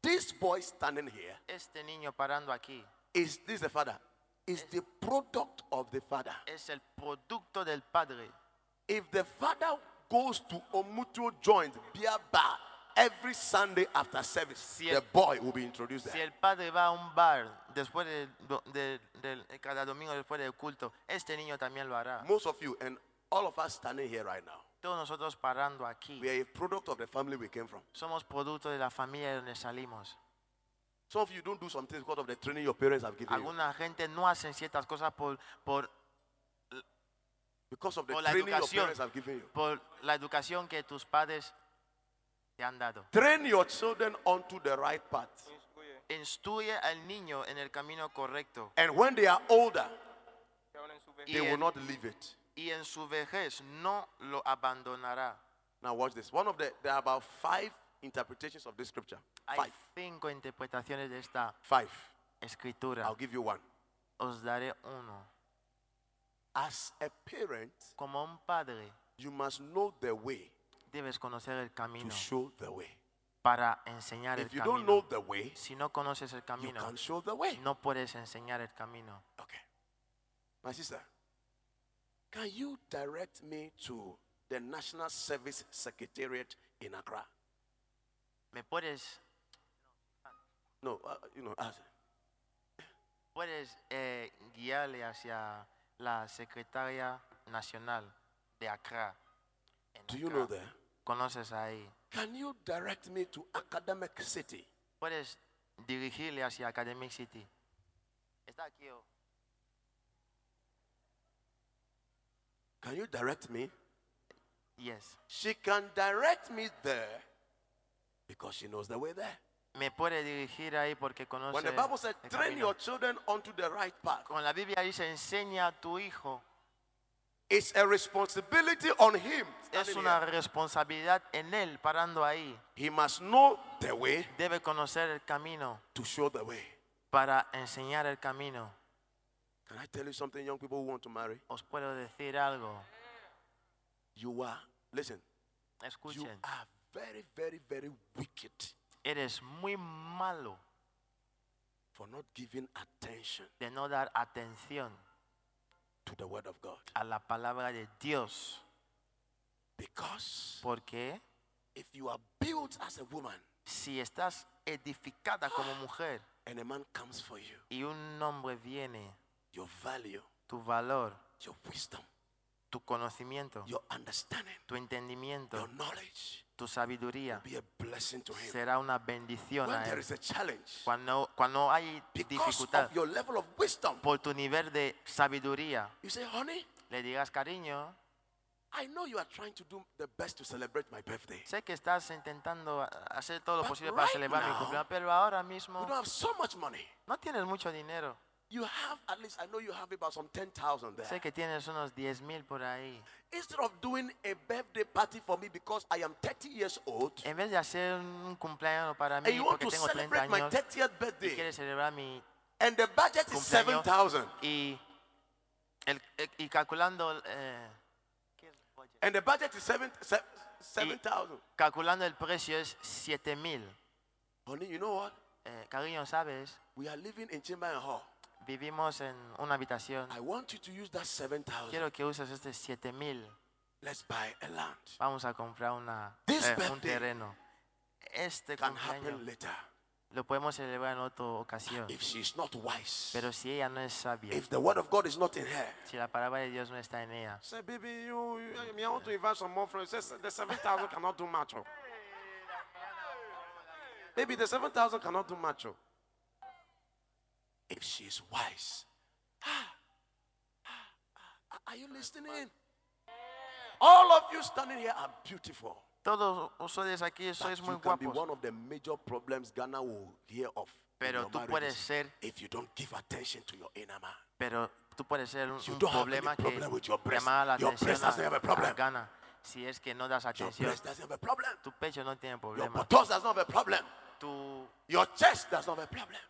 [SPEAKER 2] This boy standing here
[SPEAKER 3] este niño parando aquí
[SPEAKER 2] is this is the father? Is the product of the father.
[SPEAKER 3] es el producto del padre.
[SPEAKER 2] If the father goes to Omutuo Joint Beer Bar every Sunday after service,
[SPEAKER 3] Si el-
[SPEAKER 2] the boy will be introduced
[SPEAKER 3] Si
[SPEAKER 2] there.
[SPEAKER 3] el padre va a un bar después de, do- de- de- cada domingo después del culto, este niño también lo hará.
[SPEAKER 2] Most of you and all of us standing here right now,
[SPEAKER 3] Todos nosotros parando aquí
[SPEAKER 2] we are a product of the family we came from.
[SPEAKER 3] somos producto de la familia de donde salimos.
[SPEAKER 2] Some of you don't do some things because of the training your parents have given you.
[SPEAKER 3] Alguna gente no hacen ciertas cosas por, por,
[SPEAKER 2] Because of the
[SPEAKER 3] por la
[SPEAKER 2] training your
[SPEAKER 3] educación.
[SPEAKER 2] parents have given you.
[SPEAKER 3] por la educación que tus padres te han dado.
[SPEAKER 2] Train your children onto the right path.
[SPEAKER 3] Instruye al niño en el camino correcto
[SPEAKER 2] And when they are older,
[SPEAKER 3] y
[SPEAKER 2] they will
[SPEAKER 3] en,
[SPEAKER 2] not leave it.
[SPEAKER 3] y en su vejez no lo abandonará.
[SPEAKER 2] Now watch this. One of the there are about five interpretations of this scripture. Five.
[SPEAKER 3] Hay cinco interpretaciones de esta
[SPEAKER 2] Five.
[SPEAKER 3] escritura.
[SPEAKER 2] I'll give you one.
[SPEAKER 3] Os daré uno.
[SPEAKER 2] As a parent,
[SPEAKER 3] Como un padre
[SPEAKER 2] you must know the way
[SPEAKER 3] debes conocer el
[SPEAKER 2] to
[SPEAKER 3] camino
[SPEAKER 2] show the way.
[SPEAKER 3] para enseñar el
[SPEAKER 2] If you don't
[SPEAKER 3] camino.
[SPEAKER 2] know the way,
[SPEAKER 3] Si no conoces el
[SPEAKER 2] you
[SPEAKER 3] camino,
[SPEAKER 2] can't show the way.
[SPEAKER 3] no puedes enseñar el camino.
[SPEAKER 2] Okay. My sister, can you direct me to the National Service Secretariat in Accra?
[SPEAKER 3] ¿Me puedes,
[SPEAKER 2] No, uh, you know, as-
[SPEAKER 3] puedes eh, guiarle hacia la secretaria nacional de Accra? en
[SPEAKER 2] do you know
[SPEAKER 3] Accra?
[SPEAKER 2] that?
[SPEAKER 3] ¿Conoces ahí?
[SPEAKER 2] Can you direct me to Academic City?
[SPEAKER 3] puedes dirigirle hacia Academic City. Está aquí. oh.
[SPEAKER 2] Can you direct me?
[SPEAKER 3] Yes.
[SPEAKER 2] She can direct me there because she knows the way there.
[SPEAKER 3] Me puede dirigir ahí porque conoce.
[SPEAKER 2] When the Bible said,
[SPEAKER 3] el
[SPEAKER 2] train
[SPEAKER 3] camino".
[SPEAKER 2] your children onto the right path,
[SPEAKER 3] Con la Biblia dice, enseña a tu hijo.
[SPEAKER 2] it's a responsibility on him.
[SPEAKER 3] Es
[SPEAKER 2] standing
[SPEAKER 3] una
[SPEAKER 2] here.
[SPEAKER 3] responsabilidad en él parando ahí.
[SPEAKER 2] He must know the way
[SPEAKER 3] Debe conocer el camino
[SPEAKER 2] to show the way.
[SPEAKER 3] para enseñar el camino.
[SPEAKER 2] Can I tell you something, young people who want to marry?
[SPEAKER 3] Os puedo decir algo.
[SPEAKER 2] You are, listen, you
[SPEAKER 3] Escuchen.
[SPEAKER 2] are very, very, very wicked
[SPEAKER 3] Eres muy malo
[SPEAKER 2] for not giving attention
[SPEAKER 3] de no dar atención
[SPEAKER 2] to the word of God.
[SPEAKER 3] a la palabra de Dios.
[SPEAKER 2] Because
[SPEAKER 3] Porque
[SPEAKER 2] if you are built as a woman
[SPEAKER 3] si estás edificada como mujer,
[SPEAKER 2] and a man comes for you,
[SPEAKER 3] y un nombre viene,
[SPEAKER 2] your value,
[SPEAKER 3] tu valor,
[SPEAKER 2] your wisdom,
[SPEAKER 3] tu conocimiento,
[SPEAKER 2] your understanding,
[SPEAKER 3] tu entendimiento,
[SPEAKER 2] your knowledge
[SPEAKER 3] tu sabiduría
[SPEAKER 2] be a blessing to him.
[SPEAKER 3] será una bendición
[SPEAKER 2] When
[SPEAKER 3] a
[SPEAKER 2] there
[SPEAKER 3] él.
[SPEAKER 2] is a challenge,
[SPEAKER 3] Cuando, cuando hay
[SPEAKER 2] because
[SPEAKER 3] dificultad
[SPEAKER 2] of your level of wisdom,
[SPEAKER 3] por tu nivel de sabiduría,
[SPEAKER 2] you say, honey,
[SPEAKER 3] le digas cariño,
[SPEAKER 2] I know you are trying to do the best to celebrate my birthday.
[SPEAKER 3] sé que estás intentando a- hacer todo lo
[SPEAKER 2] But
[SPEAKER 3] posible para
[SPEAKER 2] right
[SPEAKER 3] celebrar mi
[SPEAKER 2] now,
[SPEAKER 3] cumpleaños, pero ahora
[SPEAKER 2] You
[SPEAKER 3] mismo
[SPEAKER 2] don't have so much money.
[SPEAKER 3] no tienes mucho dinero.
[SPEAKER 2] You have at least, I know you have about some 10,000
[SPEAKER 3] Sé
[SPEAKER 2] there.
[SPEAKER 3] que tienes unos 10 mil por ahí.
[SPEAKER 2] Instead of doing a birthday party for me because I am 30 years old
[SPEAKER 3] En vez de hacer un cumpleaños para
[SPEAKER 2] and
[SPEAKER 3] mí
[SPEAKER 2] you want
[SPEAKER 3] Eh, porque
[SPEAKER 2] to
[SPEAKER 3] tengo 30
[SPEAKER 2] celebrate my
[SPEAKER 3] años
[SPEAKER 2] 30th
[SPEAKER 3] y
[SPEAKER 2] birthday
[SPEAKER 3] quieres celebrar mi
[SPEAKER 2] and the budget is
[SPEAKER 3] cumpleaños
[SPEAKER 2] 7,000
[SPEAKER 3] y, el- el- y calculando, eh,
[SPEAKER 2] and the budget is seven- se- 7,000.
[SPEAKER 3] calculando el precio es 7000.
[SPEAKER 2] Honey, you know what?
[SPEAKER 3] Eh, cariño, ¿sabes?
[SPEAKER 2] We are living in Chamber and Hall.
[SPEAKER 3] Vivimos en una habitación.
[SPEAKER 2] I want you to use that 7,000.
[SPEAKER 3] Quiero que uses este 7000.
[SPEAKER 2] Let's buy a land.
[SPEAKER 3] Vamos a comprar una,
[SPEAKER 2] This
[SPEAKER 3] eh, un
[SPEAKER 2] birthday
[SPEAKER 3] terreno. Este
[SPEAKER 2] Can happen
[SPEAKER 3] cumpleaños
[SPEAKER 2] later.
[SPEAKER 3] lo podemos celebrar en otra ocasión.
[SPEAKER 2] If she's not wise,
[SPEAKER 3] Pero si ella no es sabia,
[SPEAKER 2] if the word of God is not in her,
[SPEAKER 3] si la palabra de Dios no está en ella,
[SPEAKER 4] Say, baby, you, you, I mean, I want to invite some more friends. Say, "Se- The 7,000 cannot do much. oh." Baby, the 7,000 cannot do much. oh."
[SPEAKER 2] if she's wise. [gasps] Are you listening? All of you standing here are beautiful.
[SPEAKER 3] todos ustedes aquí sois
[SPEAKER 2] But
[SPEAKER 3] muy
[SPEAKER 2] you can be
[SPEAKER 3] guapos.
[SPEAKER 2] one of the major problems Ghana will hear of. in
[SPEAKER 3] Pero
[SPEAKER 2] your
[SPEAKER 3] tú
[SPEAKER 2] marriages
[SPEAKER 3] puedes ser-
[SPEAKER 2] If you don't give attention to your inner man.
[SPEAKER 3] Pero tú puedes ser un,
[SPEAKER 2] You
[SPEAKER 3] un
[SPEAKER 2] don't have any
[SPEAKER 3] problema que
[SPEAKER 2] problem with your breast.
[SPEAKER 3] llama la
[SPEAKER 2] Your breast doesn't
[SPEAKER 3] atención
[SPEAKER 2] have a
[SPEAKER 3] a,
[SPEAKER 2] problem.
[SPEAKER 3] a Ghana. Si es que no das
[SPEAKER 2] Your
[SPEAKER 3] atención,
[SPEAKER 2] breast doesn't have a problem.
[SPEAKER 3] tu pecho no tiene
[SPEAKER 2] Your
[SPEAKER 3] problema,
[SPEAKER 2] buttocks doesn't have a problem.
[SPEAKER 3] tu,
[SPEAKER 2] Your chest does not have a problem.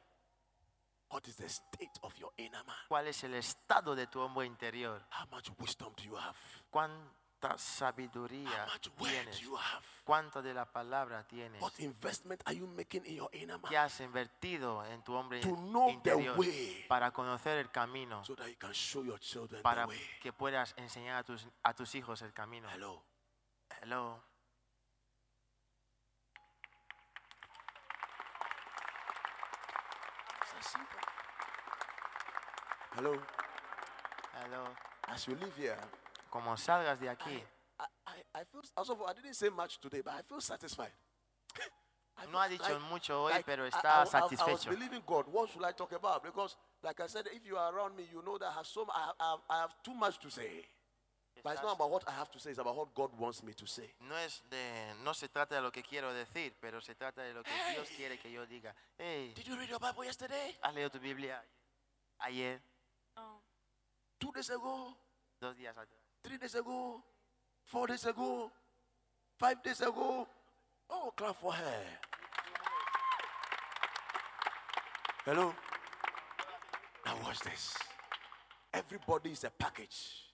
[SPEAKER 2] What is the state of your inner man?
[SPEAKER 3] cuál es el estado de tu hombre interior,
[SPEAKER 2] How much wisdom do you have?
[SPEAKER 3] cuánta sabiduría
[SPEAKER 2] How much word
[SPEAKER 3] tienes,
[SPEAKER 2] do you have?
[SPEAKER 3] cuánta de la palabra tienes,
[SPEAKER 2] What investment are you making in your inner
[SPEAKER 3] que
[SPEAKER 2] man
[SPEAKER 3] has invertido en tu hombre
[SPEAKER 2] To know the
[SPEAKER 3] interior
[SPEAKER 2] way.
[SPEAKER 3] para conocer el camino,
[SPEAKER 2] so that you can show your children
[SPEAKER 3] para
[SPEAKER 2] the way?
[SPEAKER 3] que puedas enseñar a tus, a tus hijos el camino.
[SPEAKER 2] Hello.
[SPEAKER 3] Hello.
[SPEAKER 2] It's that simple. Hello.
[SPEAKER 3] Hello.
[SPEAKER 2] As you live here,
[SPEAKER 3] Como salgas de aquí,
[SPEAKER 2] I, I, I feel, also, I didn't say much today, but I feel satisfied. [laughs] I
[SPEAKER 3] No ha
[SPEAKER 2] feel
[SPEAKER 3] dicho mucho hoy, pero
[SPEAKER 2] I-
[SPEAKER 3] está
[SPEAKER 2] I, I, I, was
[SPEAKER 3] satisfecho.
[SPEAKER 2] believing God. What should I talk about? Because, like I said, if you are around me, you know that I have, so, mu- I, have- I, have, I have too much to say. But it's not about what I have to say, it's about what God wants me to say.
[SPEAKER 3] no, es de, no se trata de lo que quiero decir, pero se trata de lo que Dios
[SPEAKER 2] Hey.
[SPEAKER 3] quiere que yo diga. Hey,
[SPEAKER 2] Did you read your Bible yesterday?
[SPEAKER 3] ¿has leído tu Biblia ayer?
[SPEAKER 2] Two days ago?
[SPEAKER 3] Dos días atrás.
[SPEAKER 2] Three days ago? Four days ago? Five days ago? Oh, clap for her. Hello? Now, watch this. Everybody is a package.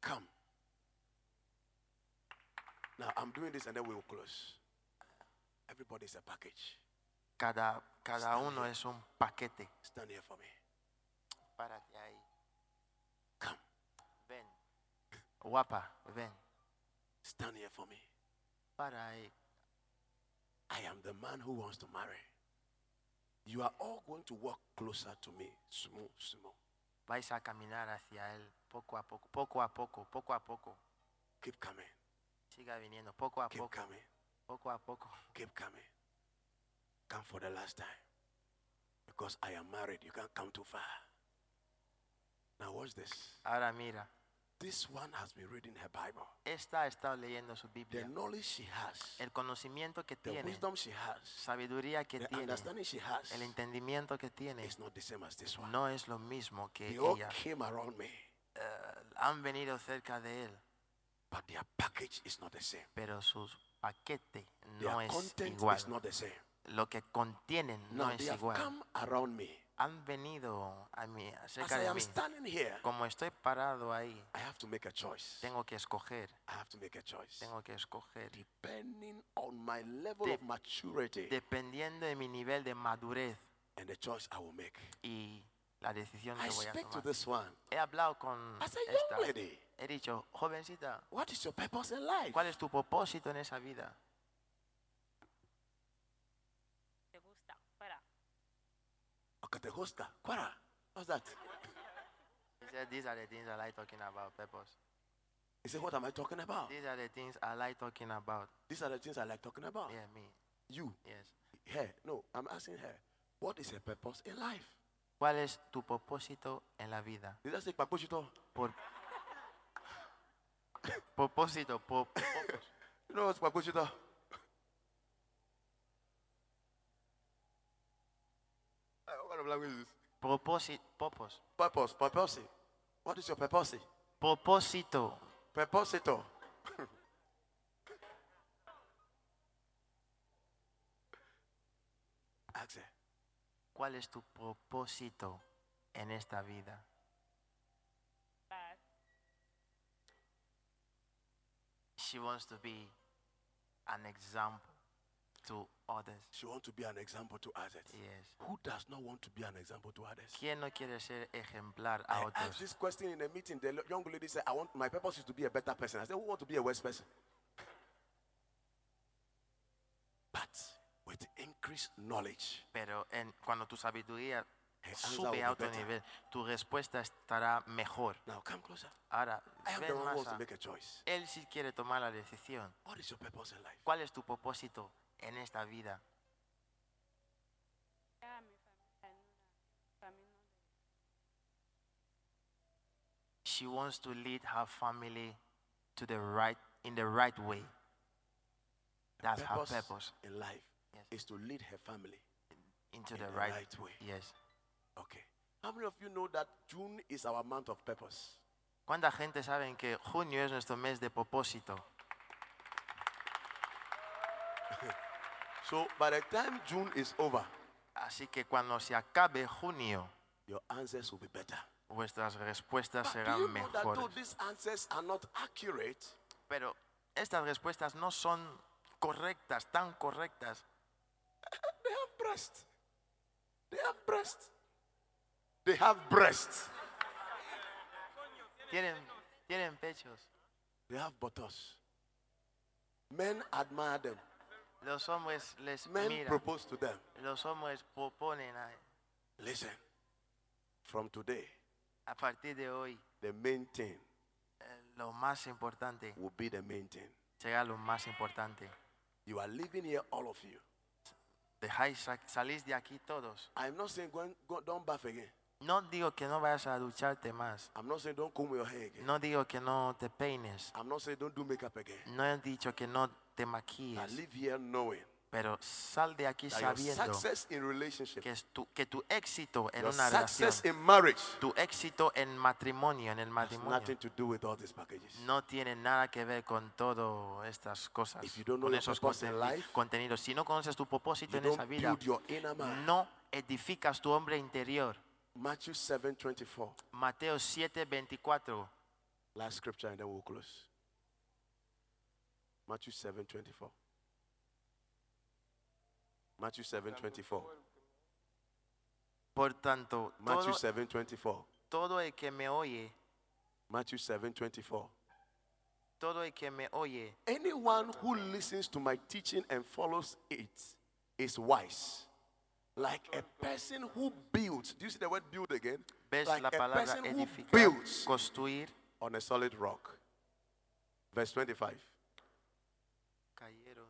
[SPEAKER 2] Come. Now, I'm doing this and then we will close. Everybody is a package.
[SPEAKER 3] Cada, cada
[SPEAKER 2] Está
[SPEAKER 3] uno
[SPEAKER 2] bien.
[SPEAKER 3] es un paquete.
[SPEAKER 2] Stand here for me.
[SPEAKER 3] Párate ahí.
[SPEAKER 2] Come.
[SPEAKER 3] Ven. Guapa, ven.
[SPEAKER 2] Stand here for me.
[SPEAKER 3] Para ahí.
[SPEAKER 2] I am the man who wants to marry. You are all going to walk closer to me, small, small.
[SPEAKER 3] Vais a caminar hacia él poco a poco, poco a poco, poco a poco.
[SPEAKER 2] Keep coming,
[SPEAKER 3] Siga viniendo, poco a
[SPEAKER 2] keep
[SPEAKER 3] poco,
[SPEAKER 2] coming,
[SPEAKER 3] poco a poco.
[SPEAKER 2] keep coming. Come for the last time. Because I am married, you can't come too far. Now, watch this.
[SPEAKER 3] Ahora mira,
[SPEAKER 2] This one has been reading her Bible.
[SPEAKER 3] esta ha estado leyendo su
[SPEAKER 2] The
[SPEAKER 3] Biblia.
[SPEAKER 2] knowledge she has,
[SPEAKER 3] El conocimiento que
[SPEAKER 2] the
[SPEAKER 3] tiene,
[SPEAKER 2] wisdom she has,
[SPEAKER 3] sabiduría que
[SPEAKER 2] the
[SPEAKER 3] tiene,
[SPEAKER 2] understanding she has
[SPEAKER 3] el entendimiento que tiene,
[SPEAKER 2] is not the same as this one.
[SPEAKER 3] no es lo mismo que
[SPEAKER 2] They all
[SPEAKER 3] ella. Eh,
[SPEAKER 2] came around me,
[SPEAKER 3] Han venido cerca de él,
[SPEAKER 2] but their package is not the same.
[SPEAKER 3] pero su paquete
[SPEAKER 2] Their
[SPEAKER 3] no es
[SPEAKER 2] content
[SPEAKER 3] igual.
[SPEAKER 2] is not the same.
[SPEAKER 3] Lo que contienen no
[SPEAKER 2] Now
[SPEAKER 3] es
[SPEAKER 2] they have
[SPEAKER 3] igual.
[SPEAKER 2] come around me.
[SPEAKER 3] Han venido a mí,
[SPEAKER 2] As
[SPEAKER 3] cerca
[SPEAKER 2] I
[SPEAKER 3] de
[SPEAKER 2] am
[SPEAKER 3] mí.
[SPEAKER 2] standing here,
[SPEAKER 3] Como estoy parado ahí,
[SPEAKER 2] I have to make a choice.
[SPEAKER 3] tengo que escoger,
[SPEAKER 2] I have to make a choice.
[SPEAKER 3] tengo que escoger.
[SPEAKER 2] Depending on my level
[SPEAKER 3] De-
[SPEAKER 2] of maturity
[SPEAKER 3] Dependiendo de mi nivel de madurez
[SPEAKER 2] and the choice I will make.
[SPEAKER 3] y la decisión
[SPEAKER 2] I
[SPEAKER 3] que voy a
[SPEAKER 2] speak to
[SPEAKER 3] tomar.
[SPEAKER 2] this one.
[SPEAKER 3] He hablado con
[SPEAKER 2] As a
[SPEAKER 3] esta.
[SPEAKER 2] young lady,
[SPEAKER 3] He dicho, jovencita,
[SPEAKER 2] what is your purpose in life?
[SPEAKER 3] ¿cuál es tu propósito en esa vida?
[SPEAKER 5] te gusta, fuera.
[SPEAKER 2] Akatehosta, Kwara. What's that?
[SPEAKER 3] He said, these are the things I like talking about, purpose.
[SPEAKER 2] He said, What am I talking about?
[SPEAKER 3] These are the things I like talking about.
[SPEAKER 2] These are the things I like talking about.
[SPEAKER 3] Yeah, me.
[SPEAKER 2] You,
[SPEAKER 3] Yes.
[SPEAKER 2] her. No, I'm asking her, what is her purpose in life?
[SPEAKER 3] ¿Cuál es tu propósito en la vida?
[SPEAKER 2] Did I say Papuchito?
[SPEAKER 3] Por [laughs] propósito, por
[SPEAKER 2] You know what's Papuchito? Uh, What language is this?
[SPEAKER 3] propósito, purpose.
[SPEAKER 2] Purpose, purpose. What is your purpose?
[SPEAKER 3] propósito.
[SPEAKER 2] Purposito. Ask her,
[SPEAKER 3] ¿Cuál es tu propósito en esta vida?
[SPEAKER 5] Bad.
[SPEAKER 3] She wants to be an example to others.
[SPEAKER 2] She wants to be an example to others.
[SPEAKER 3] Yes.
[SPEAKER 2] Who does not want to be an example to others?
[SPEAKER 3] ¿Quién no quiere ser ejemplar
[SPEAKER 2] I
[SPEAKER 3] a
[SPEAKER 2] asked
[SPEAKER 3] otros?
[SPEAKER 2] this question in a meeting. The young lady said, "I want my purpose is to be a better person." I said, "Who want to be a worse person?" But with increased knowledge,
[SPEAKER 3] Pero en, cuando tu sabiduría
[SPEAKER 2] her answer will be
[SPEAKER 3] sube a otro
[SPEAKER 2] better.
[SPEAKER 3] nivel, tu respuesta estará mejor.
[SPEAKER 2] Now come closer.
[SPEAKER 3] Ahora,
[SPEAKER 2] I am the
[SPEAKER 3] ven
[SPEAKER 2] one who
[SPEAKER 3] más
[SPEAKER 2] wants to
[SPEAKER 3] a-
[SPEAKER 2] make a choice.
[SPEAKER 3] Él sí quiere tomar la decisión.
[SPEAKER 2] What is your purpose in life?
[SPEAKER 3] ¿Cuál es tu propósito en esta vida?
[SPEAKER 5] Ya mi familia en un camino de
[SPEAKER 3] She wants to lead her family to the right in the right way. That's her purpose
[SPEAKER 2] in life
[SPEAKER 3] Yes.
[SPEAKER 2] is to lead her family
[SPEAKER 3] into
[SPEAKER 2] in
[SPEAKER 3] the,
[SPEAKER 2] the
[SPEAKER 3] right,
[SPEAKER 2] right way.
[SPEAKER 3] Yes.
[SPEAKER 2] Okay. How many of you know that June is our month of purpose?
[SPEAKER 3] ¿Cuánta gente sabe que junio es nuestro mes de propósito?
[SPEAKER 2] So by the time June is over,
[SPEAKER 3] Así que cuando se acabe junio,
[SPEAKER 2] your answers will be better.
[SPEAKER 3] vuestras respuestas
[SPEAKER 2] But do you
[SPEAKER 3] serán
[SPEAKER 2] know that though
[SPEAKER 3] mejores.
[SPEAKER 2] these answers are not accurate,
[SPEAKER 3] Pero estas respuestas no son correctas, tan correctas.
[SPEAKER 2] they have breast. They have breast. They have breast.
[SPEAKER 3] Tienen, tienen pechos.
[SPEAKER 2] They have buttocks. Men admire them.
[SPEAKER 3] Los hombres les
[SPEAKER 2] Men
[SPEAKER 3] miran.
[SPEAKER 2] propose to them.
[SPEAKER 3] Los hombres proponen a,
[SPEAKER 2] Listen. From today,
[SPEAKER 3] a partir de hoy.
[SPEAKER 2] the main thing
[SPEAKER 3] eh, Lo más importante
[SPEAKER 2] will be the main thing.
[SPEAKER 3] será lo más importante.
[SPEAKER 2] You are living here, all of you.
[SPEAKER 3] Dejáis, sa- salís de aquí todos.
[SPEAKER 2] I'm not saying go, and- go don't bath again.
[SPEAKER 3] No digo que no vayas a ducharte más.
[SPEAKER 2] I'm not saying don't comb your hair again.
[SPEAKER 3] No digo que no te peines.
[SPEAKER 2] I'm not saying don't do makeup again.
[SPEAKER 3] No he dicho que no te
[SPEAKER 2] I
[SPEAKER 3] maquilles.
[SPEAKER 2] live here knowing
[SPEAKER 3] Pero sal de aquí
[SPEAKER 2] that your
[SPEAKER 3] Mm, sabiendo
[SPEAKER 2] success in relationship,
[SPEAKER 3] que, es tu, que tu éxito en
[SPEAKER 2] your
[SPEAKER 3] una relación,
[SPEAKER 2] success in marriage,
[SPEAKER 3] tu éxito en matrimonio, en el
[SPEAKER 2] has nothing
[SPEAKER 3] matrimonio,
[SPEAKER 2] to do with all these packages.
[SPEAKER 3] no tiene nada que ver con todas estas cosas,
[SPEAKER 2] If you don't know
[SPEAKER 3] con
[SPEAKER 2] your
[SPEAKER 3] esos
[SPEAKER 2] purpose in
[SPEAKER 3] conteni-
[SPEAKER 2] life,
[SPEAKER 3] contenidos. Si no conoces tu propósito
[SPEAKER 2] You
[SPEAKER 3] en esa
[SPEAKER 2] don't
[SPEAKER 3] vida,
[SPEAKER 2] build your inner man.
[SPEAKER 3] no edificas tu hombre interior.
[SPEAKER 2] Matthew 7 24.
[SPEAKER 3] Mateo 7, 24.
[SPEAKER 2] Last scripture and then we'll close. Matthew 7 24. Matthew 7 24.
[SPEAKER 3] Por tanto,
[SPEAKER 2] Matthew
[SPEAKER 3] todo-
[SPEAKER 2] 7 24.
[SPEAKER 3] todo el que me oye,
[SPEAKER 2] Matthew 7 24.
[SPEAKER 3] todo el que me oye,
[SPEAKER 2] Anyone who listens to my teaching and follows it is wise. Like a person who builds. Do you see the word build again?
[SPEAKER 3] ves
[SPEAKER 2] Like
[SPEAKER 3] la
[SPEAKER 2] a
[SPEAKER 3] palabra
[SPEAKER 2] person who
[SPEAKER 3] edificar,
[SPEAKER 2] builds
[SPEAKER 3] construir,
[SPEAKER 2] on a solid rock. Verse 25.
[SPEAKER 3] cayeron,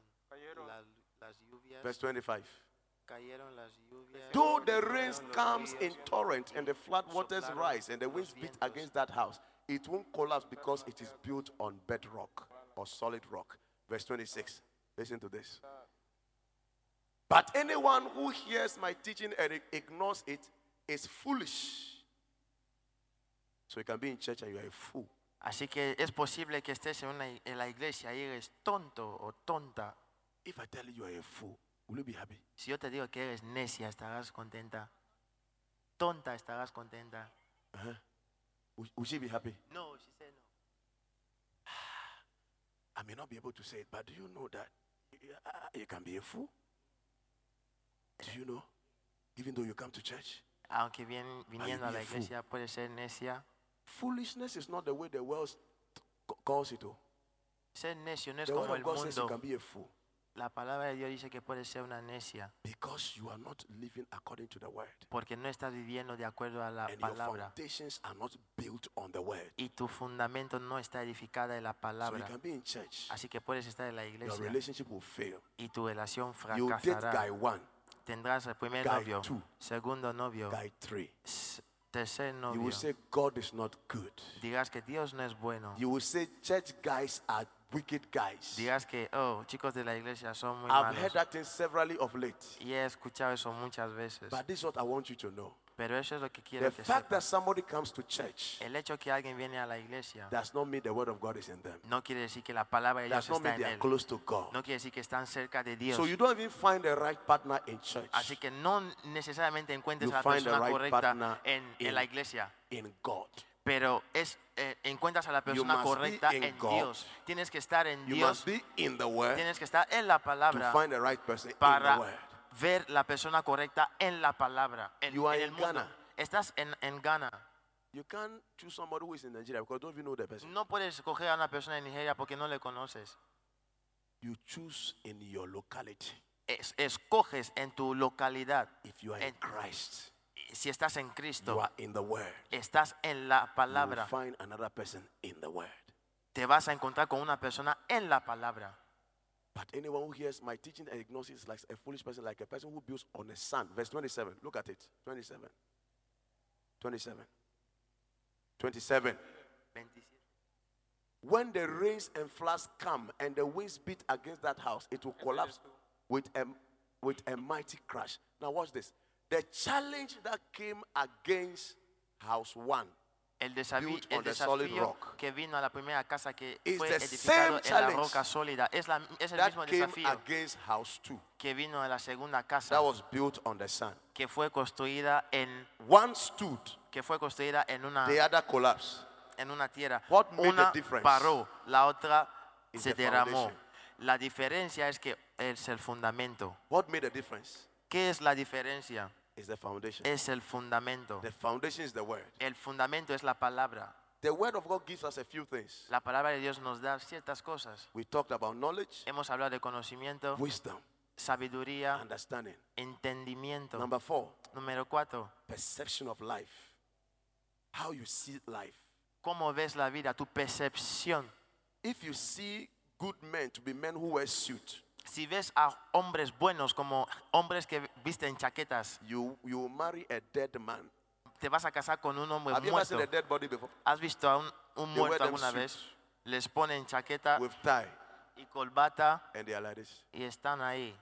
[SPEAKER 3] la- las lluvias,
[SPEAKER 2] Verse 25.
[SPEAKER 3] cayeron las lluvias.
[SPEAKER 2] Though Pues the rain
[SPEAKER 3] cayeron los
[SPEAKER 2] comes in
[SPEAKER 3] ríos,
[SPEAKER 2] torrent and the flood waters
[SPEAKER 3] Soplaron
[SPEAKER 2] rise and the
[SPEAKER 3] los
[SPEAKER 2] winds beat
[SPEAKER 3] vientos.
[SPEAKER 2] against that house, it won't collapse because it is built on bedrock or solid rock. Verse 26. Listen to this. But anyone who hears my teaching and ig- ignores it is foolish. So you can be in church and you are a fool.
[SPEAKER 3] Así que es posible que estés en, una i- en la iglesia y eres tonto o tonta.
[SPEAKER 2] If I tell you you are a fool, will you be happy?
[SPEAKER 3] Si yo te digo que eres necia, estarás contenta. Tonta, estarás contenta.
[SPEAKER 2] Uh-huh. Will, will she be happy?
[SPEAKER 3] No, she said no.
[SPEAKER 2] I may not be able to say it, but do you know that y- uh, you can be a fool? Do you know? Even though you come to church,
[SPEAKER 3] Aunque bien, viniendo a
[SPEAKER 2] be
[SPEAKER 3] la
[SPEAKER 2] a fool.
[SPEAKER 3] iglesia puede ser necia.
[SPEAKER 2] foolishness is not the way the world c- calls it. Oh.
[SPEAKER 3] Ser necio no es
[SPEAKER 2] The word
[SPEAKER 3] como
[SPEAKER 2] of
[SPEAKER 3] el
[SPEAKER 2] God says you
[SPEAKER 3] mundo.
[SPEAKER 2] can be a fool
[SPEAKER 3] La palabra de Dios dice que puedes ser una necia
[SPEAKER 2] because you are not living according to the word,
[SPEAKER 3] porque no estás viviendo de acuerdo a la
[SPEAKER 2] and your
[SPEAKER 3] palabra
[SPEAKER 2] foundations are not built on the word.
[SPEAKER 3] y tu fundamento no está edificada en la
[SPEAKER 2] So you
[SPEAKER 3] palabra.
[SPEAKER 2] can be in church,
[SPEAKER 3] Así que puedes estar en la
[SPEAKER 2] your
[SPEAKER 3] iglesia
[SPEAKER 2] relationship will fail.
[SPEAKER 3] y tu relación
[SPEAKER 2] You date guy
[SPEAKER 3] fracasará.
[SPEAKER 2] one,
[SPEAKER 3] Tendrás el primer
[SPEAKER 2] guy
[SPEAKER 3] novio,
[SPEAKER 2] two,
[SPEAKER 3] segundo novio,
[SPEAKER 2] guy three.
[SPEAKER 3] s- tercer
[SPEAKER 2] You will
[SPEAKER 3] novio.
[SPEAKER 2] say God is not good.
[SPEAKER 3] Dirás que Dios no es bueno.
[SPEAKER 2] You will say church guys are wicked guys.
[SPEAKER 3] Dirás que, oh, chicos de la iglesia son muy
[SPEAKER 2] I've heard
[SPEAKER 3] malos.
[SPEAKER 2] that thing severally of late.
[SPEAKER 3] Y he escuchado eso muchas veces.
[SPEAKER 2] But this is what I want you to know.
[SPEAKER 3] Pero eso es lo que
[SPEAKER 2] The
[SPEAKER 3] quiero que
[SPEAKER 2] fact that
[SPEAKER 3] sepas.
[SPEAKER 2] somebody comes to church
[SPEAKER 3] El hecho que alguien viene a la iglesia
[SPEAKER 2] does not mean the word of God is in them.
[SPEAKER 3] no quiere decir que la palabra de
[SPEAKER 2] Does
[SPEAKER 3] Dios
[SPEAKER 2] not mean
[SPEAKER 3] está en
[SPEAKER 2] they are
[SPEAKER 3] él.
[SPEAKER 2] close to God.
[SPEAKER 3] No quiere decir que están cerca de Dios.
[SPEAKER 2] So you don't even find the right partner in
[SPEAKER 3] Así
[SPEAKER 2] church,
[SPEAKER 3] que no necesariamente encuentres
[SPEAKER 2] You
[SPEAKER 3] a la
[SPEAKER 2] find the
[SPEAKER 3] persona
[SPEAKER 2] right
[SPEAKER 3] correcta
[SPEAKER 2] partner
[SPEAKER 3] en, en
[SPEAKER 2] in-
[SPEAKER 3] la iglesia,
[SPEAKER 2] in God.
[SPEAKER 3] pero es eh, encuentras a la persona
[SPEAKER 2] must be
[SPEAKER 3] correcta
[SPEAKER 2] in
[SPEAKER 3] en
[SPEAKER 2] God.
[SPEAKER 3] Dios. Tienes que estar en
[SPEAKER 2] You
[SPEAKER 3] Dios,
[SPEAKER 2] must be in the word
[SPEAKER 3] tienes que estar en la
[SPEAKER 2] to
[SPEAKER 3] palabra
[SPEAKER 2] find the right person in the
[SPEAKER 3] para
[SPEAKER 2] word.
[SPEAKER 3] ver la persona correcta en la palabra, en,
[SPEAKER 2] You are
[SPEAKER 3] en el
[SPEAKER 2] in
[SPEAKER 3] mundo.
[SPEAKER 2] Ghana.
[SPEAKER 3] Estás en, en Ghana.
[SPEAKER 2] You can't choose somebody who is in Nigeria because don't even know the person.
[SPEAKER 3] No puedes escoger a una persona en Nigeria porque no le conoces.
[SPEAKER 2] You choose in your locality.
[SPEAKER 3] Es- escoges en tu localidad.
[SPEAKER 2] If you are in
[SPEAKER 3] And-
[SPEAKER 2] Christ,
[SPEAKER 3] Si estás en
[SPEAKER 2] you
[SPEAKER 3] Cristo,
[SPEAKER 2] are in the word.
[SPEAKER 3] estás en la
[SPEAKER 2] You will
[SPEAKER 3] palabra.
[SPEAKER 2] find another person in the word.
[SPEAKER 3] te vas a encontrar con una persona en la palabra.
[SPEAKER 2] But anyone who hears my teaching and ignores it is like a foolish person, like a person who builds on the sand. Verse 27. Look at it. 27. 27. 27.
[SPEAKER 3] 27.
[SPEAKER 2] When the rains and floods come and the winds beat against that house, it will collapse with a, with a mighty crash. Now, watch this. The challenge that came against house one
[SPEAKER 3] El, desafi-
[SPEAKER 2] built
[SPEAKER 3] el
[SPEAKER 2] on the solid
[SPEAKER 3] desafío
[SPEAKER 2] rock.
[SPEAKER 3] que vino a la primera casa que
[SPEAKER 2] It's
[SPEAKER 3] fue
[SPEAKER 2] the
[SPEAKER 3] edificado
[SPEAKER 2] same
[SPEAKER 3] en la
[SPEAKER 2] challenge
[SPEAKER 3] roca sólida es, la- es el
[SPEAKER 2] that
[SPEAKER 3] mismo
[SPEAKER 2] came
[SPEAKER 3] desafío
[SPEAKER 2] against house two
[SPEAKER 3] que vino a la segunda casa
[SPEAKER 2] that was built on the sand.
[SPEAKER 3] que fue construida en
[SPEAKER 2] One stood,
[SPEAKER 3] que fue construida en una
[SPEAKER 2] the other collapsed.
[SPEAKER 3] en una tierra.
[SPEAKER 2] What made the
[SPEAKER 3] una
[SPEAKER 2] difference?
[SPEAKER 3] paró, la otra
[SPEAKER 2] Is
[SPEAKER 3] se
[SPEAKER 2] the
[SPEAKER 3] derramó.
[SPEAKER 2] foundation.
[SPEAKER 3] La diferencia es que es el fundamento.
[SPEAKER 2] What made the difference
[SPEAKER 3] ¿Qué es la diferencia?
[SPEAKER 2] is the foundation.
[SPEAKER 3] Es el fundamento.
[SPEAKER 2] The foundation is the word.
[SPEAKER 3] El fundamento es la palabra.
[SPEAKER 2] The word of God gives us a few things.
[SPEAKER 3] La palabra de Dios nos da ciertas cosas.
[SPEAKER 2] We talked about knowledge,
[SPEAKER 3] Hemos hablado de conocimiento,
[SPEAKER 2] wisdom,
[SPEAKER 3] sabiduría,
[SPEAKER 2] understanding.
[SPEAKER 3] entendimiento.
[SPEAKER 2] Number four,
[SPEAKER 3] Número cuatro,
[SPEAKER 2] perception of life. How you see life.
[SPEAKER 3] ¿cómo ves la vida? Tu percepción.
[SPEAKER 2] If you see good men to be men who wear suit,
[SPEAKER 3] Si ves a hombres buenos como hombres que visten chaquetas,
[SPEAKER 2] you you will marry a dead man.
[SPEAKER 3] te vas a casar con un hombre
[SPEAKER 2] Have you ever
[SPEAKER 3] muerto.
[SPEAKER 2] seen a dead body before?
[SPEAKER 3] ¿Has visto a un, un
[SPEAKER 2] They wear
[SPEAKER 3] muerto
[SPEAKER 2] them
[SPEAKER 3] alguna vez?
[SPEAKER 2] suits.
[SPEAKER 3] Les ponen chaqueta
[SPEAKER 2] With tie,
[SPEAKER 3] y colbata
[SPEAKER 2] and they are like this.
[SPEAKER 3] y están ahí,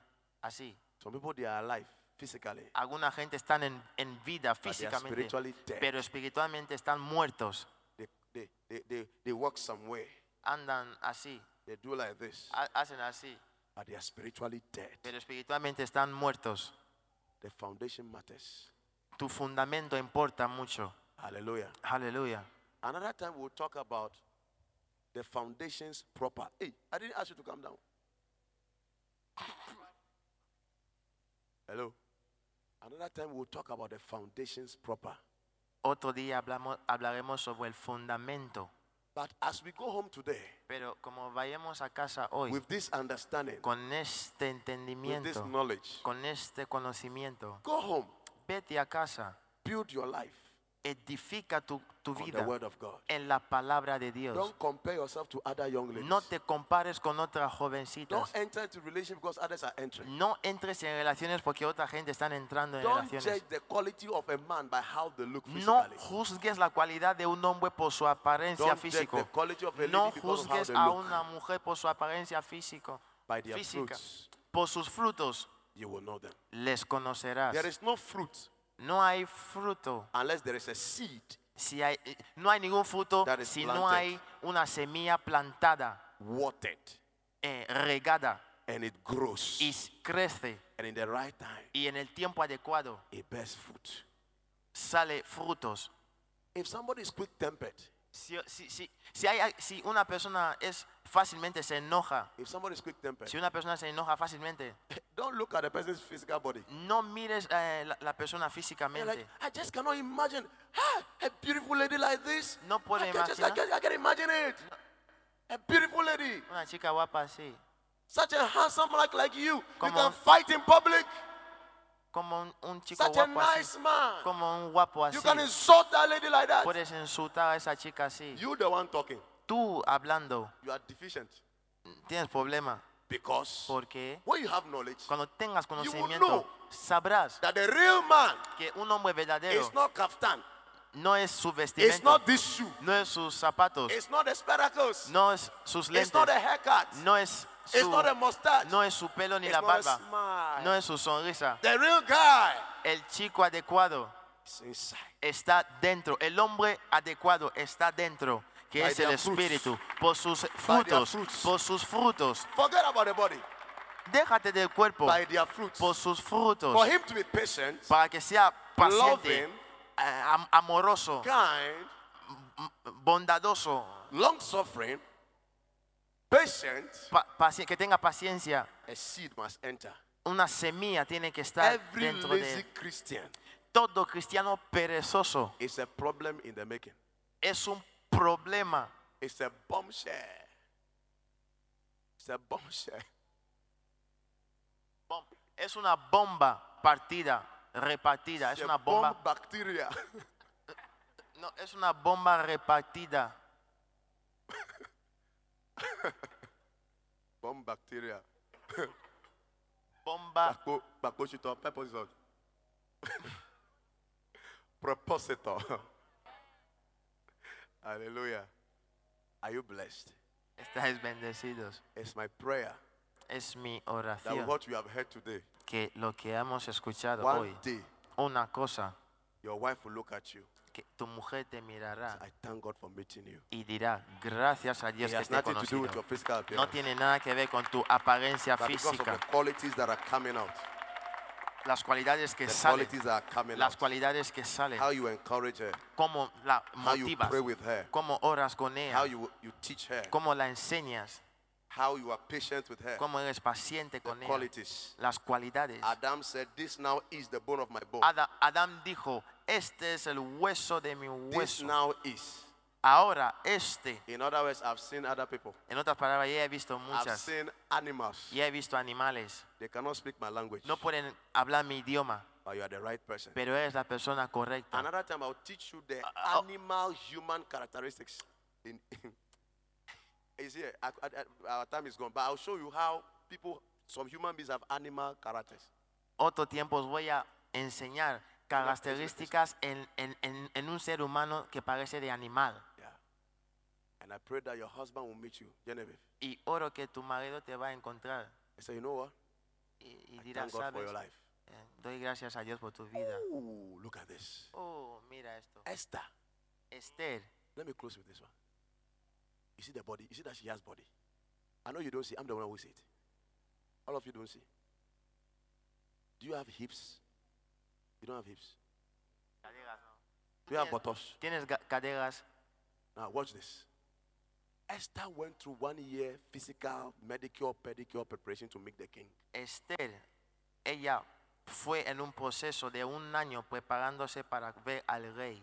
[SPEAKER 3] así.
[SPEAKER 2] Some people they are alive physically,
[SPEAKER 3] Alguna gente están en, en vida
[SPEAKER 2] but they are
[SPEAKER 3] físicamente,
[SPEAKER 2] spiritually dead.
[SPEAKER 3] pero espiritualmente están muertos.
[SPEAKER 2] They, they, they, they, they walk somewhere.
[SPEAKER 3] Andan así,
[SPEAKER 2] They do like this,
[SPEAKER 3] ha- hacen así,
[SPEAKER 2] but they are spiritually dead.
[SPEAKER 3] pero espiritualmente están muertos.
[SPEAKER 2] The foundation matters.
[SPEAKER 3] Tu fundamento importa mucho.
[SPEAKER 2] Hallelujah.
[SPEAKER 3] Aleluya.
[SPEAKER 2] Another time we'll talk about the foundations proper. Hey, I didn't ask you to come down. [coughs] Hello. Another time we'll talk about the foundations proper.
[SPEAKER 3] Otro día hablamos, hablaremos sobre el fundamento.
[SPEAKER 2] But as we go home today,
[SPEAKER 3] Pero como vayamos a casa hoy,
[SPEAKER 2] with this understanding,
[SPEAKER 3] con este
[SPEAKER 2] with this
[SPEAKER 3] entendimiento,
[SPEAKER 2] knowledge,
[SPEAKER 3] con este conocimiento,
[SPEAKER 2] go home,
[SPEAKER 3] vete a casa.
[SPEAKER 2] build your life
[SPEAKER 3] edifica tu, tu
[SPEAKER 2] on the
[SPEAKER 3] vida
[SPEAKER 2] word of God.
[SPEAKER 3] en la palabra de Dios.
[SPEAKER 2] Don't compare yourself to other young ladies.
[SPEAKER 3] No te compares con otras
[SPEAKER 2] Don't
[SPEAKER 3] jovencitas.
[SPEAKER 2] enter into relationship because others are entering.
[SPEAKER 3] No entres en relaciones porque otra gente está entrando en
[SPEAKER 2] Don't judge
[SPEAKER 3] relaciones.
[SPEAKER 2] the quality of a man by how they look physically.
[SPEAKER 3] No juzgues la cualidad de un hombre por su apariencia
[SPEAKER 2] Don't judge
[SPEAKER 3] física.
[SPEAKER 2] the quality of a lady
[SPEAKER 3] No
[SPEAKER 2] because of how
[SPEAKER 3] juzgues
[SPEAKER 2] they
[SPEAKER 3] a
[SPEAKER 2] look.
[SPEAKER 3] una mujer por su apariencia físico,
[SPEAKER 2] By their
[SPEAKER 3] física.
[SPEAKER 2] fruits,
[SPEAKER 3] Por sus frutos
[SPEAKER 2] you will know them.
[SPEAKER 3] les conocerás.
[SPEAKER 2] There is no fruit
[SPEAKER 3] No hay fruto
[SPEAKER 2] unless there is a seed
[SPEAKER 3] si hay, eh, no hay ningún fruto
[SPEAKER 2] That is
[SPEAKER 3] si no
[SPEAKER 2] planted.
[SPEAKER 3] hay una semilla plantada,
[SPEAKER 2] watered
[SPEAKER 3] eh, regada.
[SPEAKER 2] and it grows.
[SPEAKER 3] y crece
[SPEAKER 2] And in the right time,
[SPEAKER 3] y en el tiempo adecuado
[SPEAKER 2] it bears fruit.
[SPEAKER 3] sale frutos.
[SPEAKER 2] If somebody is quick tempered,
[SPEAKER 3] Si, si- si- si hay- si una persona es fácilmente se enoja,
[SPEAKER 2] if somebody is quick tempered,
[SPEAKER 3] si una persona se enoja fácilmente,
[SPEAKER 2] [laughs] don't look at the person's physical body.
[SPEAKER 3] no mires eh, la, la persona
[SPEAKER 2] You're like,
[SPEAKER 3] físicamente.
[SPEAKER 2] I just cannot imagine ah, a beautiful lady like this.
[SPEAKER 3] No puedo
[SPEAKER 2] I can, just, I,
[SPEAKER 3] imaginar.
[SPEAKER 2] can, I can imagine it. A beautiful lady,
[SPEAKER 3] Una chica guapa así,
[SPEAKER 2] such a handsome man like you.
[SPEAKER 3] Come
[SPEAKER 2] you can
[SPEAKER 3] on.
[SPEAKER 2] fight in public.
[SPEAKER 3] como un, un chico
[SPEAKER 2] Such a
[SPEAKER 3] guapo
[SPEAKER 2] nice
[SPEAKER 3] así,
[SPEAKER 2] man.
[SPEAKER 3] como un guapo así.
[SPEAKER 2] You can insult that lady like that.
[SPEAKER 3] Puedes insultar a esa chica así.
[SPEAKER 2] You the one talking.
[SPEAKER 3] Tú hablando,
[SPEAKER 2] You are deficient
[SPEAKER 3] tienes problema,
[SPEAKER 2] because
[SPEAKER 3] porque
[SPEAKER 2] when you have knowledge
[SPEAKER 3] cuando tengas
[SPEAKER 2] will
[SPEAKER 3] conocimiento,
[SPEAKER 2] know.
[SPEAKER 3] sabrás
[SPEAKER 2] that the real man
[SPEAKER 3] que un hombre verdadero
[SPEAKER 2] is not kaftan,
[SPEAKER 3] no es su
[SPEAKER 2] it's
[SPEAKER 3] vestimenta.
[SPEAKER 2] not this shoe,
[SPEAKER 3] no es sus zapatos,
[SPEAKER 2] it's not the spectacles,
[SPEAKER 3] no es sus
[SPEAKER 2] it's not the
[SPEAKER 3] lentes,
[SPEAKER 2] haircut,
[SPEAKER 3] no es
[SPEAKER 2] it's
[SPEAKER 3] su,
[SPEAKER 2] not the mustache,
[SPEAKER 3] no es su pelo ni
[SPEAKER 2] it's
[SPEAKER 3] la
[SPEAKER 2] not the
[SPEAKER 3] barba,
[SPEAKER 2] smile.
[SPEAKER 3] no es su sonrisa.
[SPEAKER 2] The real guy
[SPEAKER 3] El chico adecuado
[SPEAKER 2] is inside.
[SPEAKER 3] está dentro, el hombre adecuado está dentro, que
[SPEAKER 2] By
[SPEAKER 3] es el
[SPEAKER 2] their fruits.
[SPEAKER 3] espíritu, por sus
[SPEAKER 2] their
[SPEAKER 3] frutos,
[SPEAKER 2] fruits.
[SPEAKER 3] por sus frutos.
[SPEAKER 2] Forget about the body.
[SPEAKER 3] Déjate del cuerpo
[SPEAKER 2] By their fruits.
[SPEAKER 3] por sus frutos,
[SPEAKER 2] For him to be patient,
[SPEAKER 3] para que sea paciente,
[SPEAKER 2] loving,
[SPEAKER 3] eh, am- amoroso,
[SPEAKER 2] kind,
[SPEAKER 3] bondadoso,
[SPEAKER 2] long suffering, patient,
[SPEAKER 3] pa- paci- que tenga paciencia.
[SPEAKER 2] a seed must enter.
[SPEAKER 3] Una semilla tiene que estar
[SPEAKER 2] Every
[SPEAKER 3] dentro de él.
[SPEAKER 2] lazy Christian
[SPEAKER 3] Todo cristiano perezoso
[SPEAKER 2] is a problem in the making.
[SPEAKER 3] es un problema.
[SPEAKER 2] It's a bombshell. It's a bombshell.
[SPEAKER 3] Bom- Es una bomba partida, repartida. Es
[SPEAKER 2] It's a
[SPEAKER 3] una
[SPEAKER 2] bomb
[SPEAKER 3] bomba.
[SPEAKER 2] bacteria. [laughs]
[SPEAKER 3] No, es una bomba repartida.
[SPEAKER 2] bomb bacteria.
[SPEAKER 3] Bomba
[SPEAKER 2] Bacco- Bacocitor, [laughs] purpositor. Propositor. [laughs] Hallelujah. Are you blessed?
[SPEAKER 3] estáis bendecidos.
[SPEAKER 2] It's my prayer
[SPEAKER 3] Es mi
[SPEAKER 2] that
[SPEAKER 3] oración
[SPEAKER 2] what you have heard today,
[SPEAKER 3] que lo que hemos escuchado
[SPEAKER 2] one
[SPEAKER 3] hoy,
[SPEAKER 2] day
[SPEAKER 3] una cosa,
[SPEAKER 2] your wife will look at you
[SPEAKER 3] que tu mujer te mirará
[SPEAKER 2] I thank God for meeting you.
[SPEAKER 3] y dirá, gracias a
[SPEAKER 2] It
[SPEAKER 3] Dios que
[SPEAKER 2] has
[SPEAKER 3] te he
[SPEAKER 2] nothing to do
[SPEAKER 3] conocido.
[SPEAKER 2] with your physical
[SPEAKER 3] No
[SPEAKER 2] appearance.
[SPEAKER 3] tiene nada que ver con tu apariencia
[SPEAKER 2] But because of the
[SPEAKER 3] física,
[SPEAKER 2] qualities that are coming out,
[SPEAKER 3] las cualidades que
[SPEAKER 2] the
[SPEAKER 3] salen,
[SPEAKER 2] qualities that are coming
[SPEAKER 3] las
[SPEAKER 2] out,
[SPEAKER 3] cualidades que salen,
[SPEAKER 2] how you encourage her,
[SPEAKER 3] cómo la
[SPEAKER 2] how you
[SPEAKER 3] motivas,
[SPEAKER 2] pray with her,
[SPEAKER 3] cómo oras con
[SPEAKER 2] how
[SPEAKER 3] ella,
[SPEAKER 2] you, you teach her,
[SPEAKER 3] cómo la enseñas,
[SPEAKER 2] how you are patient with her,
[SPEAKER 3] cómo eres paciente
[SPEAKER 2] the
[SPEAKER 3] con ella,
[SPEAKER 2] qualities.
[SPEAKER 3] las cualidades.
[SPEAKER 2] Adam said, This now is the bone of my bone.
[SPEAKER 3] Ada- Adán dijo, este es el hueso de mi
[SPEAKER 2] This
[SPEAKER 3] hueso.
[SPEAKER 2] now is.
[SPEAKER 3] Ahora este,
[SPEAKER 2] In other words, I've seen other people.
[SPEAKER 3] en otras palabras, ya he visto
[SPEAKER 2] I've
[SPEAKER 3] muchas,
[SPEAKER 2] seen animals.
[SPEAKER 3] ya he visto animales.
[SPEAKER 2] They cannot speak my language.
[SPEAKER 3] No pueden hablar mi idioma,
[SPEAKER 2] But you are the right person.
[SPEAKER 3] pero eres la persona correcta.
[SPEAKER 2] Another time I'll teach you the
[SPEAKER 3] uh,
[SPEAKER 2] animal human characteristics. In, [laughs] is here. I- I- I- our time is gone, but I'll show you how people, some human beings have animal characters.
[SPEAKER 3] Otro tiempo os voy a enseñar características en, en- en- en un ser humano que parece de animal.
[SPEAKER 2] Yeah. And I pray that your husband will meet you, Genevieve.
[SPEAKER 3] Y oro que tu marido te va a encontrar
[SPEAKER 2] I say, you know what?
[SPEAKER 3] y, y
[SPEAKER 2] I
[SPEAKER 3] dirá,
[SPEAKER 2] thank God for
[SPEAKER 3] sabes,
[SPEAKER 2] your life.
[SPEAKER 3] eh, doy gracias a Dios por tu vida.
[SPEAKER 2] Uh. Ooh, look at this.
[SPEAKER 3] Oh, mira esto.
[SPEAKER 2] Esther.
[SPEAKER 3] Esther,
[SPEAKER 2] Let me close with this one. You see the body? You see that she has body? I know you don't see. I'm the one who see it. All of you don't see. Do you have hips? You don't have hips. Do you have
[SPEAKER 3] Yes.
[SPEAKER 2] buttocks?
[SPEAKER 3] tienes ga- caderas.
[SPEAKER 2] Now watch this. Esther went through one year physical, medical, pedicure preparation to meet the king.
[SPEAKER 3] Esther, ella fue en un proceso de un año preparándose para ver al rey.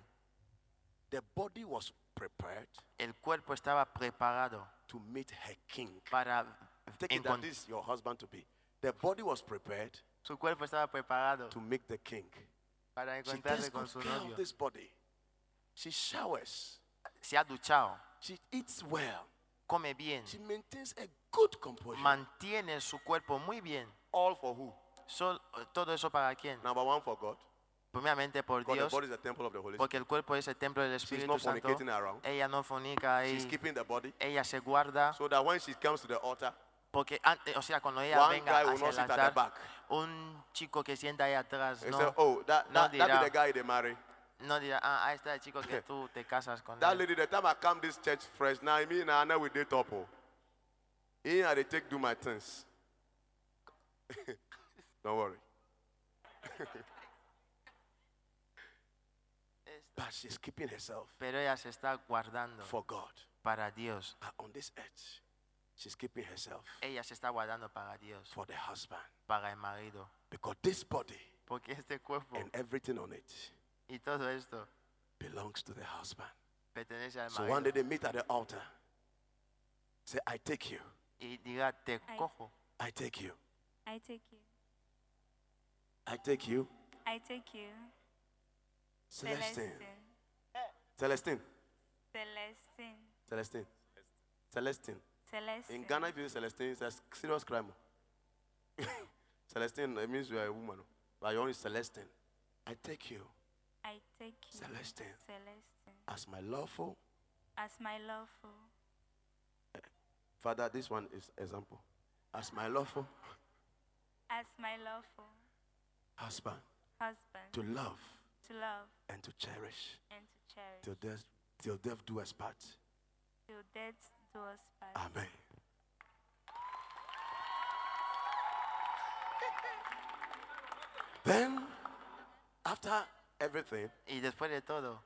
[SPEAKER 2] The body was prepared
[SPEAKER 3] El cuerpo estaba preparado
[SPEAKER 2] to meet her king.
[SPEAKER 3] para
[SPEAKER 2] Take it that
[SPEAKER 3] encont-
[SPEAKER 2] this is your husband to be. The body was prepared
[SPEAKER 3] su cuerpo estaba preparado
[SPEAKER 2] to meet the king.
[SPEAKER 3] para
[SPEAKER 2] She
[SPEAKER 3] encontrarse
[SPEAKER 2] takes
[SPEAKER 3] con
[SPEAKER 2] good
[SPEAKER 3] su
[SPEAKER 2] care
[SPEAKER 3] novio.
[SPEAKER 2] of this body. She showers.
[SPEAKER 3] Se ha duchado,
[SPEAKER 2] She eats well.
[SPEAKER 3] come bien,
[SPEAKER 2] She maintains a good composure.
[SPEAKER 3] mantiene su cuerpo muy bien.
[SPEAKER 2] All for who?
[SPEAKER 3] Sol- todo eso para quién?
[SPEAKER 2] Number one for God.
[SPEAKER 3] Primeramente por
[SPEAKER 2] Because
[SPEAKER 3] Dios,
[SPEAKER 2] the body is the temple of the Holy Spirit.
[SPEAKER 3] porque el cuerpo es el templo del
[SPEAKER 2] She's
[SPEAKER 3] Espíritu
[SPEAKER 2] not
[SPEAKER 3] Santo.
[SPEAKER 2] fornicating around.
[SPEAKER 3] Ella no fornica
[SPEAKER 2] She's
[SPEAKER 3] ahí.
[SPEAKER 2] keeping the body.
[SPEAKER 3] Ella se guarda
[SPEAKER 2] So that when she comes to the altar,
[SPEAKER 3] porque antes, o sea, cuando ella
[SPEAKER 2] One
[SPEAKER 3] venga
[SPEAKER 2] guy will
[SPEAKER 3] hacia
[SPEAKER 2] not
[SPEAKER 3] el
[SPEAKER 2] sit at the
[SPEAKER 3] altar,
[SPEAKER 2] back.
[SPEAKER 3] un chico que sienta ahí atrás
[SPEAKER 2] they
[SPEAKER 3] no,
[SPEAKER 2] say, Oh, that,
[SPEAKER 3] no
[SPEAKER 2] that, that
[SPEAKER 3] dirá-
[SPEAKER 2] be the guy they marry.
[SPEAKER 3] no dirá, ah, ahí está el chico que tú te casas con
[SPEAKER 2] That
[SPEAKER 3] él.
[SPEAKER 2] lady, the time I come this church fresh, now I mean, now we date up. oh. In I dey take do my things. [laughs] Don't worry. But she's keeping herself
[SPEAKER 3] Pero ella se está guardando
[SPEAKER 2] for God.
[SPEAKER 3] para Dios.
[SPEAKER 2] But on this earth, she's keeping herself
[SPEAKER 3] Ella se está guardando para Dios,
[SPEAKER 2] for the husband.
[SPEAKER 3] para el marido.
[SPEAKER 2] Because this body
[SPEAKER 3] Porque este cuerpo
[SPEAKER 2] and everything on it
[SPEAKER 3] y todo esto
[SPEAKER 2] belongs to the husband.
[SPEAKER 3] pertenece al
[SPEAKER 2] So one day
[SPEAKER 3] marido.
[SPEAKER 2] they meet at the altar. Say, I take you.
[SPEAKER 3] Y diga, te
[SPEAKER 5] Ay.
[SPEAKER 3] cojo,
[SPEAKER 2] I take you.
[SPEAKER 5] I take you.
[SPEAKER 2] I take you.
[SPEAKER 5] I take you.
[SPEAKER 2] Celestine. Celestine.
[SPEAKER 5] Celestine.
[SPEAKER 2] Celestine. Celestine.
[SPEAKER 5] Celestine.
[SPEAKER 2] In Ghana, if you say Celestine, it's a s- serious crime. [laughs] oh. Celestine, it means you are a woman. oh. But your own is Celestine. I take you,
[SPEAKER 5] I take you.
[SPEAKER 2] Celestine.
[SPEAKER 5] Celestine.
[SPEAKER 2] as my lawful.
[SPEAKER 5] As my lawful.
[SPEAKER 2] Father, this one is example. As my lawful
[SPEAKER 5] As my lawful
[SPEAKER 2] husband
[SPEAKER 5] husband.
[SPEAKER 2] to love
[SPEAKER 5] to love
[SPEAKER 2] and to cherish
[SPEAKER 5] and to cherish.
[SPEAKER 2] till death, till death do us part.
[SPEAKER 5] Till death do us part.
[SPEAKER 2] Amen. [laughs] then, after everything,
[SPEAKER 3] Y después de todo,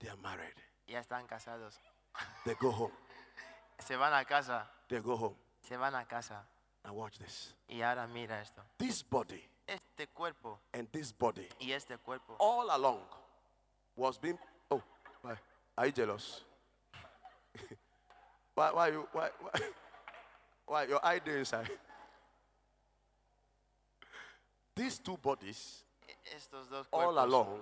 [SPEAKER 2] they are married.
[SPEAKER 3] ya están casados.
[SPEAKER 2] They go home.
[SPEAKER 3] Se van a casa,
[SPEAKER 2] They go home.
[SPEAKER 3] se van a casa.
[SPEAKER 2] Now watch this.
[SPEAKER 3] Y ahora mira esto.
[SPEAKER 2] This body
[SPEAKER 3] Este cuerpo
[SPEAKER 2] and this body
[SPEAKER 3] y este cuerpo
[SPEAKER 2] all along was being. Oh, why? Are you jealous? [laughs] why? Why you? Why? Why? [laughs] Why your eye there inside? [laughs] These two bodies
[SPEAKER 3] E- estos dos
[SPEAKER 2] all
[SPEAKER 3] cuerpos
[SPEAKER 2] along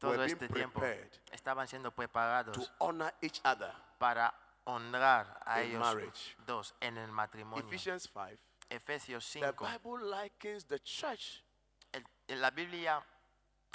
[SPEAKER 3] todo
[SPEAKER 2] were
[SPEAKER 3] este
[SPEAKER 2] being
[SPEAKER 3] tiempo
[SPEAKER 2] prepared
[SPEAKER 3] estaban siendo
[SPEAKER 2] to
[SPEAKER 3] preparados
[SPEAKER 2] honor each other.
[SPEAKER 3] para honrar a
[SPEAKER 2] In
[SPEAKER 3] ellos
[SPEAKER 2] marriage.
[SPEAKER 3] dos en el matrimonio.
[SPEAKER 2] Ephesians 5.
[SPEAKER 3] Efesios
[SPEAKER 2] The
[SPEAKER 3] 5.
[SPEAKER 2] Bible likens the church,
[SPEAKER 3] El- la Biblia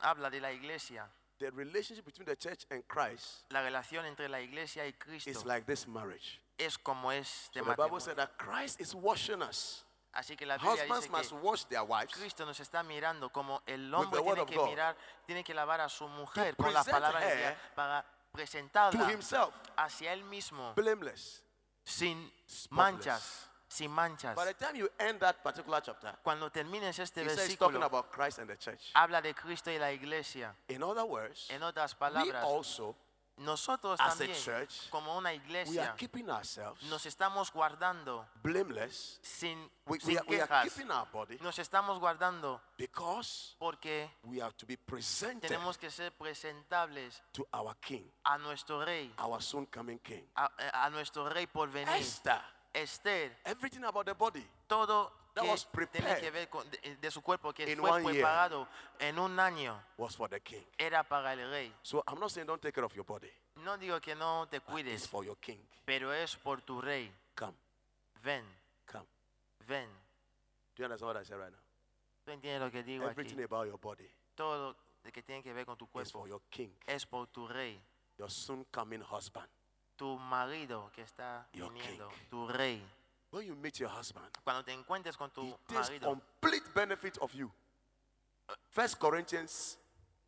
[SPEAKER 3] habla de la iglesia.
[SPEAKER 2] the relationship between the church and Christ
[SPEAKER 3] La relación entre la iglesia y Cristo
[SPEAKER 2] is like this marriage.
[SPEAKER 3] es como es de
[SPEAKER 2] So the Bible
[SPEAKER 3] matrimonio.
[SPEAKER 2] said that Christ is washing us
[SPEAKER 3] Así que la Biblia
[SPEAKER 2] Husbands
[SPEAKER 3] dice
[SPEAKER 2] must
[SPEAKER 3] que
[SPEAKER 2] wash their wives
[SPEAKER 3] Cristo nos está mirando como el hombre
[SPEAKER 2] word
[SPEAKER 3] tiene
[SPEAKER 2] of
[SPEAKER 3] que
[SPEAKER 2] God.
[SPEAKER 3] mirar, tiene que lavar a su mujer
[SPEAKER 2] To
[SPEAKER 3] con las
[SPEAKER 2] present
[SPEAKER 3] palabras de
[SPEAKER 2] her
[SPEAKER 3] Dios para presentarla
[SPEAKER 2] to himself,
[SPEAKER 3] hacia él mismo
[SPEAKER 2] blameless.
[SPEAKER 3] sin
[SPEAKER 2] spotless.
[SPEAKER 3] manchas, sin manchas.
[SPEAKER 2] By the time you end that particular chapter,
[SPEAKER 3] Cuando termines este
[SPEAKER 2] he says he's talking
[SPEAKER 3] versículo,
[SPEAKER 2] about Christ and the church.
[SPEAKER 3] habla de Cristo y la iglesia.
[SPEAKER 2] In other words,
[SPEAKER 3] En otras
[SPEAKER 2] we
[SPEAKER 3] palabras,
[SPEAKER 2] also
[SPEAKER 3] nosotros
[SPEAKER 2] as a
[SPEAKER 3] también,
[SPEAKER 2] church,
[SPEAKER 3] como una
[SPEAKER 2] we are
[SPEAKER 3] iglesia,
[SPEAKER 2] keeping ourselves
[SPEAKER 3] nos estamos guardando
[SPEAKER 2] blameless.
[SPEAKER 3] sin,
[SPEAKER 2] We, we
[SPEAKER 3] sin
[SPEAKER 2] are, we are
[SPEAKER 3] quejas.
[SPEAKER 2] keeping our body
[SPEAKER 3] Nos estamos guardando
[SPEAKER 2] because
[SPEAKER 3] porque
[SPEAKER 2] we are to be presented
[SPEAKER 3] tenemos que ser presentables
[SPEAKER 2] to our King,
[SPEAKER 3] a nuestro rey,
[SPEAKER 2] our soon coming King.
[SPEAKER 3] a, a nuestro rey por venir.
[SPEAKER 2] Esther,
[SPEAKER 3] Esther,
[SPEAKER 2] everything about the body.
[SPEAKER 3] todo
[SPEAKER 2] That was
[SPEAKER 3] que tiene
[SPEAKER 2] prepared
[SPEAKER 3] que ver con, de, de su cuerpo que
[SPEAKER 2] in
[SPEAKER 3] fue
[SPEAKER 2] one year.
[SPEAKER 3] preparado en un año
[SPEAKER 2] was for the king.
[SPEAKER 3] era para el rey.
[SPEAKER 2] So I'm not saying don't take care of your body.
[SPEAKER 3] No digo que no te
[SPEAKER 2] but It's
[SPEAKER 3] cuides,
[SPEAKER 2] for your king.
[SPEAKER 3] pero es por tu rey.
[SPEAKER 2] Come,
[SPEAKER 3] Ven,
[SPEAKER 2] come.
[SPEAKER 3] ven.
[SPEAKER 2] Do you understand what I say right now?
[SPEAKER 3] ¿Tú entiendes lo que digo aquí?
[SPEAKER 2] Everything about your body
[SPEAKER 3] Todo lo que tiene que ver con tu
[SPEAKER 2] is for
[SPEAKER 3] cuerpo
[SPEAKER 2] your king,
[SPEAKER 3] es por tu rey,
[SPEAKER 2] your soon coming husband.
[SPEAKER 3] tu marido que está
[SPEAKER 2] Your
[SPEAKER 3] viniendo,
[SPEAKER 2] king.
[SPEAKER 3] tu rey.
[SPEAKER 2] When you meet your husband,
[SPEAKER 3] Cuando te encuentres con
[SPEAKER 2] he
[SPEAKER 3] tu
[SPEAKER 2] takes
[SPEAKER 3] marido,
[SPEAKER 2] complete benefit of you. First Corinthians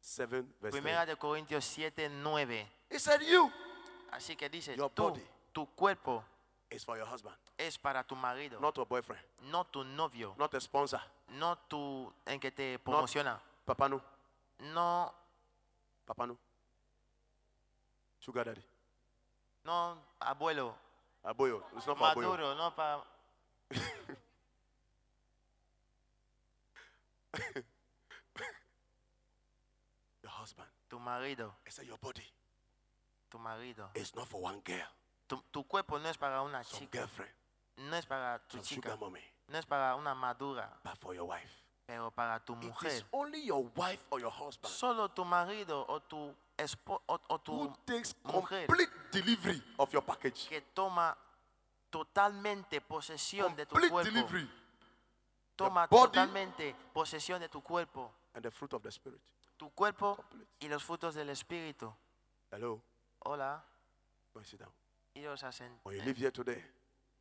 [SPEAKER 2] 7, verse 3.
[SPEAKER 3] primera de Corintios 7, 9.
[SPEAKER 2] He said, You
[SPEAKER 3] Así que dice,
[SPEAKER 2] Your
[SPEAKER 3] tú,
[SPEAKER 2] body.
[SPEAKER 3] tu cuerpo
[SPEAKER 2] is for your husband,
[SPEAKER 3] es para tu marido,
[SPEAKER 2] not your boyfriend,
[SPEAKER 3] no tu novio,
[SPEAKER 2] not a sponsor,
[SPEAKER 3] no tu en que te promociona,
[SPEAKER 2] Papa No,
[SPEAKER 3] no
[SPEAKER 2] Papa No, Sugar Daddy,
[SPEAKER 3] no abuelo
[SPEAKER 2] Aboyo. It's not for Aboyo.
[SPEAKER 3] maduro, no para
[SPEAKER 2] Your husband.
[SPEAKER 3] tu marido,
[SPEAKER 2] He said, Your body
[SPEAKER 3] tu marido.
[SPEAKER 2] is not for one girl,
[SPEAKER 3] Tu, tu cuerpo no es para una
[SPEAKER 2] some
[SPEAKER 3] chica,
[SPEAKER 2] girlfriend,
[SPEAKER 3] no es para tu
[SPEAKER 2] some
[SPEAKER 3] chica,
[SPEAKER 2] sugar mommy,
[SPEAKER 3] no es para una madura,
[SPEAKER 2] but for your wife.
[SPEAKER 3] pero para tu
[SPEAKER 2] It is
[SPEAKER 3] mujer.
[SPEAKER 2] only your wife or your husband
[SPEAKER 3] Solo tu marido o tu espo- o, o
[SPEAKER 2] who
[SPEAKER 3] tu
[SPEAKER 2] takes
[SPEAKER 3] mujer
[SPEAKER 2] complete delivery of your package.
[SPEAKER 3] que toma totalmente posesión de tu
[SPEAKER 2] Complete
[SPEAKER 3] cuerpo.
[SPEAKER 2] delivery
[SPEAKER 3] Toma
[SPEAKER 2] body.
[SPEAKER 3] totalmente posesión de tu cuerpo.
[SPEAKER 2] and the fruit of the spirit.
[SPEAKER 3] Tu cuerpo
[SPEAKER 2] Complete.
[SPEAKER 3] y los frutos del espíritu.
[SPEAKER 2] Hello.
[SPEAKER 3] Hola.
[SPEAKER 2] Go and sit down.
[SPEAKER 3] Y los hacen.
[SPEAKER 2] When Oh, you leave here today,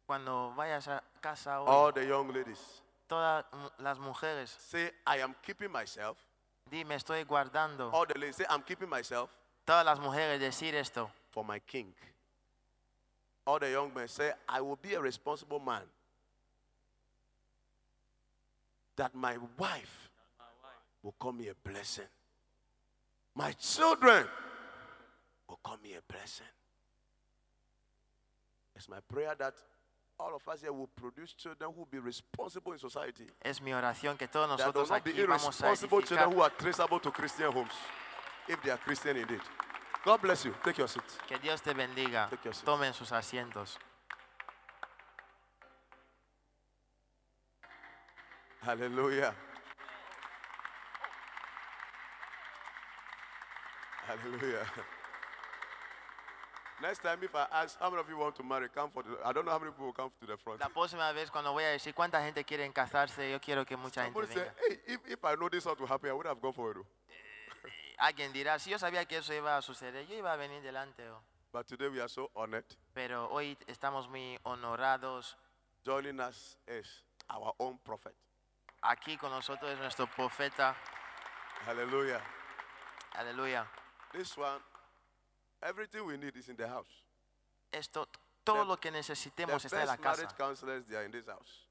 [SPEAKER 3] Cuando vayas a casa hoy,
[SPEAKER 2] all the young ladies
[SPEAKER 3] todas mu- las mujeres,
[SPEAKER 2] say, I am keeping myself.
[SPEAKER 3] dime, estoy guardando.
[SPEAKER 2] All the ladies say, I'm keeping myself
[SPEAKER 3] Todas las mujeres decir esto.
[SPEAKER 2] for my king. All the young men say, I will be a responsible man. That my wife will call me a blessing. My children will call me a blessing. It's my prayer that all of us here will produce children who will be responsible in society.
[SPEAKER 3] Es mi oración que todos
[SPEAKER 2] That will
[SPEAKER 3] nosotros
[SPEAKER 2] not be
[SPEAKER 3] aquí vamos a
[SPEAKER 2] irresponsible children who
[SPEAKER 3] edificar.
[SPEAKER 2] are traceable to Christian homes, if they are Christian indeed. God bless you. Take your seat.
[SPEAKER 3] Que Dios te bendiga.
[SPEAKER 2] Take your seat.
[SPEAKER 3] Tomen sus asientos.
[SPEAKER 2] Hallelujah. Hallelujah. Next time, if I ask how many of you want to marry, come for the. I don't know how many people will come to the front.
[SPEAKER 3] La próxima vez cuando voy a decir cuánta gente quiere casarse, yo quiero que mucha gente
[SPEAKER 2] Somebody say,
[SPEAKER 3] venga.
[SPEAKER 2] hey, if, if I know this ought to happen, I would have gone for it. oh."
[SPEAKER 3] Alguien dirá, si yo sabía que eso iba a suceder, yo iba a venir delante. oh".
[SPEAKER 2] But today we are so honored.
[SPEAKER 3] Pero hoy estamos muy honorados.
[SPEAKER 2] Joining us is our own prophet.
[SPEAKER 3] Aquí con nosotros es nuestro profeta.
[SPEAKER 2] Hallelujah.
[SPEAKER 3] Aleluya.
[SPEAKER 2] This one, everything we need is in the house.
[SPEAKER 3] Esto, todo
[SPEAKER 2] The-
[SPEAKER 3] lo que
[SPEAKER 2] The
[SPEAKER 3] necesitemos
[SPEAKER 2] best
[SPEAKER 3] está en la
[SPEAKER 2] marriage
[SPEAKER 3] casa.
[SPEAKER 2] counselors, they are in this house.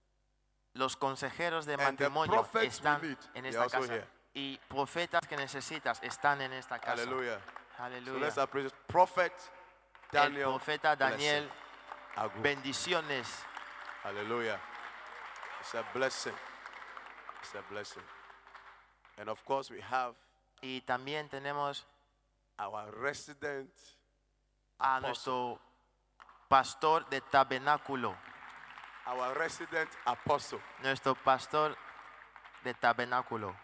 [SPEAKER 3] Los consejeros de
[SPEAKER 2] And the
[SPEAKER 3] matrimonio
[SPEAKER 2] prophets we
[SPEAKER 3] están
[SPEAKER 2] need,
[SPEAKER 3] en
[SPEAKER 2] they
[SPEAKER 3] esta
[SPEAKER 2] are also
[SPEAKER 3] casa.
[SPEAKER 2] here.
[SPEAKER 3] Y profetas que necesitas están en esta casa.
[SPEAKER 2] Hallelujah. So
[SPEAKER 3] Aleluya.
[SPEAKER 2] let's appraise Prophet
[SPEAKER 3] El
[SPEAKER 2] Daniel.
[SPEAKER 3] profeta Daniel,
[SPEAKER 2] Blessing. Mm. Agu.
[SPEAKER 3] bendiciones.
[SPEAKER 2] Hallelujah. It's a blessing. It's a blessing. And of course, we have
[SPEAKER 3] Y también tenemos
[SPEAKER 2] our resident
[SPEAKER 3] a
[SPEAKER 2] apostle.
[SPEAKER 3] nuestro pastor de tabernáculo.
[SPEAKER 2] Our resident apostle,
[SPEAKER 3] Nuestro pastor de tabernáculo.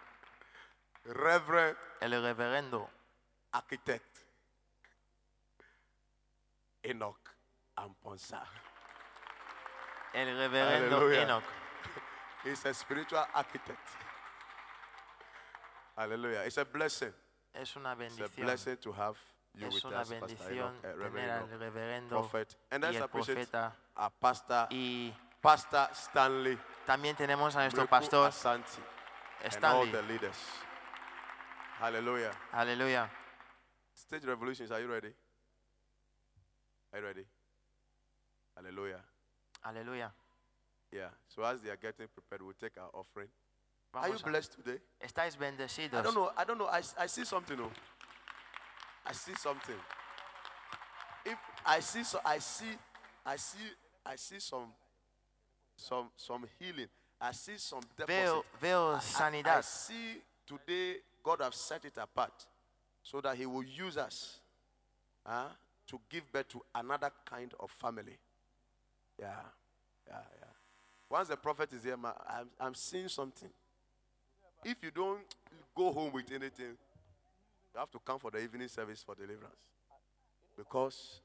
[SPEAKER 2] Reverend
[SPEAKER 3] El reverendo
[SPEAKER 2] Architect Enoch Amponsa.
[SPEAKER 3] El reverendo
[SPEAKER 2] Aleluya.
[SPEAKER 3] Enoch.
[SPEAKER 2] He's a spiritual architect. Hallelujah. It's a blessing.
[SPEAKER 3] Es una
[SPEAKER 2] It's a
[SPEAKER 3] bendición.
[SPEAKER 2] blessing to have you
[SPEAKER 3] Es
[SPEAKER 2] with
[SPEAKER 3] una
[SPEAKER 2] us, Pastor Enoch,
[SPEAKER 3] bendición
[SPEAKER 2] uh,
[SPEAKER 3] tener
[SPEAKER 2] Reverend
[SPEAKER 3] al
[SPEAKER 2] Enoch.
[SPEAKER 3] reverendo
[SPEAKER 2] prophet. And
[SPEAKER 3] y
[SPEAKER 2] let's
[SPEAKER 3] el
[SPEAKER 2] appreciate
[SPEAKER 3] profeta.
[SPEAKER 2] our pastor,
[SPEAKER 3] Y
[SPEAKER 2] Pastor Stanley
[SPEAKER 3] También tenemos a nuestro
[SPEAKER 2] Mreku
[SPEAKER 3] pastor
[SPEAKER 2] Asante and all
[SPEAKER 3] Stanley.
[SPEAKER 2] the leaders. Hallelujah.
[SPEAKER 3] Aleluya.
[SPEAKER 2] Stage revolutions, are you ready? Are you ready? Hallelujah.
[SPEAKER 3] Aleluya.
[SPEAKER 2] Yeah. So as they are getting prepared, we'll take our offering. Are you
[SPEAKER 3] Vamos a-
[SPEAKER 2] blessed today?
[SPEAKER 3] Estáis
[SPEAKER 2] I don't
[SPEAKER 3] bendecidos.
[SPEAKER 2] know. I don't know. I, s- I see something. Oh. I see something. If I see so, I see, I see, I see some, some, some healing. I see some deposit.
[SPEAKER 3] Veo, veo
[SPEAKER 2] I, I
[SPEAKER 3] sanidad.
[SPEAKER 2] see today God have set it apart so that He will use us ah, to give birth to another kind of family. Yeah, yeah, yeah. Once the prophet is here, ma, I'm, I'm seeing something. If you don't go home with anything, you have to come for the evening service for deliverance because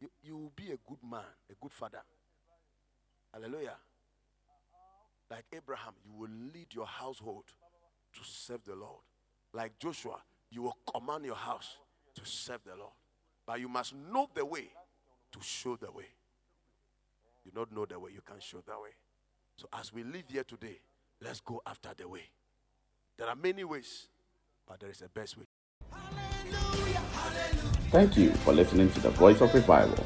[SPEAKER 2] you, you will be a good man, a good father. Hallelujah like Abraham, you will lead your household to serve the Lord. Like Joshua, you will command your house to serve the Lord. But you must know the way to show the way. You don't know the way, you can show the way. So as we live here today, let's go after the way. There are many ways, but there is a best way.
[SPEAKER 1] Thank you for listening to the Voice of Revival.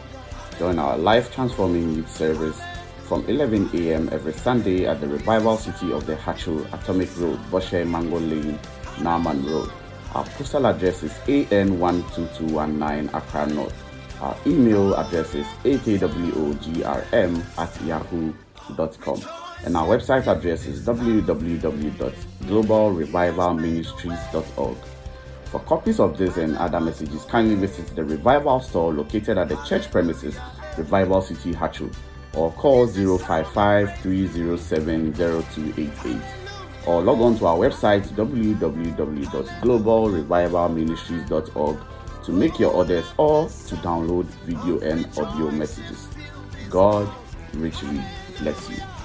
[SPEAKER 1] Join our life transforming youth service from 11 a.m. every Sunday at the Revival City of the Hatchel Atomic Road, Boshe Mango Lane, Naaman Road. Our postal address is AN12219 Accra North. Our email address is akwogrm at yahoo.com. And our website address is www.globalrevivalministries.org. For copies of this and other messages, kindly visit the Revival store located at the church premises, Revival City Hatchel, or call 055 307 0288. Or log on to our website www.globalrevivalministries.org to make your orders or to download video and audio messages. God richly bless you.